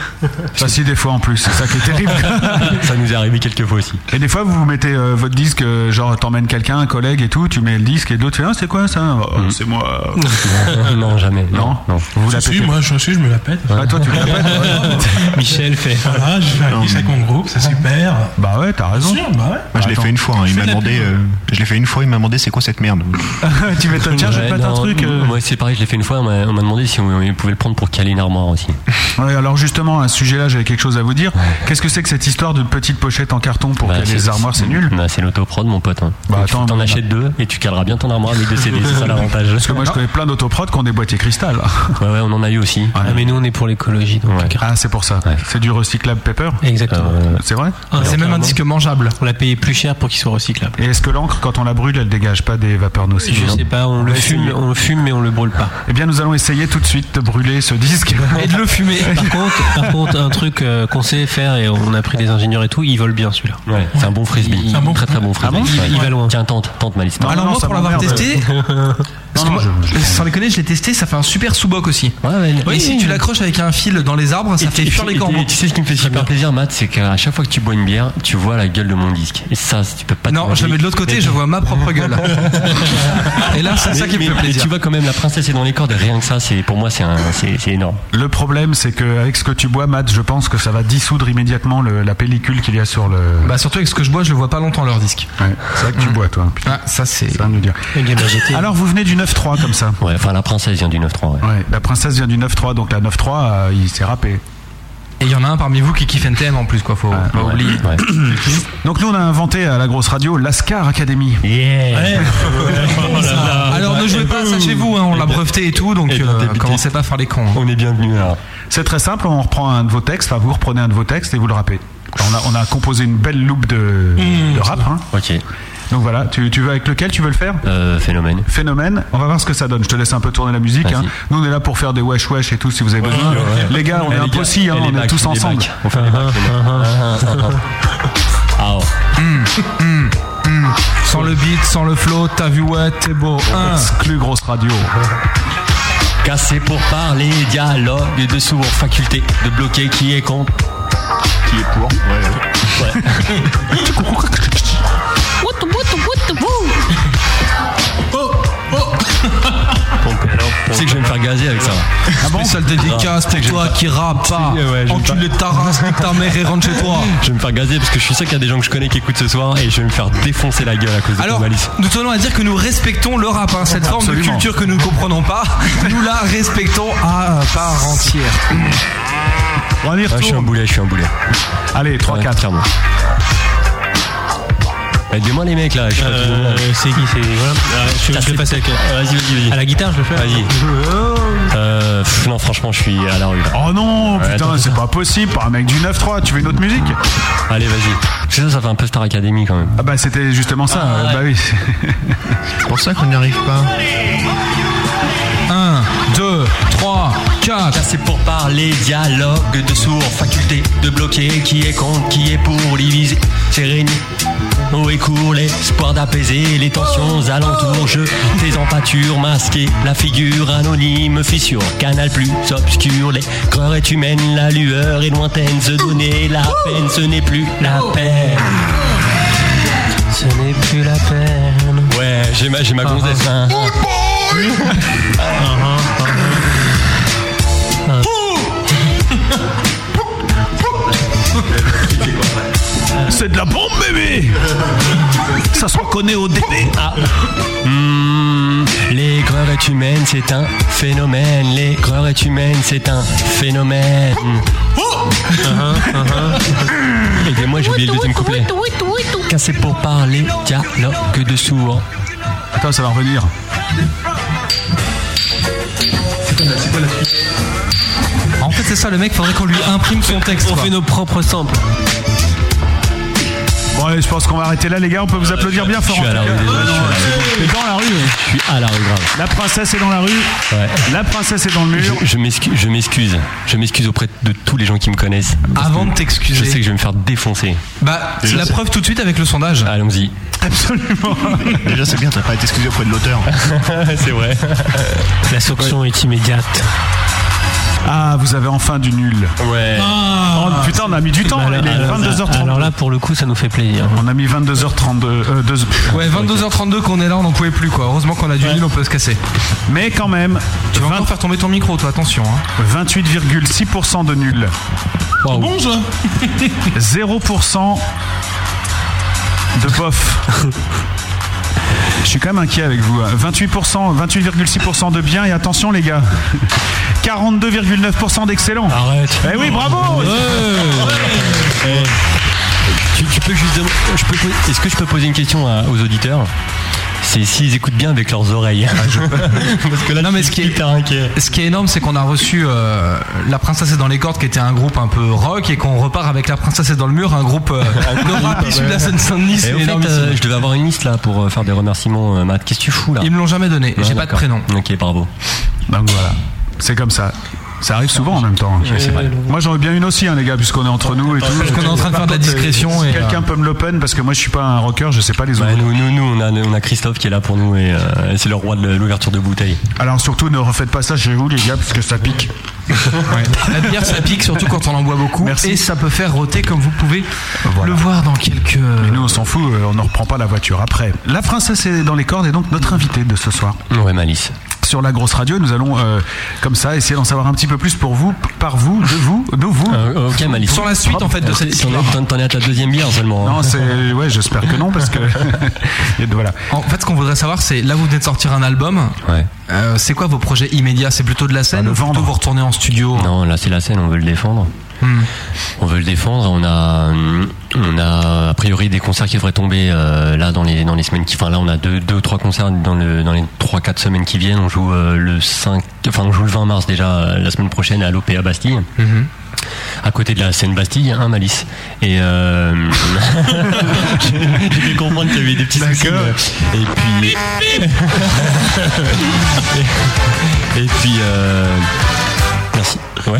Enfin, si, des fois en plus, c'est ça qui est terrible. ça nous est arrivé quelques fois aussi. Et des fois, vous mettez euh, votre disque, euh, genre t'emmènes quelqu'un, un collègue et tout, tu mets le disque et l'autre fait Ah, c'est quoi ça Oh, Mm. C'est moi. Non, non, jamais. Non, Vous la Si, si, pétez. moi, je, si, je me la pète. Ah, toi, tu la pètes, ouais. Michel fait. Voilà, je fais un disque avec mon groupe, c'est super. Bah ouais, t'as raison. Sûr, bah ouais. Moi, je l'ai Attends. fait une fois, hein, Tu il fais de m'a la demandé, pub. euh, je l'ai fait une fois, il m'a demandé c'est quoi cette merde. tu m'étonnes, tiens, je vais te Ouais, mettre un non, truc. euh. Moi, c'est pareil, je l'ai fait une fois. On m'a on m'a demandé si on, on pouvait le prendre pour caler une armoire aussi. Ouais, alors justement, à ce sujet-là, j'avais quelque chose à vous dire. Qu'est-ce que c'est que cette histoire d'une petite pochette en carton pour Bah, caler les armoires C'est nul. Bah, c'est l'autoprod, mon pote. hein. Bah, Tu- attends, T'en bah, achètes deux et tu caleras bien ton armoire avec deux CD. C'est ça l'avantage. Parce que moi, je connais plein d'autoprods qui ont des boîtiers cristal. Ouais, ouais, on en a eu aussi. Ah, mais nous, on est pour l'écologie. donc. Ah, c'est pour ça. C'est du recyclable paper Exactement. Euh, Ah, C'est vrai c'est même un disque mangeable. On l'a payé plus cher pour qu'il soit recyclable. Et est-ce que l'encre, quand on la brûle, elle dégage pas des vapeurs nocives hein Je Non. sais pas, on le fume, on le fume, mais on le brûle pas. Eh bien, nous allons essayer tout de suite de brûler ce disque. Et de le fumer. Par contre, par contre, un truc euh, qu'on sait faire et on a pris des ingénieurs et tout, il vole bien celui-là. Ouais, c'est un bon frisbee. Il- Un très très bon frisbee. bon Ouais. Il- il va loin. Tiens, tente, tente ma liste. Ah, Alors moi, pour l'avoir testé, parce que moi, euh, sans déconner, je l'ai testé, ça fait un super sous-boc aussi. Et oui, si oui, tu oui. l'accroches avec un fil dans les arbres, ça fait fuir les corbeaux. Et Tu sais ce qui me fait super plaisir, Matt, c'est qu'à chaque fois que tu bois une bière, tu vois la gueule de mon disque. Et ça, tu peux pas. Non, je le mets de l'autre côté, je vois ma propre gueule. Et là, c'est ça qui me fait plaisir. tu vois quand même la princesse est dans les cordes. et Rien que ça, c'est pour moi, c'est un- c'est c'est énorme. Le problème, c'est qu'avec ce que tu bois, Matt, je pense que ça va dissoudre immédiatement le- la pellicule qu'il y a sur le. Bah surtout avec ce que je bois, je le vois pas longtemps leur disque. Hum. Ah, Ouais, c'est vrai que tu bois, toi. Putain. ça c'est. Ça va nous dire. Alors, vous venez du 9-3 comme ça. Ouais, enfin la princesse vient du 9-3. Ouais. Ouais, la princesse vient du 9-3, donc la 9-3, euh, il s'est râpé. Et il y en a un parmi vous qui kiffe NTM en plus, quoi. Faut pas Ouais, oublier. ouais. Donc, nous, on a inventé à la grosse radio l'Ascar Academy. Yeah. Oh Alors ne jouez pas à ça chez vous, hein, on l'a breveté et tout, donc euh, commencez pas à faire les cons. hein. On est bienvenus là. C'est très simple, on reprend un de vos textes, enfin, vous reprenez un de vos textes et vous le rappez. On a, on a composé une belle loupe de, Mmh. de rap. hein. Ok. Donc voilà, tu, tu veux avec lequel tu veux le faire Euh, phénomène. Phénomène, on va voir ce que ça donne. Je te laisse un peu tourner la musique. hein. Nous, on est là pour faire des wesh wesh et tout si vous avez besoin. Les gars, on Eh, est un peu si, hein, eh, les on est bacs, tous les ensemble. bacs. Ah, On fait les bacs, les bacs. Ah ouais. Hum, hum. Sans le beat, sans le flow, t'as vu ouais, t'es beau. Hein. Exclu grosse radio. Cassé pour parler, dialogue de sourd, faculté de bloquer qui est contre. Qui est pour Ouais, ouais. What, what, what, what C'est que je vais me faire gazer avec ça. Ah bon Spéciale dédicace pour toi qui rappe pas. Enculé de ta race, nique ta mère et rentre chez toi. Je vais me faire gazer parce que je suis sûr qu'il y a des gens que je connais qui écoutent ce soir et je vais me faire défoncer la gueule à cause de Alors, ton malice. nous tenons à dire que nous respectons le rap, hein, cette forme de Absolument. culture que nous ne comprenons pas. Nous la respectons à part entière. On Ah, y je suis un retourne. boulet, je suis un boulet. Allez, 3-4. Clairement. Aidez-moi Eh, les mecs là, je suis pas Euh, c'est qui C'est voilà. Ah, je, je le passe avec. euh, Vas-y, vas-y, vas-y. À la guitare, je le fais. Vas-y. Euh, pff, non, franchement, je suis à la rue là. Oh non, putain, c'est pas possible, par un mec du 9-3, tu veux une autre musique Allez, vas-y. C'est ça, ça fait un peu Star Academy quand même. Ah bah c'était justement ça, euh, bah oui. C'est pour ça qu'on n'y arrive pas. 1, 2, 3, 4. Là, c'est pour parler dialogue de sourds, faculté de bloquer qui est contre, qui est pour diviser, sérénité. Haut et court, l'espoir d'apaiser les tensions alentours, je tes empâtures masquées, la figure anonyme, fissure, canal plus obscur, l'aigreur est humaine, la lueur est lointaine, se donner la peine, ce n'est plus la peine. Ce n'est plus la peine. Ouais, j'ai ma, j'ai ma gonzesse. hein. Uh-huh, C'est de la bombe, bébé Ça se reconnaît au DB. Hmm, L'aigreur est humaine, c'est un phénomène. L'aigreur est humaine, c'est un phénomène. Et Eh bien moi j'ai oublié le deuxième couplet. Cassé pour parler, dialogue de sourd. Attends, ça va revenir. En fait, c'est ça, le mec, faudrait qu'on lui imprime son texte. On quoi. fait nos propres samples. Bon, allez, je pense qu'on va arrêter là, les gars. On peut vous applaudir bien fort. suis en à tout la cas. rue, désolé, Ouais, je suis à la rue. non, c'est bon. T'es dans la rue. hein. Je suis à la rue Ah, grave. La princesse est dans la rue. La princesse est dans le mur. Je, je m'excuse, je m'excuse, je m'excuse auprès de tous les gens qui me connaissent. Avant de t'excuser. Je sais que je vais me faire défoncer. Bah, Déjà, la c'est- preuve tout de suite avec le sondage. Allons-y. Absolument. Déjà, c'est bien, t'as pas été excusé auprès de l'auteur. c'est vrai. La sanction est immédiate. Ah, vous avez enfin du nul. Ouais. Oh, putain, on a mis du temps. là, Alors, il est alors, 22h30. alors Ah, là, pour le coup, ça nous fait plaisir. On a mis 22h32. euh, deux- Ouais, 22h32 qu'on est là, on n'en pouvait plus quoi. Heureusement qu'on a du nul, on peut se casser. Mais quand même. Tu vas encore faire tomber ton micro, toi, attention. hein. 28,6% de nul. Bon, je. 0% de bof. Je suis quand même inquiet avec vous. hein. 28%, 28,6% de bien et attention les gars. 42,9% d'excellent. Arrête. Eh oui, bravo Tu, tu peux juste demander- je peux poser- Est-ce que je peux poser une question à- aux auditeurs C'est s'ils écoutent bien avec leurs oreilles. Ah, Euh, Parce que là, non, mais ce qui, est, ce qui est énorme, c'est qu'on a reçu euh, La Princesse est dans les cordes, qui était un groupe un peu rock, et qu'on repart avec La Princesse est dans le mur, un groupe euh, de rap issu de la Seine-Saint-Denis. Ah, Et C'est au fait, énormissime. euh, je devais avoir une liste là pour euh, faire des remerciements, euh, Matt. Qu'est-ce que tu fous là Ils me l'ont jamais donné, Ah, j'ai pas de d'accord. prénom. Ok, bravo. Donc voilà, c'est comme ça. Ça arrive souvent en même temps. Ouais, c'est vrai. Moi j'en veux bien une aussi, hein, les gars, puisqu'on est entre nous et tout. Parce qu'on est en train de faire de la discrétion euh, Si et, euh, quelqu'un peut me l'open, parce que moi je suis pas un rocker, je sais pas les autres. Ouais, Bah, nous, nous, nous, on, a, on a Christophe qui est là pour nous et euh, c'est le roi de l'ouverture de bouteille. Alors surtout ne refaites pas ça chez vous, les gars, parce que ça pique. La bière, ça pique, surtout quand on en boit beaucoup. Et ça peut faire roter, comme vous pouvez le voir dans quelques. Mais nous on s'en fout, euh, on ne reprend pas la voiture après. La princesse est dans les cordes et donc notre invité de ce soir. Ouais, Malice. Sur la grosse radio, nous allons euh, comme ça essayer d'en savoir un petit peu plus pour vous, p- par vous, de vous, de vous. Euh, ok, Malice. Sur la suite, en fait, de Euh, cette t'en- histoire. T'en t'en es à ta deuxième bière seulement. hein. Non, c'est ouais, j'espère que non parce que et voilà. En fait, ce qu'on voudrait savoir, c'est là, vous venez de sortir un album. Ouais. Euh, c'est quoi vos projets immédiats C'est plutôt de la Bah, scène ou plutôt vous retournez en studio Non, là c'est la scène, on veut le défendre. Hmm. On veut le défendre. On a, hum, on a a priori des concerts qui devraient tomber euh, là dans les dans les semaines qui. Enfin là, on a deux deux trois concerts dans le dans les trois quatre semaines qui viennent. On joue euh, le 5 Enfin, on joue le 20 mars déjà euh, la semaine prochaine à l'OPA Bastille. Mhm. À côté de la scène Bastille, un malice. Et euh, j'ai- j'ai pu comprendre qu'il y avait des petits soucis. mais- Et puis. Et puis. euh, Merci. Ouais.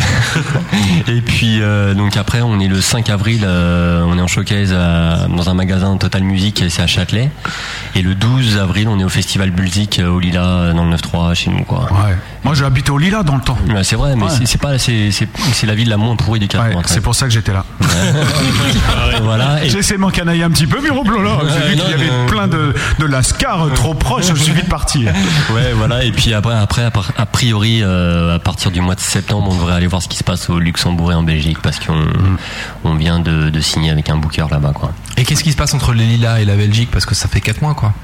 Et puis euh, donc après on est le 5 avril, euh, on est en showcase à- dans un magasin Total Music, c'est à Châtelet. Et le 12 avril on est au Festival Bulzik euh, au Lila euh, dans le 9-3 chez nous quoi. Ouais. Moi j'habite au Lila dans le temps. Ouais, c'est vrai, mais Ouais. c'est- c'est pas c'est c'est- c'est la ville la moins pourrie des Ouais, 93. c'est pour ça que j'étais là. voilà. Et, J'ai essayé de m'encanailler un petit peu, bureau blanc là. J'ai Ouais, vu non, qu'il y avait non. plein de, de lascars trop proches, je suis vite parti. ouais, voilà. Et puis après, après, à par- a priori, euh, à partir du mois de septembre, on devrait aller voir ce qui se passe au Luxembourg et en Belgique parce qu'on on vient de, de signer avec un booker là-bas, quoi. Et qu'est-ce qui se passe entre les Lilas et la Belgique Parce que ça fait 4 mois, quoi.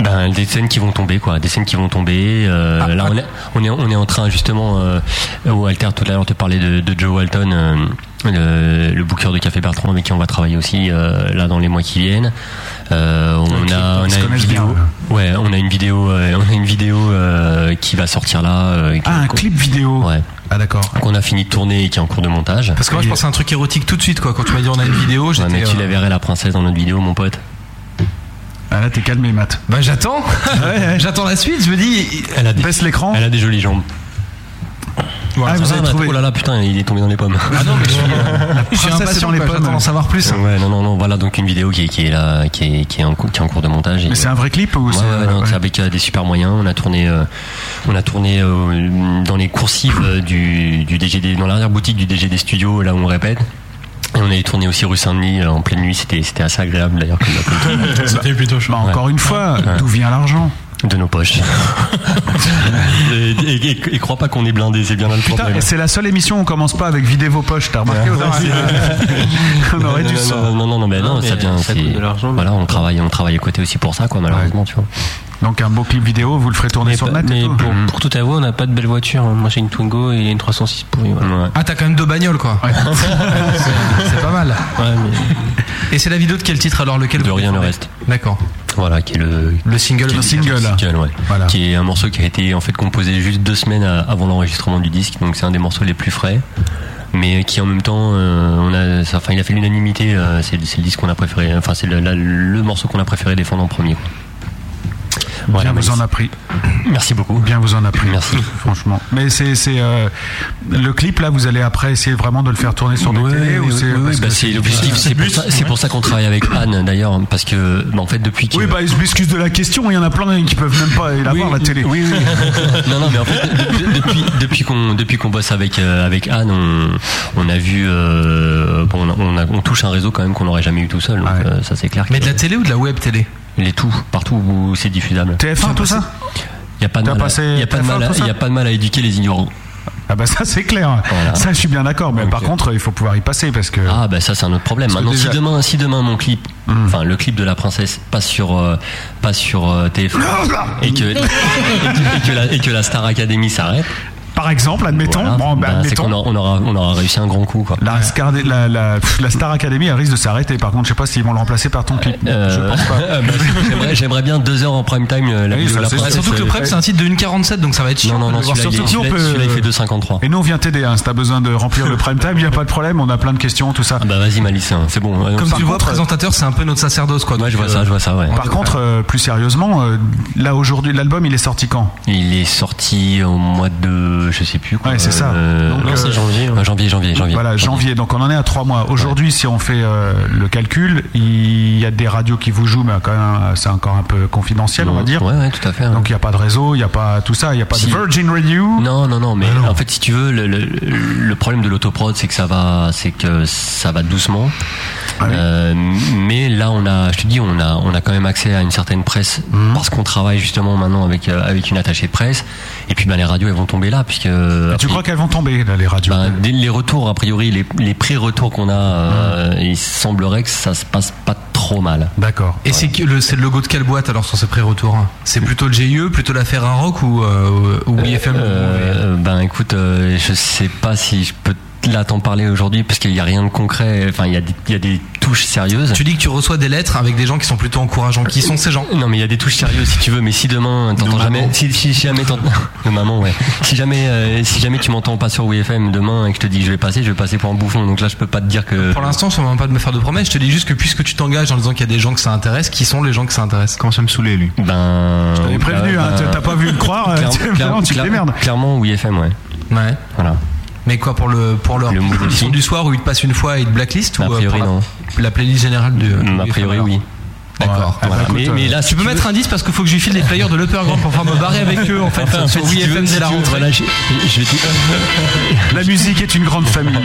Ben, des scènes qui vont tomber, quoi. Des scènes qui vont tomber. euh, Ah, là, on est, on est, on est en train justement. Euh, au Alter, tout à l'heure, te parlais de, de Joe Walton, euh, le, le booker de Café Bertrand, avec qui on va travailler aussi euh, là dans les mois qui viennent. Euh, on a, on a ils se une connaissent vidéo. bien, Ouais, on a une vidéo. euh, on a une vidéo euh, qui va sortir là. euh, Ah, un clip vidéo. Ouais. Ah d'accord. Qu'on a fini de tourner et qui est en cours de montage. Parce que moi, je pensais à un truc érotique tout de suite, quoi. Quand tu m'as dit on a une vidéo, Ouais, j'étais. mais tu euh, la verrais la princesse dans notre vidéo, mon pote. Ah là t'es calmé Matt. Bah, j'attends. j'attends la suite. Je me dis. Elle a des, Baisse l'écran. elle a des jolies jambes. Ah, vous Ah, avez bah, trouvé. Oh là là, putain, il est tombé dans les pommes. Ah non, mais je suis, euh, je suis princesse impatient, dans les quoi, pommes. J'attends d'en savoir plus. Ouais, non, non, non, voilà donc une vidéo qui est, qui est là, qui est, qui est en, cou- qui est en cours de montage. et- Mais c'est un vrai clip ou Ouais, c'est ouais, non, ouais. c'est avec euh, des super moyens. On a tourné, euh, on a tourné euh, dans les coursives euh, du, du DGD, dans l'arrière boutique du DGD Studio, là où on répète. Et on est tourné aussi rue Saint-Denis euh, en pleine nuit. C'était, c'était assez agréable d'ailleurs comme, comme C'était plutôt chaud. Bah, Encore une fois, d'où vient l'argent tout, de nos poches. et, et- et- et crois pas qu'on est blindé, c'est bien là le Putain, problème. et c'est la seule émission où on commence pas avec vider vos poches, t'as remarqué Ouais. Audrey On aurait dû non, ça. non, non, non, non, mais non, mais ça vient. ça c'est- coûte de l'argent, mais- voilà, on travaille, on travaille à côté aussi pour ça, quoi, malheureusement, tu vois. Donc un beau clip vidéo, vous le ferez tourner Mais, sur le pas- net et mais tout. Mhm. pour, pour tout avouer, on n'a pas de belle voiture. hein. Moi, j'ai une Twingo et une 306 pourrie. Voilà. Ouais. Ah, t'as quand même deux bagnoles, quoi. C'est- c'est pas Ah, mal. Ouais, mais Et c'est la vidéo de quel titre alors lequel De vous rien le défendez reste. D'accord. Voilà, qui est le, Le single. qui est- single. single, ouais. Voilà. Qui est un morceau qui a été en fait composé juste deux semaines à- avant l'enregistrement du disque, donc c'est un des morceaux les plus frais. mais qui en même temps, euh, on a, ça- enfin, il a fait l'unanimité. euh, c'est c'est le disque qu'on a préféré, enfin, c'est le, la- le morceau qu'on a préféré défendre en premier. quoi. Voilà, Bien vous merci. en a pris. Merci beaucoup. Bien vous en a pris. Merci. Franchement. Mais c'est c'est, euh, le clip là. Vous allez après essayer vraiment de le faire tourner sur des télés ou c'est parce Bah, que c'est l'objectif. C'est pour ça, c'est pour ça qu'on travaille avec Anne d'ailleurs, parce que bah, en fait depuis que Oui, bah, je m'excuse de la question. Il y en a plein qui peuvent même pas la voir la télé. Oui, oui. non, non, mais en fait, de- de- depuis, depuis qu'on depuis qu'on bosse avec euh, avec Anne, on, on a vu, euh, bon, on, a- on, a- on touche un réseau quand même qu'on n'aurait jamais eu tout seul. donc, euh, ça c'est clair. Mais de la télé ou de la web télé Les tout, partout où c'est diffusable. TF1, tout ça Il y a pas de T'as mal. à- passé y a pas de TF1, mal. à- tout ça y a pas de mal à éduquer les ignorants. Ah bah ça c'est clair. Voilà. Ça je suis bien d'accord. Mais par Ok. contre il faut pouvoir y passer parce que. Ah bah ça c'est un autre problème. Parce que Maintenant déjà- Hmm. si demain si demain mon clip, enfin le clip de la princesse passe sur euh, passe sur euh, téléphone et que, et, que, et que la, et que la Star Academy s'arrête. Par exemple, admettons, bon, bah, c'est admettons. qu'on aura- on aura on aura réussi un grand coup quoi. La, Scar- la- la- pff, la Star Academy elle risque de s'arrêter. Par contre, je sais pas s'ils vont le remplacer par ton clip. Je Euh, pense pas. bah, j'aimerais- J'aimerais bien deux heures en prime time. euh, La Oui, vidéo ça, de la c'est princesse, sûr. Surtout que le euh, prep, C'est un titre de 1,47 donc ça va être chiant. Non, non, non, de le voir celui-là, sortir. il est- Surtout, on peut- celui-là, il fait 2,53. Et nous, on vient t'aider. Hein. Si t'as besoin de remplir le prime time, il n'y a pas de problème. On a plein de questions, tout ça. bah vas-y, Malice, hein, c'est bon. ouais, Comme par tu vois, contre, présentateur, c'est un peu notre sacerdoce quoi. Ouais, je vois ça, je vois ça, ouais. Par contre, euh, plus sérieusement, euh, là aujourd'hui, l'album, il est sorti quand Il est sorti au mois de, je sais plus. Quoi, Ouais, Eh, c'est ça. euh, Donc, euh, ouais, janvier, janvier, janvier. Voilà, janvier. Donc on en est à trois mois. Aujourd'hui, si on fait euh, le calcul, il y a des radios qui vous jouent, mais quand même, euh, c'est encore un peu confidentiel, on va dire. Ouais, ouais, tout à fait. Donc il n'y a pas de réseau, il n'y a pas tout ça, il n'y a pas Si. de Virgin Ah Radio. Non, non, non, mais en fait, si tu veux, le, le- le problème de l'autoprod, c'est que ça va, c'est que ça va doucement. Ah Euh, mais là, on a, je te dis, on a, on a quand même accès à une certaine presse Mhm. parce qu'on travaille justement maintenant avec euh, avec une attachée de presse. Et puis, ben, les radios, elles vont tomber là, puisque. Et tu crois qu'elles vont tomber, là, les radios Ben, dès les retours, a priori, les, les pré-retours qu'on a, Mmh. euh, il semblerait que ça se passe pas trop mal. D'accord. Et c'est que le, c'est le logo de quelle boîte alors sur hein ces pré-retours C'est plutôt le GIE, plutôt la Ferrarock ou, euh, ou IFM Euh, ben écoute, euh, je sais pas si je peux t- là t'en parler aujourd'hui parce qu'il n'y a rien de concret. Enfin, il y, a des- il y a des touches sérieuses. Tu dis que tu reçois des lettres avec des gens qui sont plutôt encourageants. Qui sont ces gens Non, mais il y a des touches sérieuses si tu veux. Mais si demain t'entends jamais, si, si jamais t'entends, de maman, ouais. Si jamais, euh, si jamais tu m'entends pas sur WFM demain et que je te dis que je vais passer, je vais passer pour un bouffon. Donc là, je peux pas te dire que. Pour l'instant, je ne même pas de me faire de promesses. Je te dis juste que puisque tu t'engages en disant qu'il y a des gens que ça intéresse, qui sont les gens que ça intéresse Comment ça me saoulait lui Ben. Je t'avais prévenu, hein, t'as pas voulu le croire, euh, tu- vraiment, tu te démerdes. Clairement, WFM, ouais. Ouais. Voilà. Mais quoi pour le pour leur ils sont du soir où ils te passent une fois et ils te blacklist ou A euh, pour priori, la- non. la, playlist générale du Mm, a priori, oui. D'accord. Ouais, Voilà. bah, écoute, mais, mais là, euh, tu peux mettre un 10 parce qu'il faut que je lui file les players de l'Upper Grand pour pouvoir me barrer avec eux en fait Enfin, en sur fait, si tu WFM veux- si dès la tu veux, rentrée. voilà, j'ai- je vais te- La musique est une grande famille.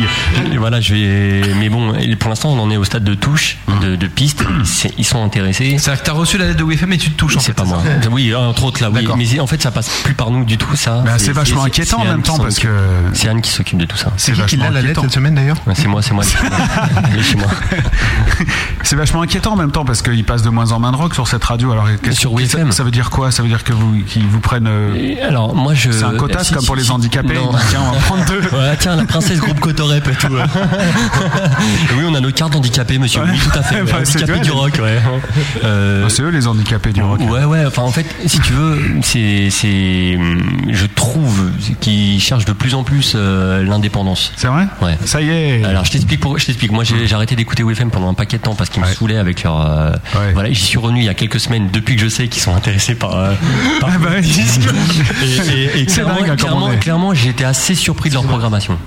Et voilà, je vais. Mais bon, et pour l'instant, on en est au stade de touche, Mm. de, de piste. C'est- Ils sont intéressés. C'est-à-dire que t'as reçu la lettre de WFM et tu te touches en fait. C'est pas moi. ça Oui, entre autres là, oui. D'accord. Mais en fait, ça passe plus par nous du tout, ça. Bah, c'est vachement c'est- c'est inquiétant en Anne même qui temps, s'en parce occupe. que- c'est Anne qui s'occupe de tout ça. C'est qui qui vachement l'a la lettre inquiétant. cette semaine d'ailleurs Ouais, C'est moi, c'est moi. Elle est chez moi. C'est vachement inquiétant en même temps parce qu'ils passent de moins en moins de rock sur cette radio. Alors, qu'est-ce- Sur qu'est-ce- WFM. ça veut dire quoi Ça veut dire que vous, qu'ils vous prennent. euh, Et Alors moi je. C'est un quota, c'est Si, comme si, pour les si. handicapés. Non. ils disent, Tiens, on va prendre deux. Voilà, tiens, la princesse groupe Cotorep et tout. ouais. oui, on a nos cartes handicapées, monsieur. Oui, tout à fait. ouais. Bah, c'est handicapés vrai, du les- rock, ouais. Euh, C'est eux les handicapés du rock. Ouais, ouais, enfin en fait, si tu veux, c'est. c'est- Je trouve qu'ils cherchent de plus en plus euh, l'indépendance. C'est vrai Ouais. Ça y est. Alors je t'explique, pour- je t'explique. Moi j'ai j'ai arrêté d'écouter WFM pendant un paquet de temps parce qu'ils me saoulaient avec leur. euh, Voilà, j'y suis revenu il y a quelques semaines depuis que je sais qu'ils sont intéressés par. euh, Ah par bah, le disque. Et- et- et Ah, bah, C'est clairement, dingue, hein, comme on clairement, est. clairement, j'ai été assez surpris de leur programmation.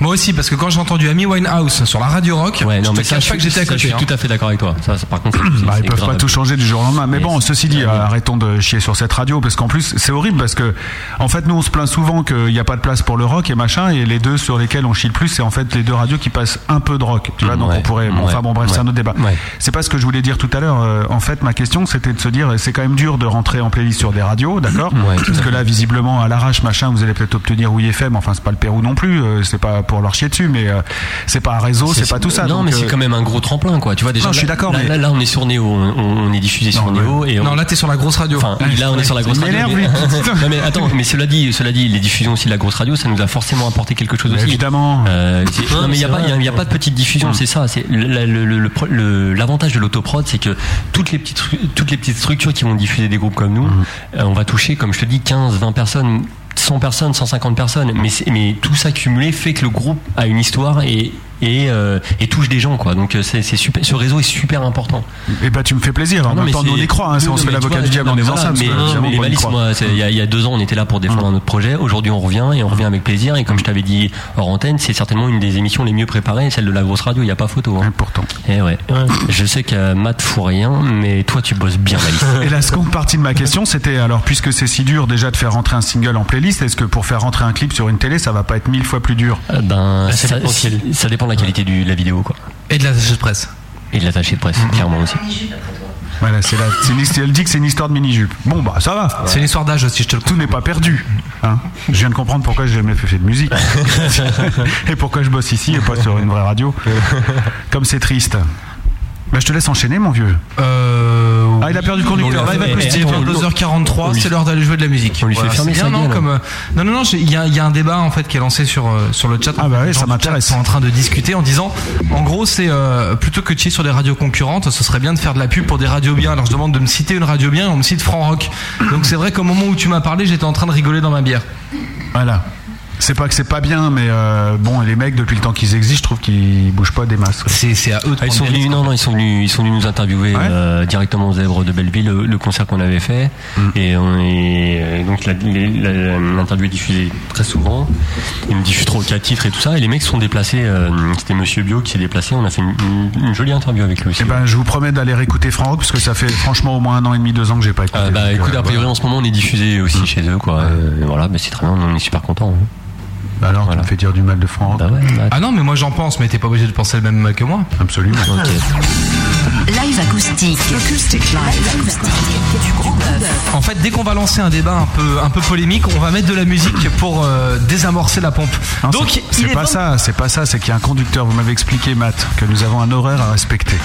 Moi aussi, parce que quand j'ai entendu Amy Winehouse sur la radio rock, Ouais, je non, te mais ça, cache je pas que j'étais à ça, je côté. suis hein. tout à fait d'accord avec toi. Ça, c'est- par contre, c'est- Bah, c'est ils peuvent grave. pas tout changer du jour au lendemain. Mais bon, ceci dit, euh, arrêtons de chier sur cette radio parce qu'en plus, c'est horrible parce que, en fait, nous, on se plaint souvent qu'il n'y a pas de place pour le rock et machin. Et les deux sur lesquels on chie le plus, c'est en fait les deux radios qui passent un peu de rock. Tu vois, donc ouais, on pourrait. bon, ouais, enfin, bon, bref, c'est ouais, un autre débat. ouais. C'est pas ce que je voulais dire tout à l'heure. Euh, en fait, ma question, c'était de se dire, c'est quand même dur de rentrer en playlist sur des radios, d'accord Parce que là, visiblement, à l'arrache, machin, vous allez peut-être obtenir oui FM. Enfin, c'est pas le Pérou non plus. euh, c'est pas pour leur chier dessus, mais euh, c'est pas un réseau, c'est pas tout ça. Non, donc, mais c'est euh, quand même un gros tremplin, quoi. Tu vois déjà. Non, je là- suis d'accord, Là, mais- là, là, on est sur Néo, on, on est diffusé sur Néo et on- Non, là t'es sur la grosse radio. Enfin, là, on est sur la grosse Il radio. Bah, m'énerve, mais- lui. non, mais attends, mais cela dit, cela dit, les diffusions aussi de la grosse radio, ça nous a forcément apporté quelque chose Mais aussi. Bah, évidemment. Euh, c'est- Non, non, mais il n'y a, c'est pas- vrai. y a- y a pas de petite diffusion, c'est ça. C'est la- le- le- le pro- le- l'avantage de l'autoprod, c'est que toutes les petites Mm. stru- toutes les petites structures qui vont diffuser des groupes comme nous, euh, on va toucher, comme je te dis, 15, 20 personnes sans 100 personnes, 150 personnes, mais, c'est- mais tout ça cumulé fait que le groupe a une histoire et, et, euh, et touche des gens, quoi. Donc euh, c'est c'est super, ce réseau est super important. Et bah tu me fais plaisir. En Non, même mais temps, nous on c'est- y croit, hein, si Non, on se mais fait tu l'avocat vois, du diable en non, mais disant voilà, ça. parce que, mais- non, évidemment, mais les on y valises, croit. Ah. moi, c'est- il y, a- il y a deux ans, on était là pour défendre notre projet. Aujourd'hui, on revient et on revient avec plaisir. Et comme je t'avais dit hors antenne, c'est certainement une des émissions les mieux préparées, celle de la grosse radio. Il n'y a pas photo. Important. Et ouais. Je sais que Matt fout rien, mais toi, tu bosses bien, Malice. Et la seconde partie de ma question, c'était alors, puisque c'est si dur déjà de faire rentrer un single en playlist, est-ce que pour faire rentrer un clip sur une télé, ça va pas être mille fois plus dur Ben, Ah, ça ça, dépend si- ça dépend de la qualité du- de la vidéo, quoi. Et de l'attaché de presse. Et de l'attaché de presse, clairement aussi. Voilà, c'est la- c'est une hist- elle dit que c'est une histoire de mini-jupe. Bon, bah ça va. C'est une histoire d'âge aussi, je te le Tout n'est pas perdu. hein. Je viens de comprendre pourquoi j'ai jamais fait de musique. et pourquoi je bosse ici et pas sur une vraie radio. Comme c'est triste. Bah, je te laisse enchaîner, mon vieux. Euh, ah, il a perdu le conducteur. Là, il va plus C'est vite. 22h43, c'est l'heure d'aller jouer de la musique. on lui fait Voilà, fermer c'est bien, sa non, gueule. comme, euh, non, non, non, j'ai- il y, a- il y a un débat en fait qui est lancé sur, euh, sur le chat. Ah bah oui, ça m'intéresse. sont en train de discuter en disant, en gros, c'est euh, plutôt que de chier sur des radios concurrentes, ce serait bien de faire de la pub pour des radios bien. Alors je demande de me citer une radio bien et on me cite Franck Rock. Donc c'est vrai qu'au moment où tu m'as parlé, j'étais en train de rigoler dans ma bière. Voilà. C'est pas que c'est pas bien, mais euh, bon, les mecs, depuis le temps qu'ils existent, je trouve qu'ils bougent pas des masses. C'est à eux Ah, ils sont venus, non, non, ils sont venus, ils sont venus nous interviewer euh, directement aux Zèbres de Belleville, le, le concert qu'on avait fait, Mm. et, on est- et donc la- les- la- l'interview est diffusée très souvent. Ils me diffusent trois ou quatre titres et tout ça, et les mecs se sont déplacés. euh, C'était Monsieur Bio qui s'est déplacé. On a fait une, une- une jolie interview hein, avec lui aussi. Eh ben, je vous promets d'aller réécouter Franck, parce que ça fait franchement au moins un an et demi, deux ans que j'ai pas écouté. Euh, bah Donc, écoute, euh, a priori en ce moment on est diffusé aussi Mm. chez eux, quoi. Euh, voilà, mais c'est très bien, on est super contents. hein. Bah alors, tu me fais dire du mal de Franck. Bah ouais, bah, Ah non, mais moi j'en pense, mais t'es pas obligé de penser le même que moi. Absolument. Live acoustique. Live acoustique du Grand Bœuf. En fait, dès qu'on va lancer un débat un peu, un peu polémique, on va mettre de la musique pour euh, désamorcer la pompe. Non, Donc, c'est- il c'est est pas ça, c'est pas ça, c'est qu'il y a un conducteur, vous m'avez expliqué Matt, que nous avons un horaire à respecter.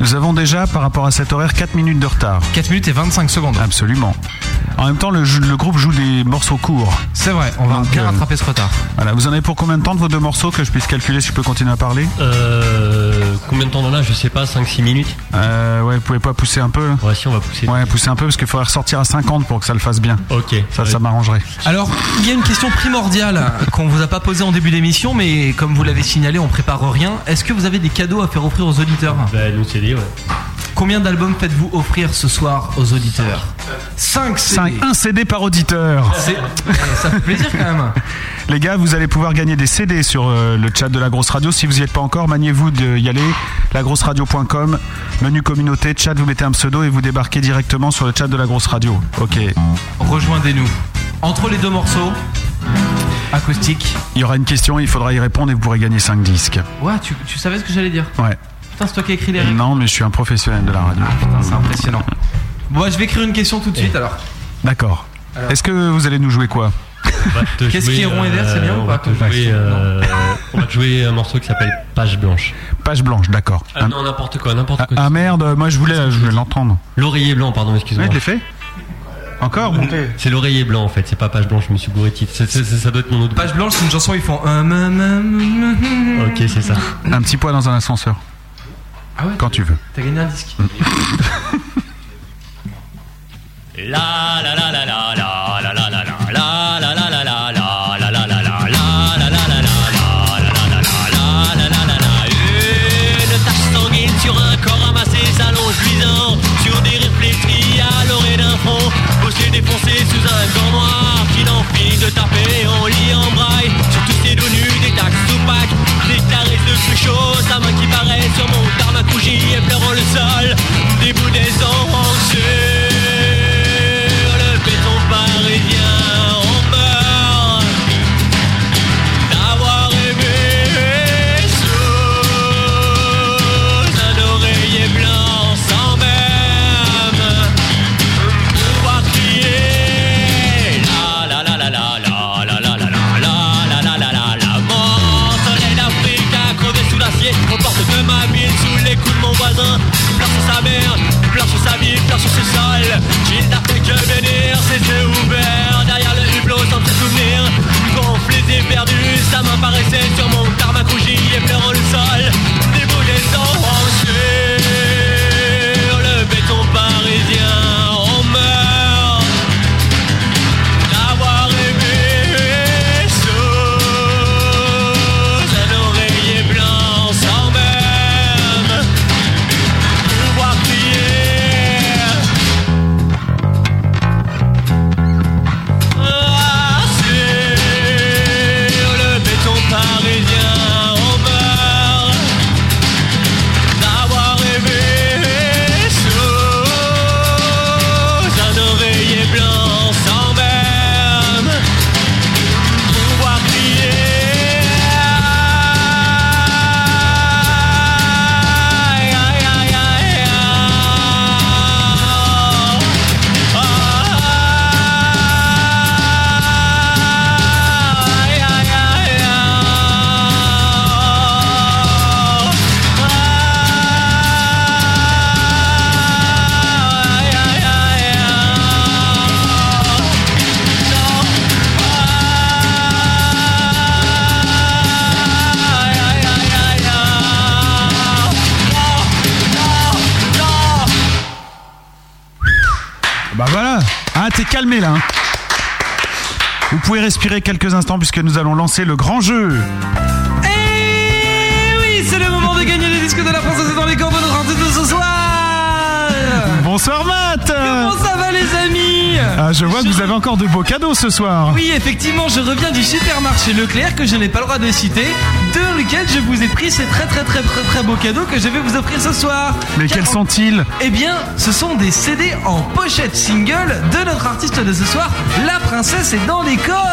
Nous avons déjà par rapport à cet horaire 4 minutes de retard. 4 minutes et 25 secondes. Absolument. En même temps, le, jeu- le groupe joue des morceaux courts. euh, C'est vrai, on va bien rattraper ce retard. Voilà, vous en avez pour combien de temps de vos deux morceaux que je puisse calculer si je peux continuer à parler combien de temps on a Je sais pas, 5-6 minutes Euh, ouais, vous pouvez pas pousser un peu là Ouais, si, on va pousser. Ouais, pousser un peu parce qu'il faudrait ressortir à 50 pour que ça le fasse bien. Ok. Ça, Ouais. ça m'arrangerait. Alors, il y a une question primordiale qu'on vous a pas posée en début d'émission, mais comme vous l'avez signalé, on prépare rien. Est-ce que vous avez des cadeaux à faire offrir aux auditeurs Bah, nous, c'est dit, ouais. Combien d'albums faites-vous offrir ce soir aux auditeurs 5 Cinq- un CD par auditeur. Ça fait plaisir quand même. Les gars, vous allez pouvoir gagner des CD sur euh, le chat de la grosse radio. Si vous n'y êtes pas encore, maniez-vous d'y aller. Lagrosseradio.com, menu communauté, chat, vous mettez un pseudo et vous débarquez directement sur le chat de la grosse radio. Ok. Rejoignez-nous. Entre les deux morceaux, acoustique. Il y aura une question, il faudra y répondre et vous pourrez gagner 5 disques. Ouais, tu, tu savais ce que j'allais dire Ouais. Putain, c'est toi qui as écrit les règles. Ah, Non, mais je suis un professionnel de la radio. Putain, c'est impressionnant. Bon, ouais, je vais écrire une question tout de Eh. suite alors. D'accord. Alors. Est-ce que vous allez nous jouer quoi Qu'est-ce qui est rond et vert, c'est bien ou pas Euh, on va, te jouer, euh, on va te jouer un morceau qui s'appelle Page Blanche. Page blanche, d'accord. Ah non, n'importe quoi, n'importe Ah, quoi. ah, merde, moi je voulais, je voulais l'entendre. L'oreiller blanc, pardon, excuse-moi. Ouais, je l'ai fait Encore C'est l'oreiller blanc en fait, c'est pas Page Blanche, je me suis gouré de titre. C'est- c'est- c'est- ça doit être mon autre. Page blanche, c'est une chanson, ils font. hum, hum, hum, hum, hum. Ok, c'est ça. Un petit poids dans un ascenseur. Ah ouais Quand tu veux. T'as gagné un disque. La la la la la la la la la la la la la la la la la la la la Une tache sanguine sur un corps amassé s'allonge luisant Sur des réfléchis à l'orée d'un front Bossé défoncé sous un gant noir Qui n'en finit de taper, on lit en braille Sur tous ces dos nus, des taxes sous pack Des tarés de plus chaud, sa main qui paraît Sur mon tarmac rougi et pleurant le sol Des bouts des angles sur le béton pas Ah, Bah, t'es calmé là. hein. Vous pouvez respirer quelques instants puisque nous allons lancer le grand jeu. Eh oui, c'est le moment de gagner les disques de la princesse dans les cordes de notre artiste de ce soir Bonsoir Matt Comment ça va les amis Ah, je vois que vous avez encore de beaux cadeaux ce soir. Oui, effectivement, je reviens du supermarché Leclerc que je n'ai pas le droit de citer, de lequel je vous ai pris ces très très très très très beaux cadeaux que je vais vous offrir ce soir. Mais quels sont-ils Eh bien, ce sont des CD en pochette single de notre artiste de ce soir, La Princesse est dans les cordes.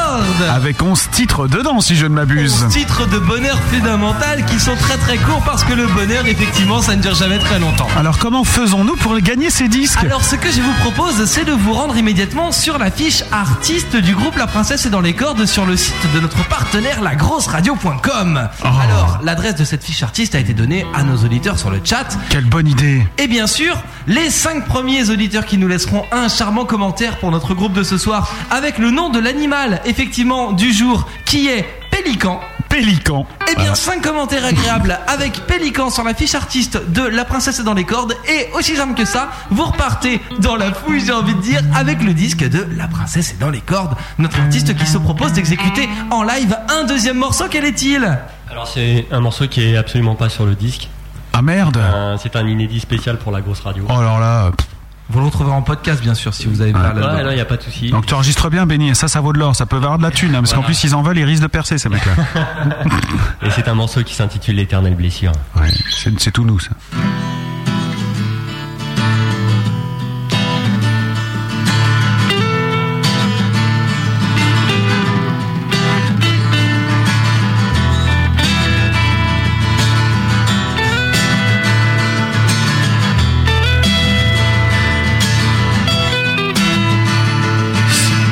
Avec 11 titres dedans si je ne m'abuse. Titres de bonheur fondamental qui sont très très courts parce que le bonheur, effectivement, ça ne dure jamais très longtemps. Alors comment faisons-nous pour gagner ces disques Alors ce que je vous propose, c'est de vous rendre immédiatement sur la fiche artiste du groupe La Princesse est dans les cordes sur le site de notre partenaire lagrosseradio.com. Oh. Alors l'adresse de cette fiche artiste a été donnée à nos auditeurs sur le chat. Quelle bonne idée Et bien sûr, les 5 premiers auditeurs qui nous laisseront un charmant commentaire pour notre groupe de ce soir avec le nom de l'animal, effectivement, du jour, qui est Pélican. Pélican. Eh bien, 5 commentaires agréables avec Pélican sur la fiche artiste de La Princesse est dans les cordes. Et aussi simple que ça, vous repartez dans la fouille, j'ai envie de dire, avec le disque de La Princesse est dans les cordes. Notre artiste qui se propose d'exécuter en live un deuxième morceau, quel est-il Alors c'est un morceau qui est absolument pas sur le disque. Euh, Ah merde C'est un inédit spécial pour la grosse radio. Oh alors là. Vous le retrouverez en podcast, bien sûr, si vous avez pas là-dedans. Ah, Ouais, non, y a pas de souci. Donc tu enregistres bien Benny, et ça ça vaut de l'or, ça peut valoir de la thune, hein, parce qu'en Voilà. plus ils en veulent, ils risquent de percer ces mecs-là. Et c'est un morceau qui s'intitule L'éternelle blessure. Ouais, c'est c'est tout nous ça.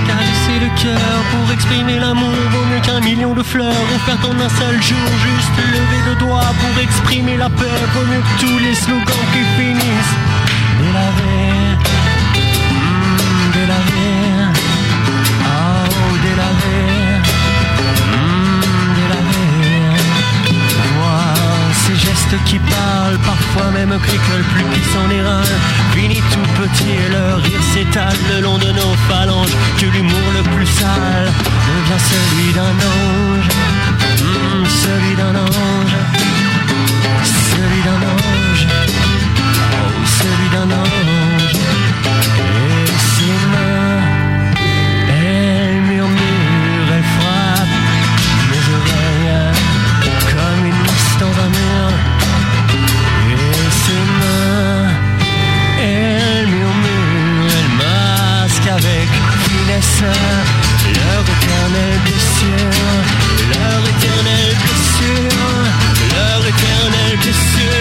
Caresser le cœur pour exprimer l'amour vaut mieux qu'un million de fleurs offertes en un seul jour. Juste lever le doigt pour exprimer la peur vaut mieux que tous les slogans qui finissent délavés. Mmh, délavés. Ah, oh, délavés. Mmh, délavés. Moi, ces gestes qui parlent, parfois même criquent, plus puissant les reins. Fini tout petit et le rire s'étale le long de nos phalanges. Que l'humour le plus sale devient celui d'un ange. Hmm, celui d'un ange. Celui d'un ange. Oh, celui d'un ange. Et ses mains, elles murmurent, elles frappent mes oreilles comme une liste dans un mur. Et ses mains, elles murmurent, elles masquent avec finesse leur éternelle blessure, leur éternelle blessure, leur éternelle blessure.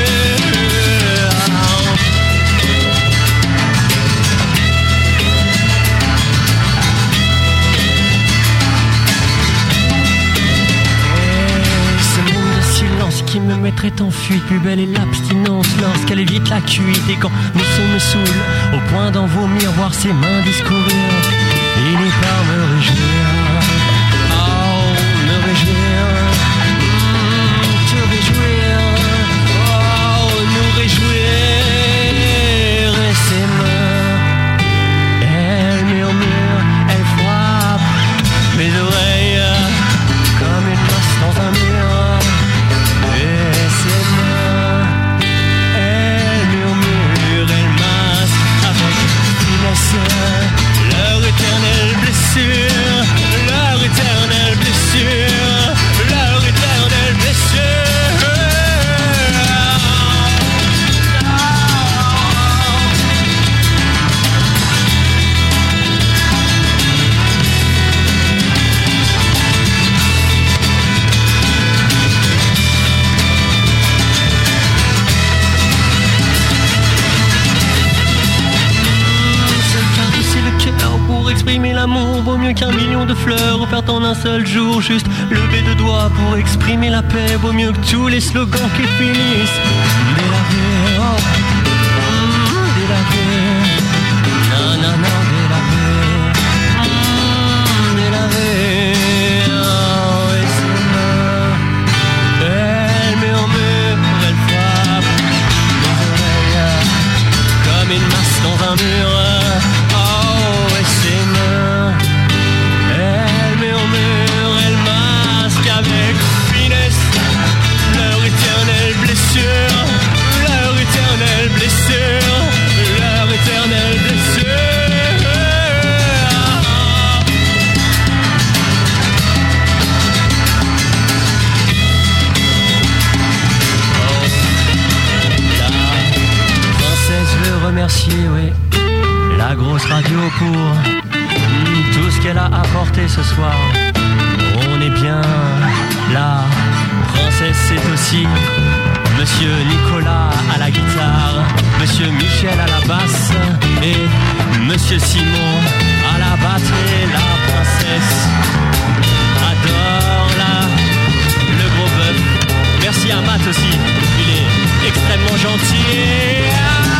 Et ce monde de Eh, silence qui me mettrait en fuite, plus belle est l'abstinence lorsqu'elle évite la cuite et quand mon son me saoule, au point d'en vomir, voir ses mains discourir, il n'est pas me réjouir. Oh, me réjouir. Mm, te réjouir. Oh, nous réjouir. Et ses mains, elle murmure, elle frappe mes oreilles comme une place dans un mur. Et ses mains, elle murmure, elle masse avec finesse leur éternelle blessure, leur éternelle blessure, leur éternelle blessure. seul caresser le cœur pour exprimer l'amour vaut mieux qu'un million de fleurs offertes en un seul jour. Juste lever de doigts pour exprimer la paix vaut mieux que tous les slogans qui finissent. Délavé, oh, mm, délavé, non, non, non, délavé, mm, délavé, oh, et c'est moi. Elle murmure, elle frappe mes oreilles comme une masse dans un mur. Oh, et c'est qu'elle a apporté ce soir. On est bien là. Princesse, c'est aussi Monsieur Nicolas à la guitare, Monsieur Michel à la basse et Monsieur Simon à la basse et la princesse. Adore la le gros bœuf. Merci à Matt aussi, il est extrêmement gentil. Ah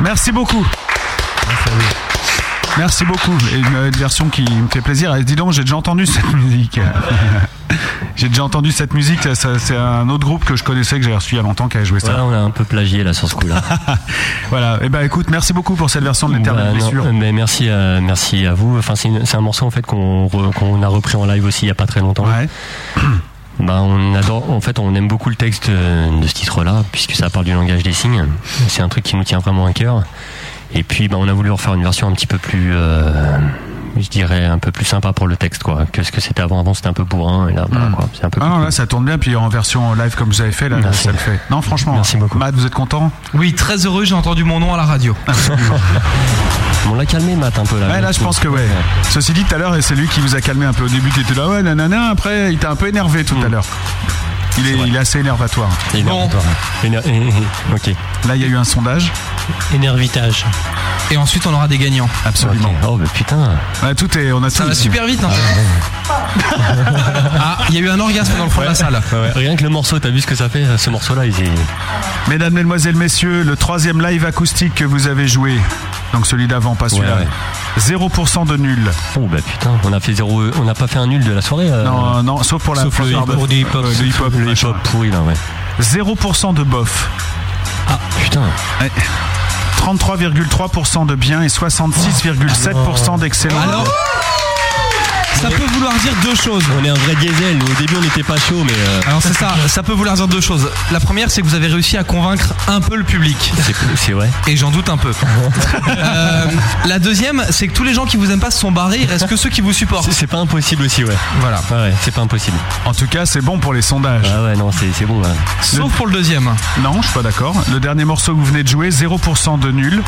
Merci beaucoup. Merci beaucoup. Et une, une version qui me fait plaisir. Et dis donc, j'ai déjà entendu cette musique. j'ai déjà entendu cette musique. Ça, ça, C'est un autre groupe que je connaissais que j'ai reçu il y a longtemps qui avait joué ça. Ouais, on a un peu plagié là sur ce coup-là. voilà. Et ben écoute, merci beaucoup pour cette version de l'éternelle Bah, non, blessure. mais merci, à, merci à vous. Enfin, c'est, une- c'est un morceau en fait qu'on, re- qu'on a repris en live aussi il y a pas très longtemps. Bah, on adore. En fait, on aime beaucoup le texte euh, de ce titre-là puisque ça parle du langage des signes. C'est un truc qui nous tient vraiment à cœur. Et puis, bah, on a voulu refaire une version un petit peu plus, euh, je dirais, un peu plus sympa pour le texte, quoi. Que ce que c'était avant. Avant, c'était un peu bourrin. Et là, voilà, quoi. C'est un peu. Ah non, là ça tourne bien, puis en version euh, live comme vous avez fait, là Merci. ça le fait. Non, franchement, Matt, vous êtes content Oui, très heureux, j'ai entendu mon nom à la radio. on l'a calmé, Matt, un peu là. Ouais, là je pense que ouais. Ceci dit, tout à l'heure, et c'est lui qui vous a calmé un peu au début, qui était là, ouais, nanana, après il t'a un peu énervé tout Mm. à l'heure. Il est, il est assez énervatoire. Énervatoire. eh, ok. Là, il y a eu un sondage. Énervitage. Et ensuite, on aura des gagnants. Absolument. Oh, mais putain. tout est, on a Ça tout- va super vite. hein. Ah, il y a eu un orgasme dans le fond de la salle. Rien que le morceau, t'as vu ce que ça fait ce morceau-là il est... Mesdames, Mesdemoiselles, Messieurs, le troisième live acoustique que vous avez joué, donc celui d'avant, pas celui-là, ouais. 0% de nul. Oh bah putain, on a fait zéro, on n'a pas fait un nul de la soirée. euh, Non, non, sauf pour la sauf le première hip-hop, bof. du hip-hop, Ouais, le hip-hop, le machin. hip-hop pourri là, ouais. 0% de bof. Ah putain. 33,3% de bien et 66,7% d'excellent. Alors, ça peut vouloir dire deux choses. On est un vrai diesel. Nous, au début, on n'était pas chaud, mais. euh, Alors c'est ça, ça peut vouloir dire deux choses. La première, c'est que vous avez réussi à convaincre un peu le public. C'est vrai. Et j'en doute un peu. Euh, la deuxième, c'est que tous les gens qui vous aiment pas se sont barrés. Il reste que ceux qui vous supportent. C'est- C'est pas impossible aussi, ouais. Voilà. Ouais, c'est pas impossible. En tout cas, c'est bon pour les sondages. Ah ouais, non, c'est c'est bon. ouais. Sauf pour le deuxième. Non, je suis pas d'accord. Le dernier morceau que vous venez de jouer, 0% de nul.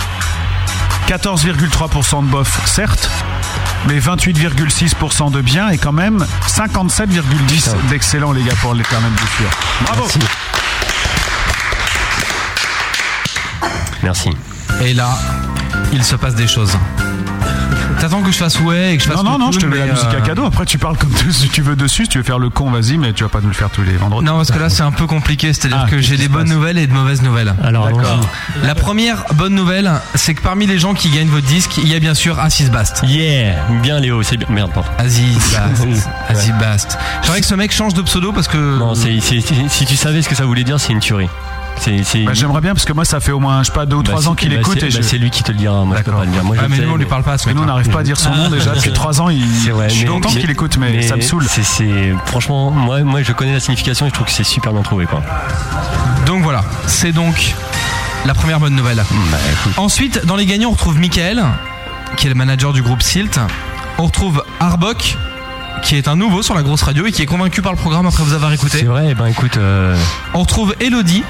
14,3% de bof, certes, mais 28,6% de bien et quand même 57,10% d'excellent, les gars, pour l'éternel blessure. Bravo Merci. Et là, il se passe des choses. T'attends que je fasse ouais et que je fasse. Non, non, le non, je te cool, mets mais, la musique à euh, cadeau. Après, tu parles comme tu, si tu veux dessus. Si tu veux faire le con, vas-y, mais tu vas pas nous le faire tous les vendredis. Non, parce que là, c'est un peu compliqué. Ah, C'est-à-dire que j'ai des bonnes nouvelles et de mauvaises nouvelles. Alors, allons-y. La première bonne nouvelle, c'est que parmi les gens qui gagnent votre disque, il y a bien sûr Assis Bast. Yeah, bien Léo, c'est bien. Merde, pardon. Aziz Bast. Ouais. Aziz Bast. J'aimerais que ce mec change de pseudo parce que. Non, c'est- c'est- c'est- si tu savais ce que ça voulait dire, c'est une tuerie. C'est c'est- Bah, J'aimerais bien parce que moi, ça fait au moins, je sais pas, 2 ou 3 c'est- ans qu'il bah, écoute. c'est- et bah, je- c'est lui qui te le dira, moi je peux pas le dire. Moi, je Ah, mais le sais, Ah, nous, on lui parle pas à ce Mais nous, on mec-là. n'arrive pas à dire son nom déjà. Depuis 3 ans, il... C'est vrai, je suis mais- content mais- qu'il écoute, mais, ça me saoule. c'est- c'est- franchement, moi, moi, je connais la signification et je trouve que c'est super bien trouvé, quoi. Donc voilà, c'est donc la première bonne nouvelle. Bah, Ensuite, dans les gagnants, on retrouve Michael, qui est le manager du groupe Silt. On retrouve Arbok, qui est un nouveau sur la grosse radio et qui est convaincu par le programme après vous avoir écouté. C'est vrai, eh ben écoute. euh, On retrouve Elodie.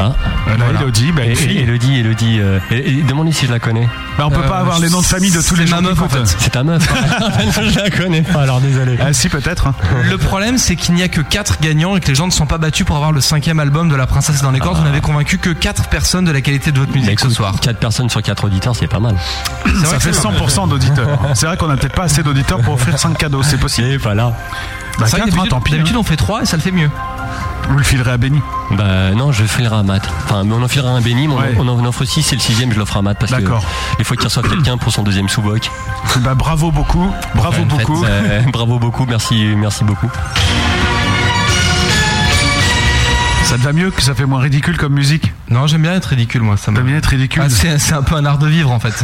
hein Voilà, Elodie, bah, Et- une et- fille. Elodie, Elodie, euh, et- et demande-lui si je la connais. Bah, on peut Euh, pas avoir les noms de famille de tous c'est les gens ma meuf, qui en écoutent. fait. C'est ta meuf. je la connais pas, alors désolé. Ah, si, peut-être. hein. Le problème, c'est qu'il n'y a que 4 gagnants et que les gens ne sont pas battus pour avoir le cinquième album de La Princesse dans les Ah. cordes. Vous n'avez convaincu que 4 personnes de la qualité de votre musique ce soir. 4 Bah, personnes sur 4 auditeurs, c'est pas mal. vrai Ça que fait c'est- 100% d'auditeurs. C'est vrai qu'on a peut-être pas assez d'auditeurs pour offrir 5 cadeaux, c'est possible. Et voilà. Bah, C'est vrai que 4, d'habitude- tant pis. D'habitude, on fait 3 et ça le fait mieux. hein. Vous le filerez à Béni. Bah non, je filerai à Matt. Enfin, mais on en filera un béni, mais on, Ouais. on en offre 6 et le sixième, je l'offre à Matt parce que D'accord. il faut qu'il reçoive quelqu'un pour son deuxième sous-boc. Bah, bravo beaucoup. Bravo En fait, beaucoup. euh, bravo beaucoup, merci, merci beaucoup. Ça te va mieux que ça fait moins ridicule comme musique Non, j'aime bien être ridicule, moi. Ça me... Ça va bien être ridicule. Ah, c'est c'est un peu un art de vivre en fait.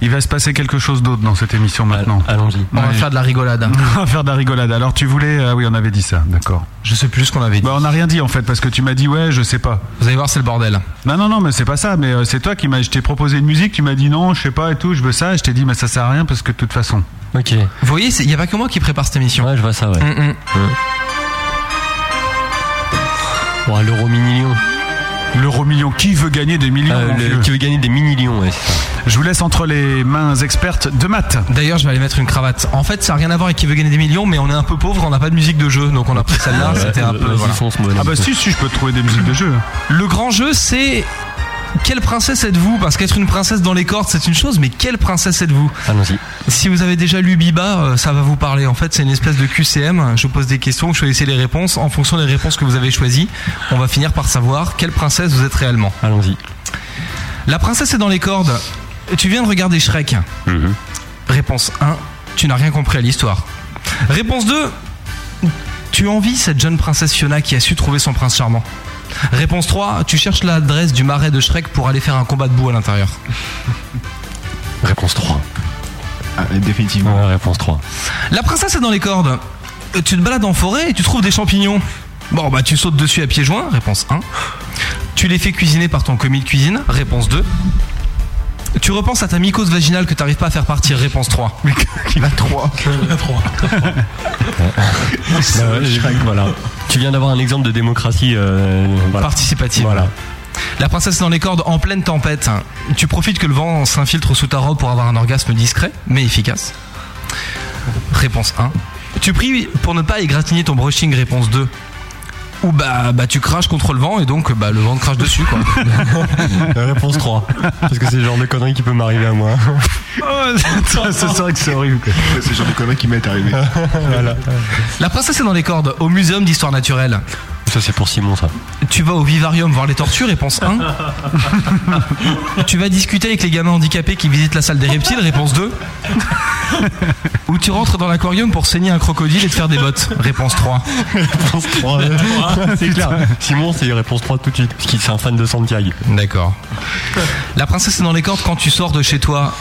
Il va se passer quelque chose d'autre dans cette émission maintenant. Allons-y. On va Ouais. faire de la rigolade. On va faire de la rigolade. Alors tu voulais. Ah oui, on avait dit ça, d'accord. Je sais plus ce qu'on avait dit. Bah, on n'a rien dit en fait, parce que tu m'as dit ouais, je sais pas. Vous allez voir, c'est le bordel. Non, non, non, mais c'est pas ça. Mais euh, c'est toi qui m'as. Je t'ai proposé une musique, tu m'as dit non, je sais pas et tout, je veux ça. Et je t'ai dit, mais ça sert à rien parce que de toute façon. Ok. Vous voyez, il n'y a pas que moi qui prépare cette émission. Mm. Ouais, je vois ça, ouais. Mm-mm. Bon, à l'euro mini-lion. L'euro million, qui veut gagner des millions Euh, mon le- vieux qui veut gagner des mini-lions, ouais. Je vous laisse entre les mains expertes de maths. D'ailleurs, je vais aller mettre une cravate. En fait, ça n'a rien à voir avec qui veut gagner des millions, mais on est un peu pauvre, on n'a pas de musique de jeu, donc on a pris celle-là. Ouais, C'était un ouais, peu. vas-y, voilà. fonce, mon ami. Ah bah si, si, je peux te trouver des musiques de jeu. hein. Le grand jeu, c'est. Quelle princesse êtes-vous Parce qu'être une princesse dans les cordes, c'est une chose, mais quelle princesse êtes-vous Allons-y. Si vous avez déjà lu Biba, euh, ça va vous parler. En fait, c'est une espèce de QCM. Je vous pose des questions, vous choisissez les réponses. En fonction des réponses que vous avez choisies, on va finir par savoir quelle princesse vous êtes réellement. Allons-y. La princesse est dans les cordes. Tu viens de regarder Shrek. Mhm. Réponse 1, tu n'as rien compris à l'histoire. Réponse 2, tu envies cette jeune princesse Fiona qui a su trouver son prince charmant. Réponse 3, tu cherches l'adresse du marais de Shrek pour aller faire un combat de boue à l'intérieur. Réponse 3. définitivement. réponse 3. La princesse est dans les cordes. Euh, Tu te balades en forêt et tu trouves des champignons. Bon, bah tu sautes dessus à pieds joints, réponse 1. Tu les fais cuisiner par ton commis de cuisine, réponse 2. Tu repenses à ta mycose vaginale que t'arrives pas à faire partir, réponse 3. Il a 3. Il a 3. Bah ouais, voilà. Tu viens d'avoir un exemple de démocratie euh, voilà. Participative. Voilà. La princesse dans les cordes en pleine tempête. Tu profites que le vent s'infiltre sous ta robe pour avoir un orgasme discret, mais efficace. Réponse 1. Tu pries pour ne pas égratigner ton brushing, réponse 2. Ou bah, bah tu craches contre le vent et donc bah, le vent te crache dessus quoi. réponse 3. Parce que c'est le genre de connerie qui peut m'arriver à moi. Oh, c'est vrai que c'est horrible. C'est le genre de conneries qui m'est arrivé. voilà. La princesse est dans les cordes au muséum d'histoire naturelle. Ça c'est pour Simon ça. Tu vas au vivarium voir les tortues, réponse 1. tu vas discuter avec les gamins handicapés qui visitent la salle des reptiles, réponse 2. Ou tu rentres dans l'aquarium pour saigner un crocodile et te faire des bottes, réponse 3. réponse 3. Ah, c'est clair. Simon c'est réponse 3 tout de suite. Parce qu'il c'est un fan de Santiago. D'accord. La princesse est dans les cordes quand tu sors de chez toi.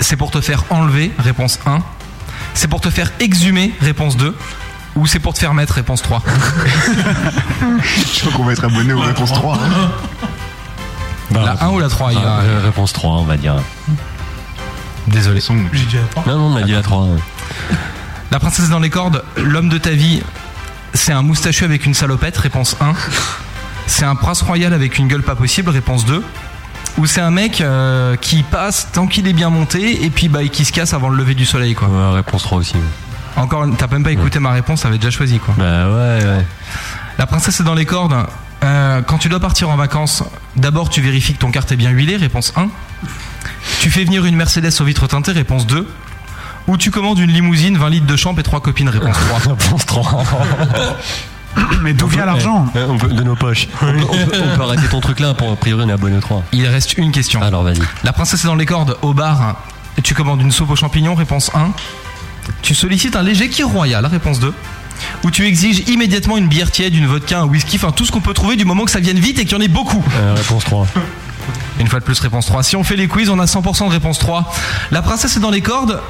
C'est pour te faire enlever, réponse 1. C'est pour te faire exhumer, réponse 2. Ou c'est pour te faire mettre, réponse 3. Je crois qu'on va être abonné aux réponses 3. la 1 ou la 3 il y a- Ah, Réponse 3 on va dire. Désolé. Non non on a dit hein. la 3. La princesse dans les cordes, l'homme de ta vie, c'est un moustachu avec une salopette, réponse 1. C'est un prince royal avec une gueule pas possible, réponse 2. Ou c'est un mec euh, qui passe tant qu'il est bien monté et puis bah, qui se casse avant le lever du soleil quoi. Ouais, réponse 3 aussi. Encore, une- t'as même pas écouté ma réponse, t'avais déjà choisi quoi. Bah ouais ouais. La princesse est dans les cordes. Euh, quand tu dois partir en vacances, d'abord tu vérifies que ton carte est bien huilée, réponse 1. Tu fais venir une Mercedes aux vitres teintées, réponse 2. Ou tu commandes une limousine, 20 litres de champ et 3 copines, réponse 3. réponse 3. Mais d'où vient l'argent Eh, on peut- De nos poches. on, peut, on peut- on peut arrêter ton truc là pour a priori on est abonné aux 3. Il reste une question. Alors vas-y. La princesse est dans les cordes, au bar. Tu commandes une soupe aux champignons, réponse 1. Tu sollicites un léger kir royal, réponse 2. Ou tu exiges immédiatement une bière tiède, une vodka, un whisky, enfin tout ce qu'on peut trouver du moment que ça vienne vite et qu'il y en ait beaucoup. Euh, réponse 3. Une fois de plus, réponse 3. Si on fait les quiz, on a 100% de réponse 3. La princesse est dans les cordes.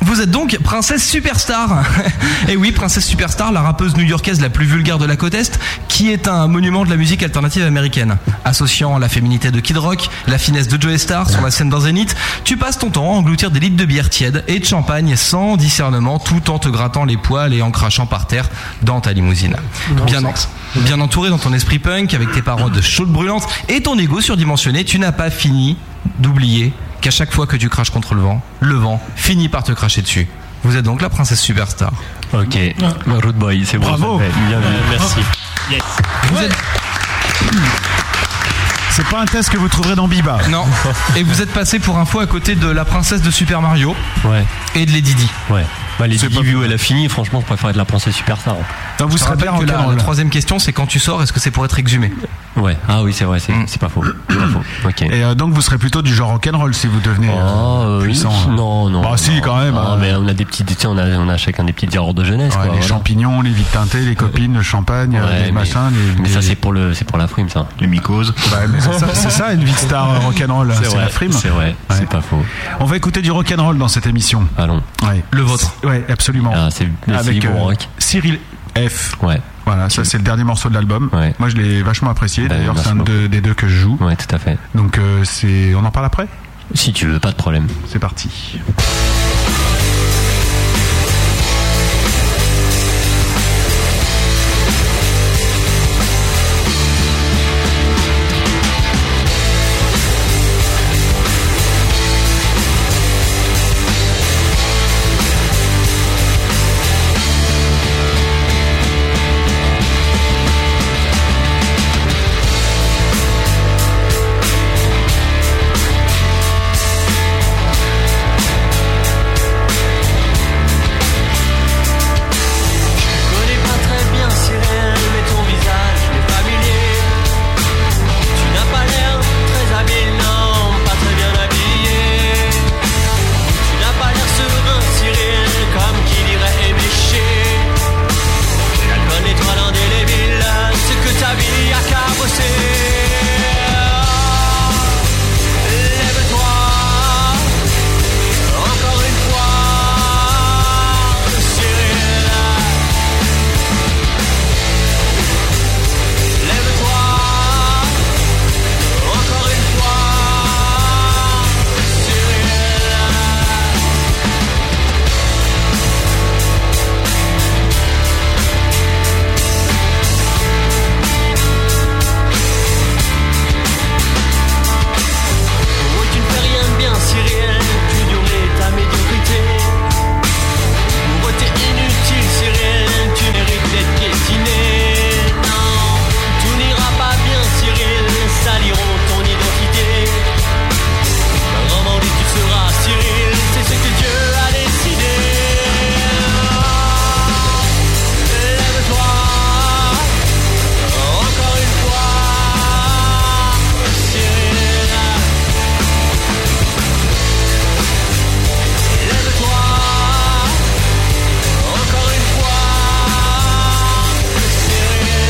Vous êtes donc princesse superstar. et oui, princesse superstar, la rappeuse new-yorkaise la plus vulgaire de la côte Est, qui est un monument de la musique alternative américaine. Associant la féminité de Kid Rock, la finesse de Joey Star sur la scène d'un zénith, tu passes ton temps à engloutir des litres de bière tiède et de champagne sans discernement tout en te grattant les poils et en crachant par terre dans ta limousine. Bien, en- bien entouré dans ton esprit punk avec tes paroles chaudes brûlantes et ton ego surdimensionné, tu n'as pas fini d'oublier qu'à chaque fois que tu craches contre le vent, le vent finit par te cracher dessus. Vous êtes donc la princesse superstar. Ok. Root Boy, c'est bon. Bravo. Euh, ça fait. Bien vu. Merci. Yes. Vous êtes- C'est pas un test que vous trouverez dans Biba. Non. Et vous êtes passé pour info à côté de la princesse de Super Mario Ouais. et de Lady Di. Ouais. Bah, les reviews, elle a fini. Franchement, je préfère être la princesse superstar. Je vous te serez rappelle bien en que la, carole. la troisième question, c'est quand tu sors, est-ce que c'est pour être exhumé Ouais. Ah oui, c'est vrai. Mm. C'est c'est pas faux. C'est pas faux. Ok. Et euh, donc vous serez plutôt du genre rock'n'roll si vous devenez euh, Ah, euh, puissant. Non, non. Bah si non. quand même. Ah, hein. mais on a des petits, tu sais, on a, on a chacun des petites erreurs de jeunesse. Ouais, quoi, les voilà. champignons, les vides teintées, les copines, le champagne, euh, Ouais, les mais- machins, les, Mais ça, les- c'est pour le, c'est pour la frime, ça. Les mycoses. Ouais, mais C'est ça, c'est ça, une vie de star euh, rock'n'roll. C'est C'est vrai, la frime. c'est vrai, c'est pas faux. On va écouter du rock'n'roll dans cette émission. Allons. Le vôtre. Ouais, absolument. Ah, c'est Avec bon euh, rock. Cyril F. Ouais. Voilà, ça c'est le dernier morceau de l'album. Moi je l'ai vachement apprécié. Bah, D'ailleurs, merci c'est un de- beaucoup. des deux que je joue. Ouais, tout à fait. Donc euh, c'est, on en parle après. Si tu veux, pas de problème. C'est parti. Je connais pas très bien Cyril, mais ton visage m'est familier. Tu n'as pas l'air très habile, non, pas très bien habillé. Tu n'as pas l'air serein, Cyril, comme qui dirait éméché. L'alcool nettoie l'indélébile, ce que ta vie a cabossé. Lève-toi, encore une fois, Cyril. Lève-toi, encore une fois, Cyril. Pour eux, tu ne fais rien de bien, Cyril, tu nourris ta médiocrité. Pour eux, t'es inutile, Cyril, tu mérites d'être piétiné. Non, tout n'ira pas bien, Cyril, saliront ton identité. Comment dit tu seras, Cyril, c'est ce que Dieu a décidé. Lève-toi, encore une fois, Cyril. Lève-toi, encore une fois, Cyril.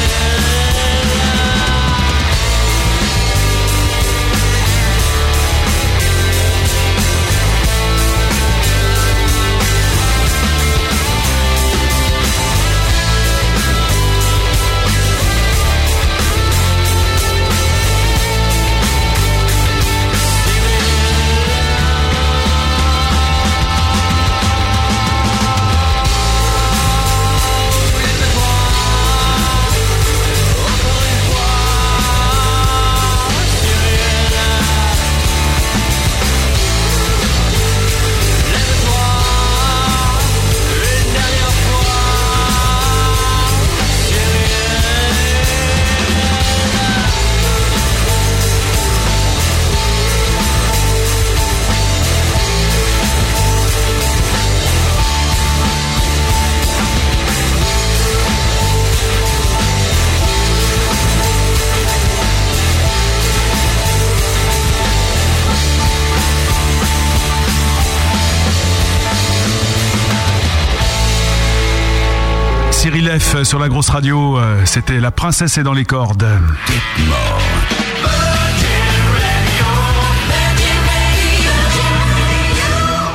Cyril F euh, sur la grosse radio. euh, C'était La princesse est dans les cordes.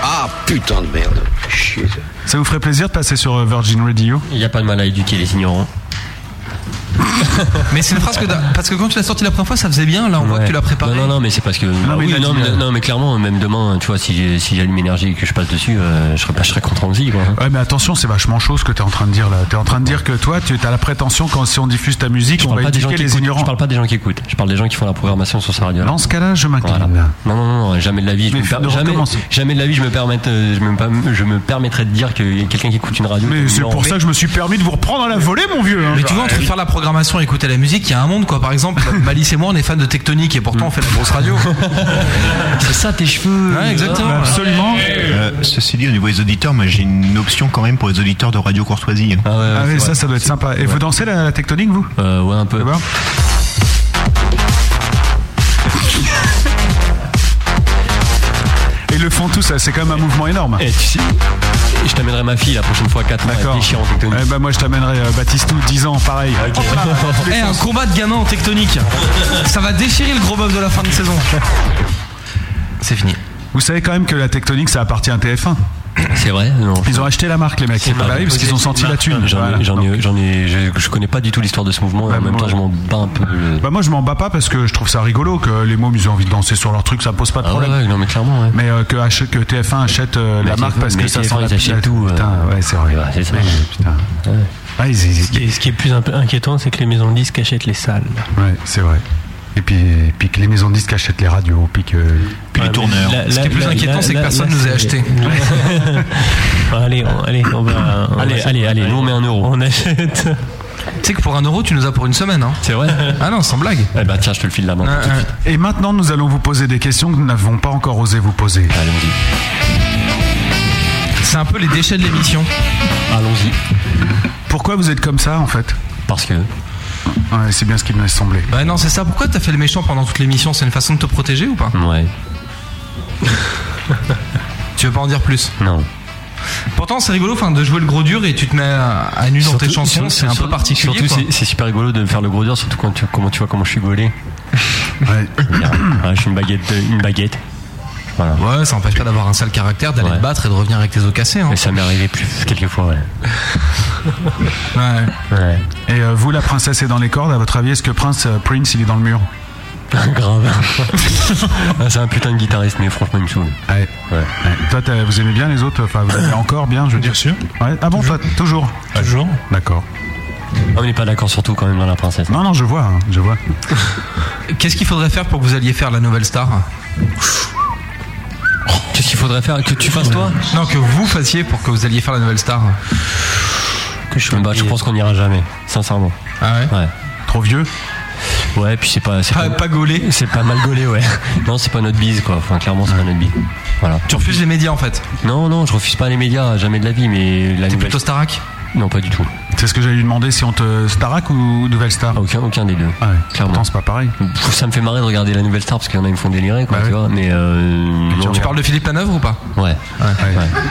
Ah putain de merde. Chier. ça. Ça vous ferait plaisir de passer sur euh, Virgin Radio Il n'y a pas de mal à éduquer les ignorants. Mais c'est une phrase que t'as- parce que quand tu l'as sorti la première fois, ça faisait bien. Là, on voit que tu l'as préparé. Non, non, mais c'est parce que. mais Ah oui, il a non, dit, mais, hein. euh, non, mais clairement, même demain, tu vois, si j'ai si j'allume énergie et que je passe dessus, euh, je, serais, pas- je serais content aussi, quoi. Ouais, mais attention, c'est vachement chaud ce que t'es en train de dire là. T'es en train de dire que toi, tu as la prétention quand si on diffuse ta musique, Je on parle, va pas des gens éduquer qui les écoutent. je ignorants. parle pas des gens qui écoutent, je parle des gens qui font la programmation sur sa radio. Dans ce cas-là, je m'incline. Non, non, non, non, jamais de la vie. Je me per- ne jamais, recommence. jamais de la vie, je me, permette, euh, je me, pa- je me permettrais de dire que quelqu'un qui écoute une radio. Mais c'est pour ça que je me suis permis de vous reprendre à la volée, mon vieux. hein. Mais tu vois, entre faire la programmation et écouter la musique, il y a un monde quoi. Par exemple, Malice et moi, on est fans de Tectonique et pourtant on fait la grosse radio. C'est ça tes cheveux. Ouais, exactement. Absolument. Euh, ceci dit, au niveau des auditeurs, moi j'ai une option quand même pour les auditeurs de Radio Courtoisie. hein. Euh, Ah oui, ça, ça doit être sympa. Et vous dansez la tectonique, vous Ouais, un peu. Et le font tous, c'est quand même un mouvement énorme. Eh, je t'amènerai ma fille la prochaine fois, 4 ans, D'accord. Eh ben, moi, je t'amènerai euh, Baptistou, 10 ans, pareil. Hop là, tous les Eh, un sens. combat de gamins en tectonique. Ça va déchirer le gros bof de la fin de saison. C'est fini. Vous savez quand même que la tectonique, ça appartient à TF1. C'est vrai Ils ont acheté la marque, les mecs. C'est Bah pas oui, parce qu'ils ont senti la thune. J'en ai- Voilà. j'en ai, j'en ai- je, je connais pas du tout l'histoire de ce mouvement. et en même temps, je m'en bats un peu. le- Bah moi je m'en bats pas parce que je trouve ça rigolo que les mômes ils ont envie de danser sur leur truc, ça pose pas de Ah ouais, problème. ouais, non mais clairement. Ouais. Mais euh, que, H- que TF1 achète euh, la Mais marque TF1, parce que mais ça TF1, sent la ils achètent pilate. tout, euh. Putain, ouais, c'est vrai. Ouais, c'est ça. Mais, putain. Ah, ils- ils- Ce qui est, ce qui est plus imp- inquiétant, c'est que les maisons de disques achètent les salles. Ouais, c'est vrai. Et puis, et puis que les maisons de disques achètent les radios, puis que puis Ouais, mais là- Ce qui là- est plus là- inquiétant, là- c'est que là- personne là, nous ait c'est- acheté. Bon, allez, on, allez, on va. on Allez, va- allez, allez, nous, on met un euro. On achète. Tu sais que pour un euro, tu nous as pour une semaine. Hein. C'est vrai Ah non, sans blague. Eh ben tiens, je te le file la main. Ah, ah. Euh, Et maintenant, nous allons vous poser des questions que nous n'avons pas encore osé vous poser. C'est un peu les déchets de l'émission. Allons-y. Pourquoi vous êtes comme ça, en fait Parce que. Ouais, c'est bien ce qu'il m'a semblé. Bah non, c'est ça. Pourquoi t'as fait le méchant pendant toute l'émission C'est une façon de te protéger ou pas Ouais. tu veux pas en dire plus Non. Pourtant, c'est rigolo enfin, de jouer le gros dur et tu te mets à, à nu dans tes chansons. C'est un peu particulier. Surtout, quoi. c'est- c'est super rigolo de me faire le gros dur, surtout quand tu, comment, tu vois comment je suis gaulé. Ouais. je suis une baguette. de- une baguette. Voilà. Ouais, ça empêche pas d'avoir un sale caractère, d'aller te battre et de revenir avec tes os cassés. Hein. Mais ça m'est arrivé plus quelques fois, ouais. Ouais. Ouais. Et euh, vous, la princesse est dans les cordes, à votre avis, est-ce que Prince, euh, Prince, il est dans le mur Grave. Ah, c'est un putain de guitariste, mais franchement, il me saoule. Ouais. Ouais. Toi, t'as- vous aimez bien les autres Enfin, vous aimez encore bien, je veux dire. Bien sûr. Ah bon, toi, toujours Toujours. D'accord. Ah, On n'est pas d'accord surtout quand même dans la princesse. Non, non, je vois, hein, je vois. Qu'est-ce qu'il faudrait faire pour que vous alliez faire la nouvelle star Qu'est-ce qu'il faudrait faire Que tu fasses toi Non, que vous fassiez pour que vous alliez faire la nouvelle star. Que je, bah, je pense qu'on n'ira jamais, sincèrement. Ah ouais, Trop vieux Ouais, puis c'est pas. c'est Pas- pas gaulé C'est pas mal gaulé, ouais. Non, c'est pas notre bise, quoi. Enfin, clairement, c'est pas notre bise. Voilà. Tu refuses les médias en fait Non, non, je refuse pas les médias, jamais de la vie, mais la T'es plutôt Starak Non, pas du tout. C'est ce que j'allais lui demander si on te. Starak ou Nouvelle Star Aucun, aucun des deux. Ah ouais, clairement. c'est pas pareil. Ça me fait marrer de regarder la Nouvelle Star parce qu'il y en a, ils me font délirer, quoi, tu vois. Mais. euh, non, Bah Tu non. parles de Philippe Manœuvre ou pas Ouais. Ouais.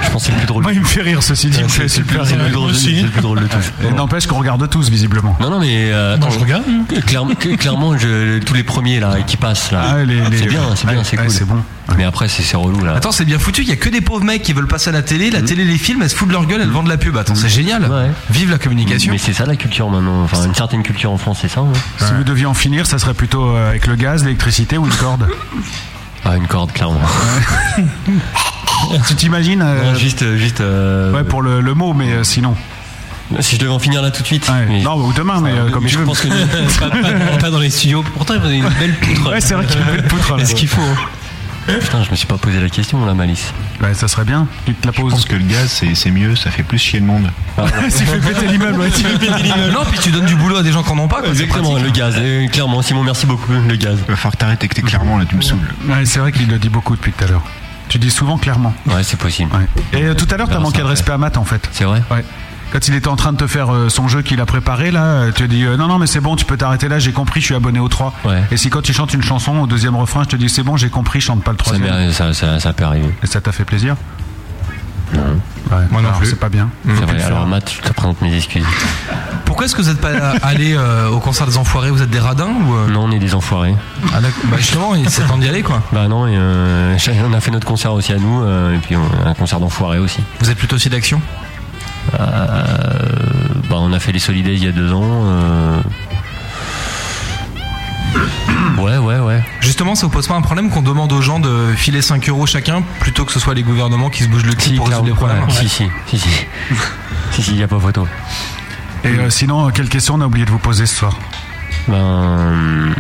Je pense que c'est le plus drôle. Moi, il me fait rire, ceci dit. Ouais, il me fait c'est le super plus- c'est le rire. plus drôle de- c'est le plus drôle de tous. Et N'empêche qu'on regarde tous, visiblement. Non, non, mais. euh, attends, que- clairement- que- clairement, je- tous les premiers là qui passent là. Ah, les- les- c'est bien, c'est bien, ouais, c'est ouais, cool. c'est bon. Mais après, c'est c'est relou là. Attends, c'est bien foutu, il y a que des pauvres mecs qui veulent passer à la télé, Mm. la télé les films, elles se foutent de leur gueule, elles vendent la pub. Attends, c'est génial. Vive la communication. Mais c'est ça la culture maintenant. Enfin, une certaine culture en France, c'est ça. hein. Si vous deviez en finir, ça serait plutôt euh, avec le gaz, l'électricité ou une corde Ah, une corde, clairement. Tu t'imagines euh, Non, juste, euh, juste. euh, Ouais, pour le, le mot, mais euh, sinon. Si je devais en finir là tout de suite. mais- Non, ou demain, mais euh, comme mais tu je veux. pense que pas, pas- pas dans les studios. Pourtant, ils faisaient une belle poutre. Ouais, c'est vrai qu'il y a une belle poutre, là. Est-ce qu'il faut hein. Putain, je me suis pas posé la question, la malice. Bah, Ouais, ça serait bien. Tu te la poses. Je pense que le gaz, c'est- c'est mieux, ça fait plus chier le monde. Ah, S'il fait péter l'immeuble, ouais, tu fais péter l'immeuble. Ah, Non, puis tu donnes du boulot à des gens qui en ont pas. quoi, c'est Exactement, pratique. le gaz. Et clairement, Simon, merci beaucoup, le gaz. hein. Il va falloir que t'arrêtes avec tes clairement, là, tu me saoules. Ouais, c'est vrai qu'il le dit beaucoup depuis tout à l'heure. Tu dis souvent clairement. Ouais, c'est possible. Et euh, tout à l'heure, t'as Alors, manqué ça, de respect à Matt, en fait. C'est vrai Ouais. Quand il était en train de te faire euh, son jeu qu'il a préparé, là, euh, tu as dit euh, non, non, mais c'est bon, tu peux t'arrêter là, j'ai compris, je suis abonné au 3. Ouais. Et si quand il chante une chanson, au deuxième refrain, je te dis c'est bon, j'ai compris, chante pas le Ça, troisième. m'est- ça, ça, ça peut arriver. Et ça t'a fait plaisir Non. Ouais, Moi non alors, plus. c'est pas bien. C'est Faut plus vrai. le faire. Alors, Matt, je te présente mes excuses. Pourquoi est-ce que vous êtes pas allé euh, au concert des enfoirés Vous êtes des radins ou euh, Non, on est des enfoirés. ah, d'accord. Bah justement, il- c'est temps d'y aller quoi. Bah non, et, euh, on a fait notre concert aussi à nous, euh, et puis on, un concert d'enfoirés aussi. Vous êtes plutôt aussi d'action Euh, bah, on a fait les Solidays il y a deux ans. euh. Ouais, ouais, ouais. Justement, ça vous pose pas un problème qu'on demande aux gens de filer 5 euros chacun plutôt que ce soit les gouvernements qui se bougent le cul pour résoudre les problèmes Ouais, Si, si, si, si. si, si, il n'y a pas photo. Et euh, sinon, euh, quelle question on a oublié de vous poser ce soir Ben. euh,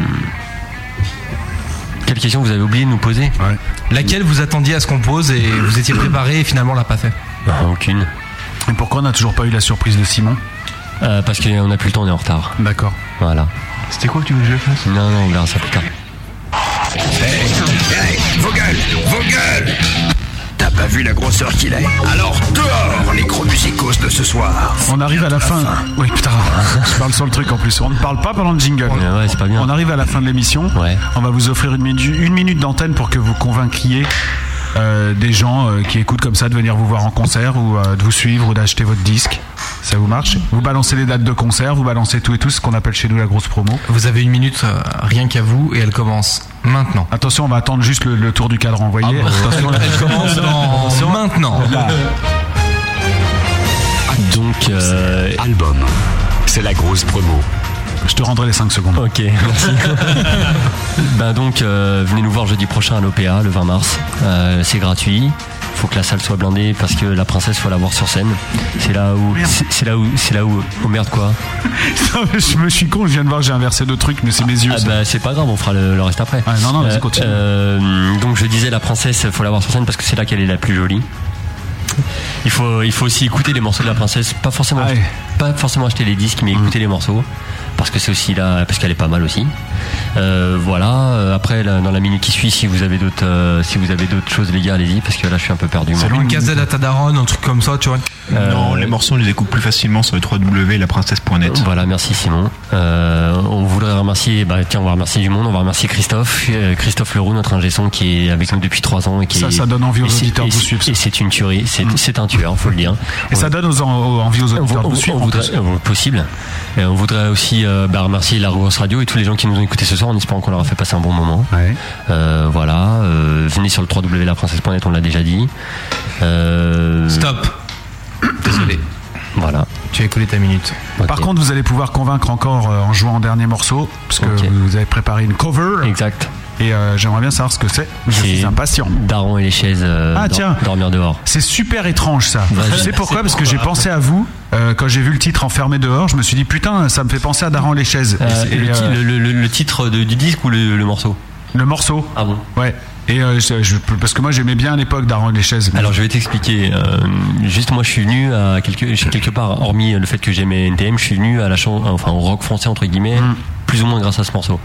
Quelle question vous avez oublié de nous poser Ouais. Laquelle vous attendiez à ce qu'on pose et vous étiez préparé et finalement on l'a pas fait Ben, Aucune. Et pourquoi on n'a toujours pas eu la surprise de Simon Euh, parce qu'on n'a plus le temps, on est en retard. D'accord. Voilà. C'était quoi que tu veux que je fasse Non, non, on verra ça plus tard. Vos gueules, vos gueules T'as pas vu la grosseur qu'il est Alors dehors les gros musicos de ce soir On arrive à la fin. Oui, putain, je parle sur le truc en plus. On ne parle pas pendant le jingle. Mais ouais, c'est pas bien. On arrive à la fin de l'émission. Ouais. On va vous offrir une minute, une minute d'antenne pour que vous convainquiez euh, des gens euh, qui écoutent comme ça de venir vous voir en concert ou euh, de vous suivre ou d'acheter votre disque. Ça vous marche Vous balancez les dates de concert, vous balancez tout et tout, ce qu'on appelle chez nous la grosse promo. Vous avez une minute euh, rien qu'à vous et elle commence maintenant. Attention, on va attendre juste le, le tour du cadre envoyé. Ah bon. Attention, Elle- elle commence dans- maintenant. Là. Donc, euh, album, c'est la grosse promo. Je te rendrai les 5 secondes. Ok, merci. ben donc, euh, venez nous voir jeudi prochain à l'OPA, le 20 mars. Euh, c'est gratuit. Faut que la salle soit blindée parce que la princesse faut la voir sur scène. C'est là où, c'est- c'est là où, c'est là où. Oh merde quoi. Non, mais je me suis con, je viens de voir, j'ai inversé deux trucs, mais c'est mes yeux. Ah ça. bah, c'est pas grave, on fera le, le reste après. Ah, non, non, vas-y, Euh, continue. euh, donc je disais la princesse, faut la voir sur scène parce que c'est là qu'elle est la plus jolie. Il faut, il faut aussi écouter les morceaux de la princesse, pas Ah forcément, pas forcément acheter les disques, mais Mm. écouter les morceaux parce que c'est aussi là, parce qu'elle est pas mal aussi. Euh, voilà. euh, Après, là, dans la minute qui suit, si vous avez d'autres, euh, si vous avez d'autres choses, les gars, allez-y parce que là, je suis un peu perdu. moi. Une casette à Tadaron, un truc comme ça, tu vois. Euh, Non, les morceaux, on les découpe plus facilement sur le 3W, la princesse.net. Voilà, merci Simon. Euh, on voudrait remercier, bah, tiens, on va remercier du monde, on va remercier Christophe, euh, Christophe Leroux, notre ingé son, qui est avec nous depuis trois ans et qui Ça, est- ça donne envie aux et c'est- auditeurs et de vous Mm. c'est- Et c'est une tuerie, c'est c'est un tueur, faut le dire. Et ça donne aux, en- aux- envie aux auditeurs On- de vous on- suivre. on en voudrait- plus. euh, possible. Et on voudrait aussi euh, bah, remercier la Grosse Radio et tous les gens qui nous ont écoutés ce soir en espérant qu'on leur a fait passer un bon moment. Euh, voilà. euh, venez sur le www.laprincesse.net, on l'a déjà dit. Euh, Stop. Désolé. Voilà. Tu as écoulé ta minute. Par contre, vous allez pouvoir convaincre encore euh, en jouant en dernier morceau, parce que vous avez préparé une cover. Exact. Et euh, j'aimerais bien savoir ce que c'est. Je suis impatient. Daron et les chaises. euh, Ah, dor- tiens. Dormir dehors. C'est super étrange ça. Vas-y. Tu sais pourquoi C'est Parce que j'ai pourquoi. pensé à vous euh, quand j'ai vu le titre Enfermé dehors. Je me suis dit putain, ça me fait penser à Daran les chaises. Euh, Et- et, le, ti- euh, le- le- le titre de- du disque ou le, le morceau Le morceau. Ah bon Ouais. Et euh, je- je- parce que moi j'aimais bien à l'époque Daran les chaises. Alors je vais t'expliquer. euh, juste moi je suis venu à quelque, chez quelque part, hormis le fait que j'aimais NTM, je suis venu à la chan- enfin au rock français entre guillemets, plus ou moins grâce à ce morceau.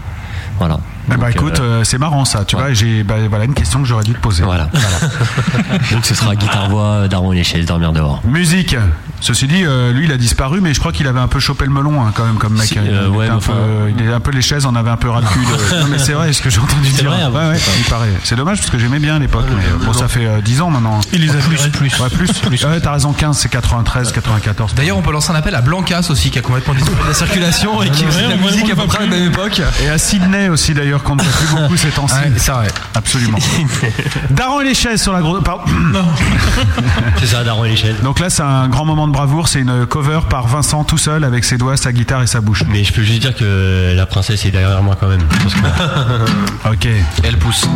Voilà. Mm. Eh Donc, bah écoute, euh, euh, c'est marrant ça, tu vois. J'ai bah, voilà une question que j'aurais dû te poser. Voilà. euh, donc ce sera guitare voix, daron et les chaises, dormir dehors. Musique. Ceci dit, euh, lui, il a disparu, mais je crois qu'il avait un peu chopé le melon hein, quand même comme mec. Si, il, euh, était ouais, un mais enfin- peu, il est un peu les chaises, on avait un peu ras le cul. de- Non, mais c'est vrai, ce que j'ai entendu C'est dire. vrai, avant, Ouais, ouais, c'est pas- il paraît. C'est dommage parce que j'aimais bien à l'époque. mais, euh, bon, ça fait euh, 10 ans maintenant. Il les a plus, virés. plus. Ouais, plus. Ouais, t'as raison, 15, c'est 93, 94. D'ailleurs, on peut lancer un appel à Blancas aussi, qui a complètement disparu de la circulation et qui faisait de la musique à peu près à la même époque. Et à Sydney aussi d'ailleurs, qu'on ne voit plus beaucoup ces temps-ci. Ouais, c'est vrai. Absolument. Daron et les chaises sur la grosse. Pardon. C'est ça, daron et les chaises. Donc là, c'est un grand moment de bravoure. C'est une cover par Vincent tout seul avec ses doigts, sa guitare et sa bouche. Mais je peux juste dire que la princesse est derrière moi quand même. Parce que... Ok. Elle pousse.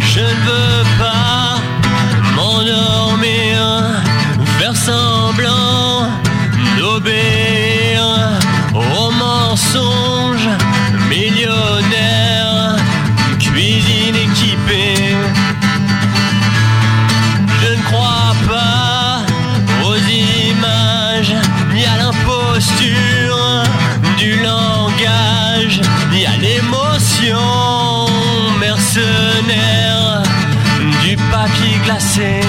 Je ne veux pas m'endormir, faire semblant d'obéir aux mensonges millionnaires, cuisine équipée. Je ne crois pas aux images, ni à l'imposture du langage, ni à l'émotion mercenaire du papier glacé.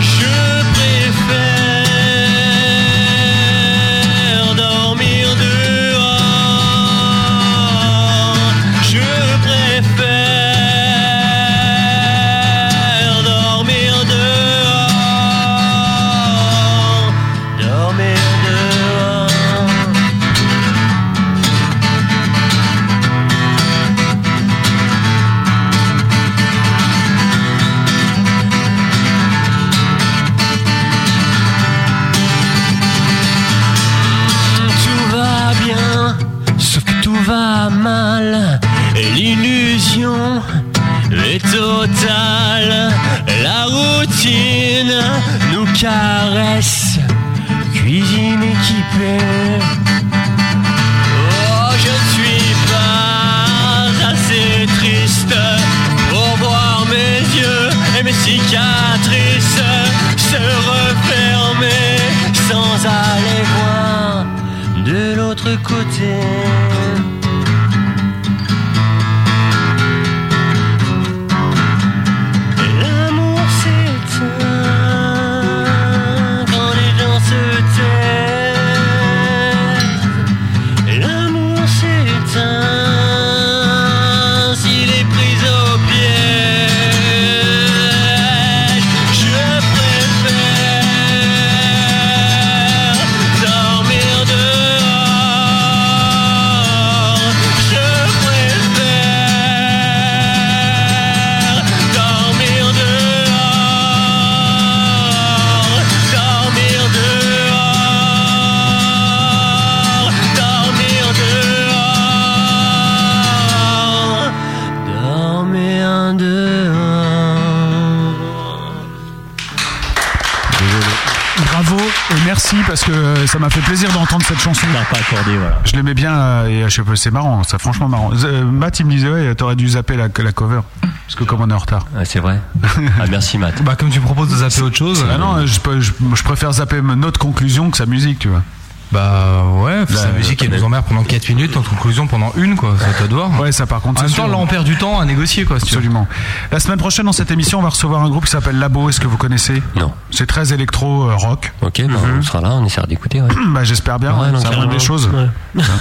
Je préfère dormir dehors. Je préfère dormir dehors. Dormir dehors. tout va bien, sauf que tout va mal. Et l'illusion est totale. La routine nous caresse. Cuisine équipée. Oh, je ne suis pas assez triste pour voir mes yeux et mes cicatrices se refermer sans aller voir de l'autre côté. merci parce que euh, ça m'a fait plaisir d'entendre cette chanson. pas accordé, voilà. Je l'aimais bien euh, et euh, je sais pas, c'est marrant, c'est franchement marrant. Z- euh, Matt, il me disait, ouais, t'aurais dû zapper la, la cover. Parce que comme on est en retard. Ah, c'est vrai. Ah, merci, Matt. Bah, comme tu proposes de zapper autre chose. euh, Ah non, je, peux- je- je préfère zapper notre conclusion que sa musique, tu vois. Bah Ouais, sa musique, elle nous emmerde pendant 4 minutes, en conclusion pendant une, quoi. Ça te doit. Ouais, ça par contre. En c'est même temps, sûr. hein. là, on perd du temps à négocier, quoi. si tu veux. Absolument. La semaine prochaine, dans cette émission, on va recevoir un groupe qui s'appelle Labo. Est-ce que vous connaissez Non. C'est très électro-rock. Ok, bah, Mhm. on sera là, on essaiera d'écouter. ouais. bah, j'espère bien. Ah Ouais, non, ça carrément. des choses. on sera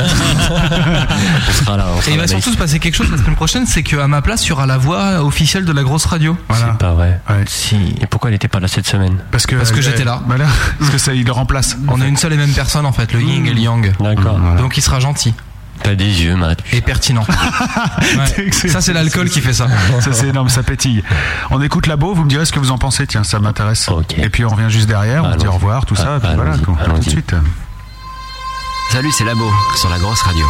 Ah là. on sera Et il va là, surtout mais- se passer quelque chose la semaine prochaine, c'est qu'à ma place, il y aura la voix officielle de la grosse radio. C'est pas vrai. Si. Et pourquoi elle n'était pas là cette semaine Parce que, Parce que euh, j'étais là. voilà. Parce que ça, il le remplace. Mmh. On est une seule et même personne en fait, le yin et le yang. D'accord. Donc il sera gentil T'as des yeux, Matt. et pertinent. Ouais. Ça c'est l'alcool qui fait ça. Ça c'est énorme, ça pétille. On écoute Labo, vous me direz ce que vous en pensez, tiens, ça m'intéresse. Et puis on revient juste derrière, on se dit au revoir, tout Ah, ça, et puis voilà, quoi. tout de suite. Salut, c'est Labo sur la grosse radio.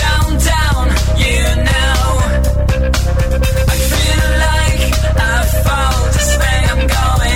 Downtown, you know, I feel like I found a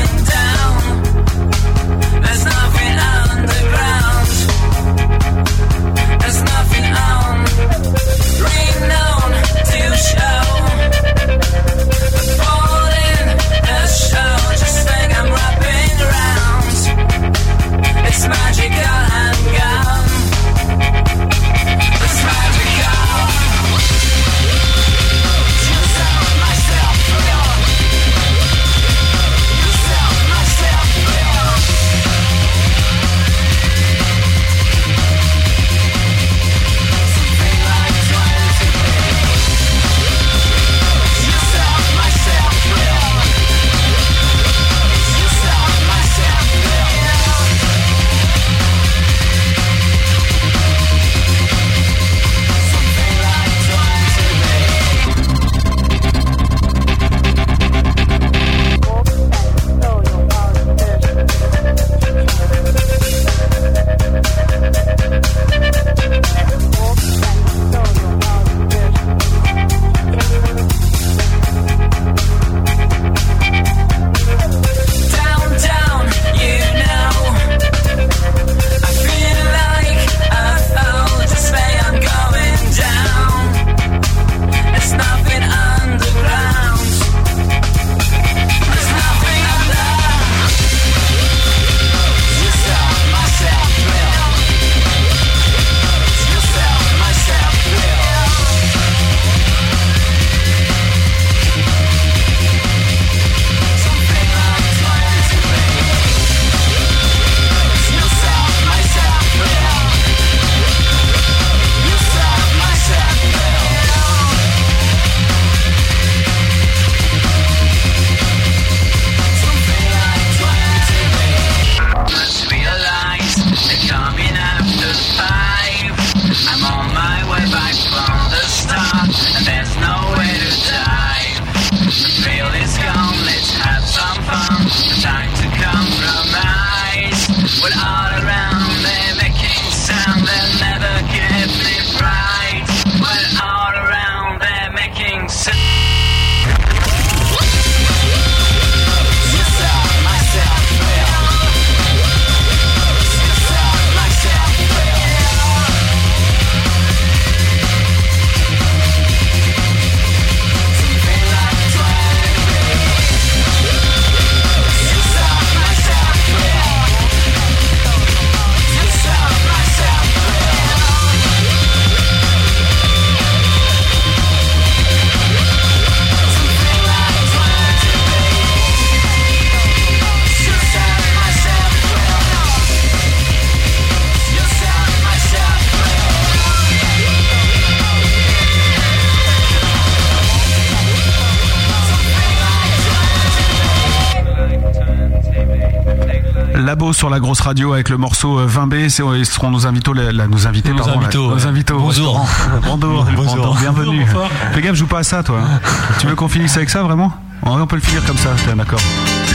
Labo sur la grosse radio avec le morceau euh, 20B. C'est- Ils seront nos invités, la- la- nos invités, Nos pardon, la- invitos, nos ouais. invités au Bonjour. restaurant. Bonjour. Bonjour, bonjour, bienvenue. Bonjour, bonsoir. Fais gaffe, joue pas à ça, toi. hein. tu veux qu'on finisse avec ça, vraiment Ouais, On peut le finir comme ça, tiens, d'accord.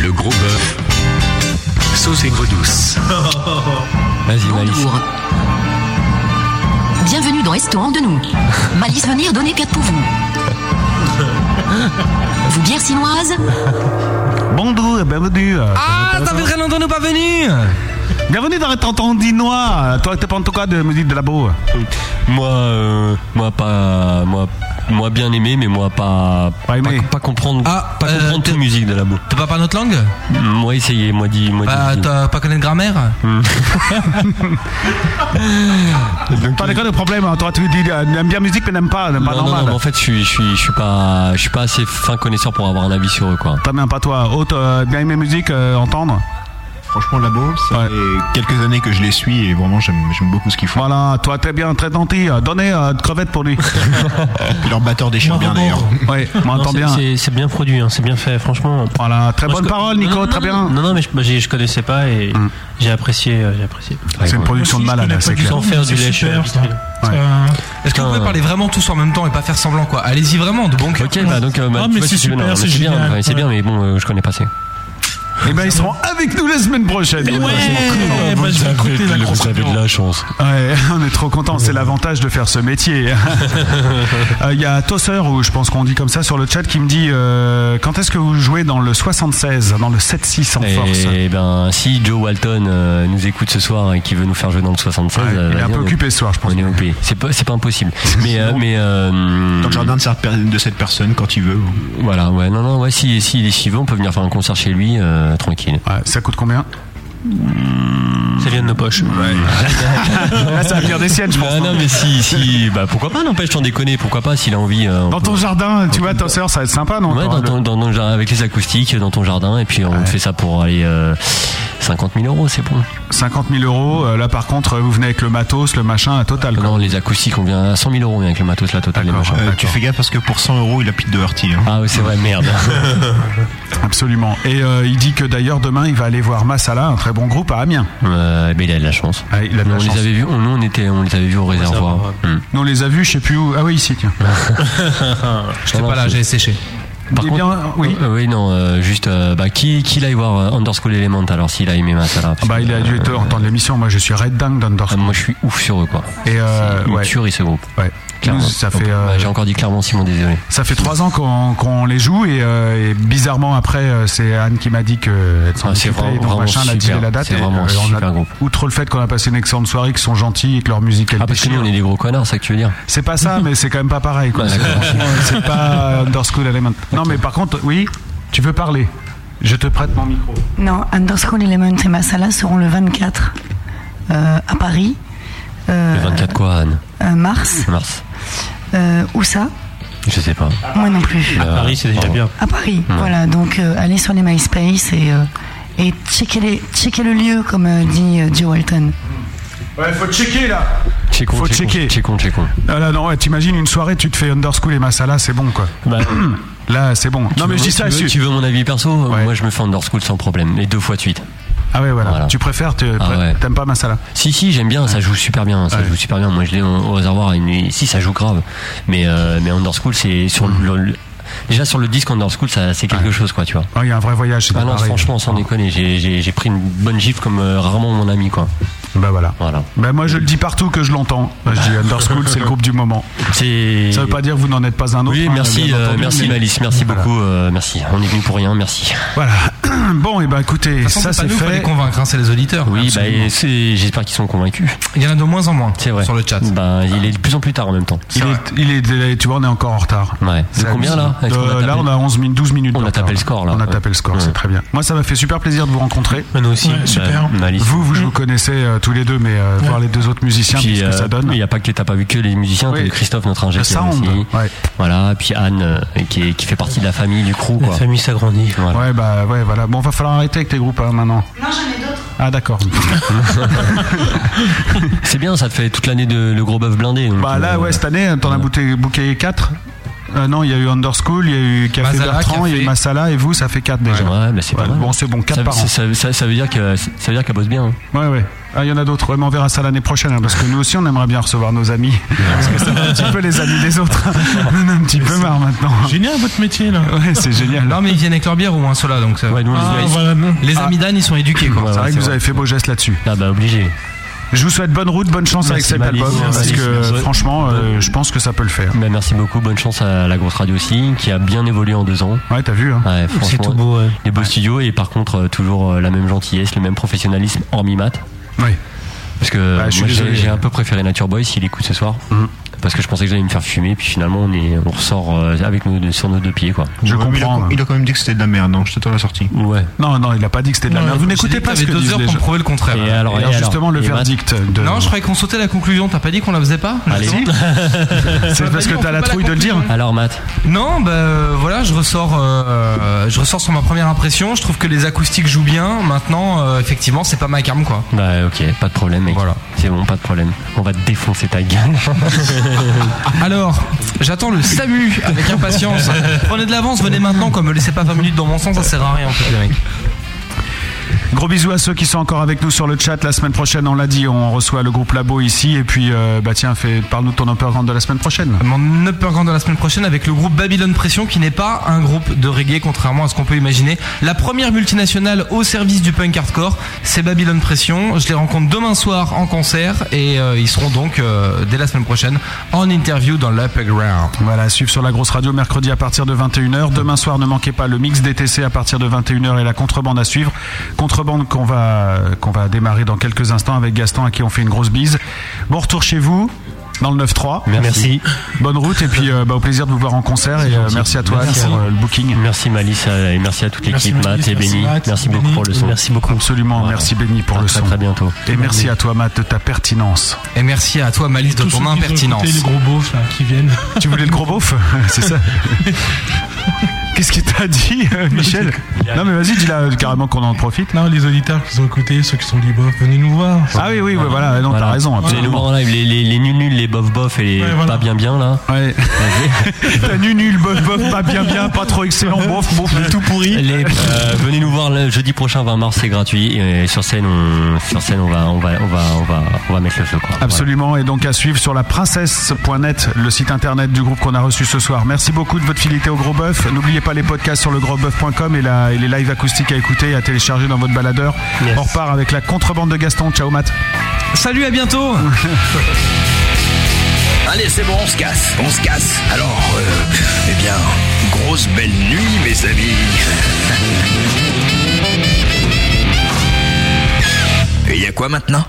Le gros bœuf. Sauce aigre douce. Vas-y, Malice. Bienvenue dans Restaurant de nous. Malice venir donner 4 pour vous. Vous bière chinoise Bonjour, bienvenue. euh, Ah, ça fait très longtemps nous pas venus Bienvenue dans Tonton Dinois. Toi, t'es pas en tout cas de musique de Labo. Moi, euh, moi pas, moi, moi bien aimé, mais moi pas, pas, pas, comprendre, pas comprendre toute musique de la boue. Ah, euh, T'as pas parlé notre langue Moi essayé, moi dit, moi Bah, dit. t'as pas connu de grammaire Mmh. euh, Pas d'accord de problème, hein. toi tu dis euh, n'aime bien musique mais n'aime pas, n'aime pas Non, non, non, normal. mais en fait, je suis, je suis, je suis pas, je suis pas assez fin connaisseur pour avoir un avis sur eux, quoi. T'as bien pas toi, haute, euh, bien aimé musique, euh, entendre Franchement, Labo, ça fait quelques années que je les suis et vraiment j'aime j'aime beaucoup ce qu'ils font. Voilà, toi très bien, très gentil, euh, donnez euh, de crevettes pour lui. Puis leur batteur déchire bien d'ailleurs. Ouais, on Non, entend c'est- bien. c'est- C'est bien produit, hein, c'est bien fait, franchement. Voilà, très bonne parole, Nico, très Mm. bien. Non, non, mais je, bah, j'ai- je connaissais pas et j'ai apprécié, euh, j'ai apprécié. C'est une production de malade, c'est clair. Sans faire du lèche. Euh, Est-ce que vous pouvez parler vraiment tous en même temps et pas faire semblant quoi Allez-y vraiment de bon cœur. Ok, bah Ah, donc, euh, bah, tu vois, si tu veux, non, mais c'est bien, enfin, c'est bien, mais bon, euh, je connais pas assez. Et ben ils seront avec nous la semaine prochaine. Eh ouais, ouais, bah, je vais écouter la grosse radio. de la chance. Ouais, on est trop content, c'est l'avantage de faire ce métier. Euh, Il y a Tosser, ou je pense qu'on dit comme ça sur le chat, qui me dit euh, quand est-ce que vous jouez dans le 76, dans le 7-6 en force Et ben, si Joe Walton euh, nous écoute ce soir et qui veut nous faire jouer dans le 76, Ouais, euh, il est vas-y, un peu on occupé ce soir, je pense. On est OP. C'est pas, c'est pas impossible. Mais, euh, mais euh, Dans le jardin de cette per- de cette personne quand il veut. voilà, ouais, non, non, ouais, si, si il est suivant, on peut venir faire un concert chez lui, euh, tranquille. Hmm. ça coûte combien Ça vient de nos poches. Là, ça va venir des siennes, je pense. hein. Ah non, mais si, si, bah pourquoi pas, n'empêche, t'en déconner, pourquoi pas, s'il a envie. euh, on Dans peut- ton jardin, tu vois, Tosser, ça va être sympa, non Ouais, toi, dans le- ton, dans ton jardin, avec les acoustiques, dans ton jardin, et puis on te fait ça pour aller euh, 50 000 euros, c'est bon. 50 000 euros. euh, Là, par contre, euh, vous venez avec le matos, le machin, à total. Ah Non, les acoustiques, on vient à 100 000 euros, on vient avec le matos, la totale, les machins. Euh, tu fais gaffe parce que pour 100 euros, il a plus de hein. Hurty. Ah oui, c'est vrai, merde. Absolument. Et euh, il dit que d'ailleurs, demain, il va aller voir Massala, un très bon groupe à Amiens. Ah, Euh, mais il a de la chance. il a de on la chance. les avait vus, on, nous, on était, on les avait vus au réservoir. Hmm. Nous, on les a vus, je sais plus où. Ah oui, ici, tiens. J'étais pas là, j'ai séché. Par Eh contre, bien, oui. euh, oui, non, euh, juste, euh, bah, qui, qui l'aille voir euh, Underschool Element alors s'il a aimé ma salade Euh, Ah bah, il a dû te- entendre l'émission. Moi, je suis red dingue d'Underson. Moi, je suis ouf sur eux, quoi. Et euh, Ils me ouais. tuerie, ce groupe. Ouais. Clairement. Nous, ça Donc, fait, euh, ouais, J'ai encore dit clairement, Simon, désolé. Ça fait trois ans qu'on qu'on les joue et, euh, et bizarrement après euh, c'est Anne qui m'a dit que elle s'en Ah, c'est occupait, vraiment- donc vraiment machin elle a super. tiré la date C'est et, vraiment euh, on super a- groupe. outre le fait qu'on a passé une excellente soirée qu'ils sont gentils et que leur musique elle Ah, parce que nous, on déchire. est des gros connards, c'est ça que tu veux dire c'est pas ça mais c'est quand même pas pareil quoi. Bah, C'est- d'accord. c'est pas Underschool Element non mais par contre oui tu veux parler je te prête mon micro Non, Underschool Element et Masala seront le 24 euh, à Paris. Euh, Le 24 quoi, Anne Ah. euh, mars. Mars. Euh, où ça Je sais pas. Bah, Moi non plus. À Paris, c'est déjà bien. À Paris, Ouais. voilà. Donc euh, allez sur les MySpace et, euh, et checkez, les, checkez le lieu, comme euh, dit euh, Joe Walton. ouais faut checker là Checkons, Faut checkons, checker. checkons, checkons. ah là non ouais, t'imagines une soirée tu te fais Underschool et Masala c'est bon quoi Bah, là c'est bon non tu mais je veux- dis ça tu veux, tu su- veux mon avis perso Moi, je me fais Underschool sans problème, les deux fois de suite. ah ouais voilà, Voilà. tu préfères tu- Ah ouais. t'aimes pas Masala Si si j'aime bien ça joue super bien ça Ouais. joue super bien moi je l'ai au, au réservoir une nuit si ça joue grave mais euh, mais Underschool c'est sur Mm. le, le- déjà sur le disque Underschool ça c'est quelque chose quoi tu vois Ah, il y a un vrai voyage c'est ah pas non pareil. franchement sans déconner j'ai- j'ai j'ai pris une bonne gifle comme euh, rarement mon ami quoi bah voilà voilà Ben moi je le dis partout que je l'entends. Ben, je dis Underschool, c'est le groupe du moment. c'est Ça veut pas dire que vous n'en êtes pas un autre. oui hein, merci bien euh, entendu, merci mais- Malice merci beaucoup euh, merci on est venu pour rien merci Voilà. Bon et ben écoutez, De toute façon, ça c'est pas c'est nous, faut les fait. convaincre, hein, c'est les auditeurs. oui bah, Absolument. et c'est- j'espère qu'ils sont convaincus il y en a de moins en moins c'est vrai sur le chat. bah, il est de plus en plus tard en même temps Il est, il est délai- tu vois, on est encore en retard. ouais C'est c'est combien là hallucinant. Est-ce qu'on a Euh, Là, tapé- on a 11 minutes, 12 minutes. On de a retard, tapé le score, là. On a Ouais. tapé le score, Ouais. c'est très bien. Moi, ça m'a fait super plaisir de vous rencontrer. Nous aussi. Ouais, super. Bah, Malice Vous, vous, je vous connaissais euh, tous les deux, mais euh, voir les deux autres musiciens, Bah, Puis, qu'est-ce que euh, ça donne Il n'y a pas que t'as pas vu que les musiciens, t'as Oui. vu Christophe, notre ingénieur Le sound, aussi. ouais. Voilà, puis Anne, euh, qui, est- qui fait partie de la famille, du crew. La Quoi. famille s'agrandit. Voilà. Ouais, bah ouais, voilà. Bon, va falloir arrêter avec tes groupes hein, maintenant. Non, j'en ai d'autres. Ah d'accord. C'est bien, ça te fait toute l'année de le gros bœuf blindé. donc, bah là, euh, hein, ouais, cette année, t'en as bouqué, bouqué 4 Ah non, il y a eu Underschool, il y a eu Café Masala, Bertrand, il y a eu Café. Massala et vous, ça fait 4 déjà. Ouais, mais c'est pas Ouais, mal. Bon, c'est bon, 4 ça, par an. c'est- ça, ça- ça veut dire que ça veut dire qu'elle bosse bien. hein. Ouais, ouais. Ah, il y en a d'autres. Ouais, mais on verra ça l'année prochaine, hein, parce que nous aussi, on aimerait bien recevoir nos amis. Parce que ça fait un petit peu les amis des autres. On en a un petit peu marre maintenant. Génial votre métier là. Ouais, c'est génial. Non, mais ils viennent avec leur bière ou un soda, donc ça. nous, on les Ah, laisse. voilà, nous. Les amis d'Anne, ils sont éduqués, quoi. Ah, C'est vrai que vous avez fait beau geste là-dessus. Ah bah obligé. Je vous souhaite bonne route, bonne chance Merci, avec cet Malice. album, Merci, parce que merci. franchement, euh, je pense que ça peut le faire. Bah, merci beaucoup, bonne chance à la grosse radio aussi, qui a bien évolué en deux ans. Ouais, t'as vu. Hein. Ouais, C'est franchement, tout beau, ouais. Des beaux studios et par contre euh, toujours euh, la même gentillesse, le même professionnalisme, hormis maths. Oui. Parce que Bah, je suis moi, j'ai désolé. Mhm. j'ai un peu préféré Nature Boy s'il écoute ce soir. Parce que je pensais que j'allais me faire fumer, puis finalement on, est, on ressort euh, avec nos, sur nos deux pieds quoi. Ouais, mais il a- Il a, quand même dit que c'était de la merde, non Je t'attends à la sortie. Ouais. Non, non, il a pas dit que c'était de la Non, merde. Vous j'ai n'écoutez dit pas que ce que t'avais deux disent heures les pour gens. prouver le contraire. Et alors, justement, le verdict Ah, de. Non, je croyais qu'on sautait la conclusion. T'as pas dit qu'on la faisait pas Allez. justement C'est On a parce pas que dit, on t'as fait la pas trouille de le dire. conclusion. Alors Matt. Non, bah euh, voilà, je ressors, euh, je ressors sur ma première impression. Je trouve que les acoustiques jouent bien. Maintenant, euh, effectivement, c'est pas ma carme, quoi. Bah ok, pas de problème mec. Voilà. C'est bon, pas de problème. On va te défoncer ta gueule. Alors, j'attends le SAMU avec impatience. Prenez de l'avance, venez maintenant, quoi. Me laissez pas 20 minutes dans mon sens, ça sert à rien, en fait, les mecs. Gros bisous à ceux qui sont encore avec nous sur le chat. La semaine prochaine, on l'a dit, on reçoit le groupe Labo ici. Et puis, euh, bah tiens, fais- parle-nous de ton underground de la semaine prochaine. Mon Underground de la semaine prochaine avec le groupe Babylon Pression qui n'est pas un groupe de reggae contrairement à ce qu'on peut imaginer. La première multinationale au service du punk hardcore, c'est Babylon Pression. Je les rencontre demain soir en concert et euh, ils seront donc euh, dès la semaine prochaine en interview dans l'Upperground. Voilà, à suivre sur la grosse radio mercredi à partir de 21h. Demain soir, ne manquez pas le mix DTC à partir de 21h et la contrebande à suivre. Contrebande qu'on va, qu'on va démarrer dans quelques instants avec Gaston à qui on fait une grosse bise. Bon retour chez vous dans le 9-3. Merci. Bonne route et puis euh, bah, au plaisir de vous voir en concert. Et euh, merci à toi Anne, pour euh, le booking. Merci Malice euh, et merci à toute l'équipe, Matt et Benny. Merci beaucoup pour le son. beaucoup. Absolument, merci Benny pour À le très, son. très bientôt. Et merci Merci. à toi Matt de ta pertinence. Et merci à toi Malice de Tous ceux ton qui veulent impertinence. écouter Les gros beaufs là qui viennent. Tu voulais le gros beauf euh, C'est ça Qu'est-ce qu'il t'a dit, euh, Michel Non mais vas-y, dis-la euh, carrément qu'on en profite. Non, les auditeurs qui sont écoutés, ceux qui sont les beaufs, venez nous voir. Ah oui, oui, ouais, voilà, non, t'as raison. hein. Les absolument. lourds en live, les, les, les nuls nuls, les bof bof et les pas bien bien là. Ouais. T'as nul, nul, bof, bof, pas bien, bien, pas trop excellent, bof, bof, tout pourri. Les, euh, venez nous voir le jeudi prochain 20 mars, c'est gratuit. Et sur scène, on, sur scène, on va, on va, on va, on va, on va mettre le feu quoi. Absolument, et donc à suivre sur la princesse.net, le site internet du groupe qu'on a reçu ce soir. Merci beaucoup de votre fidélité au Gros Bœuf. N'oubliez pas les podcasts sur le grosbœuf.com et, la- et les lives acoustiques à écouter et à télécharger dans votre baladeur. On repart avec la contrebande de Gaston. Ciao Matt. Salut, à bientôt Allez, c'est bon, on se casse, on se casse. Alors, euh, eh bien, grosse belle nuit, mes amis. Et il y a quoi maintenant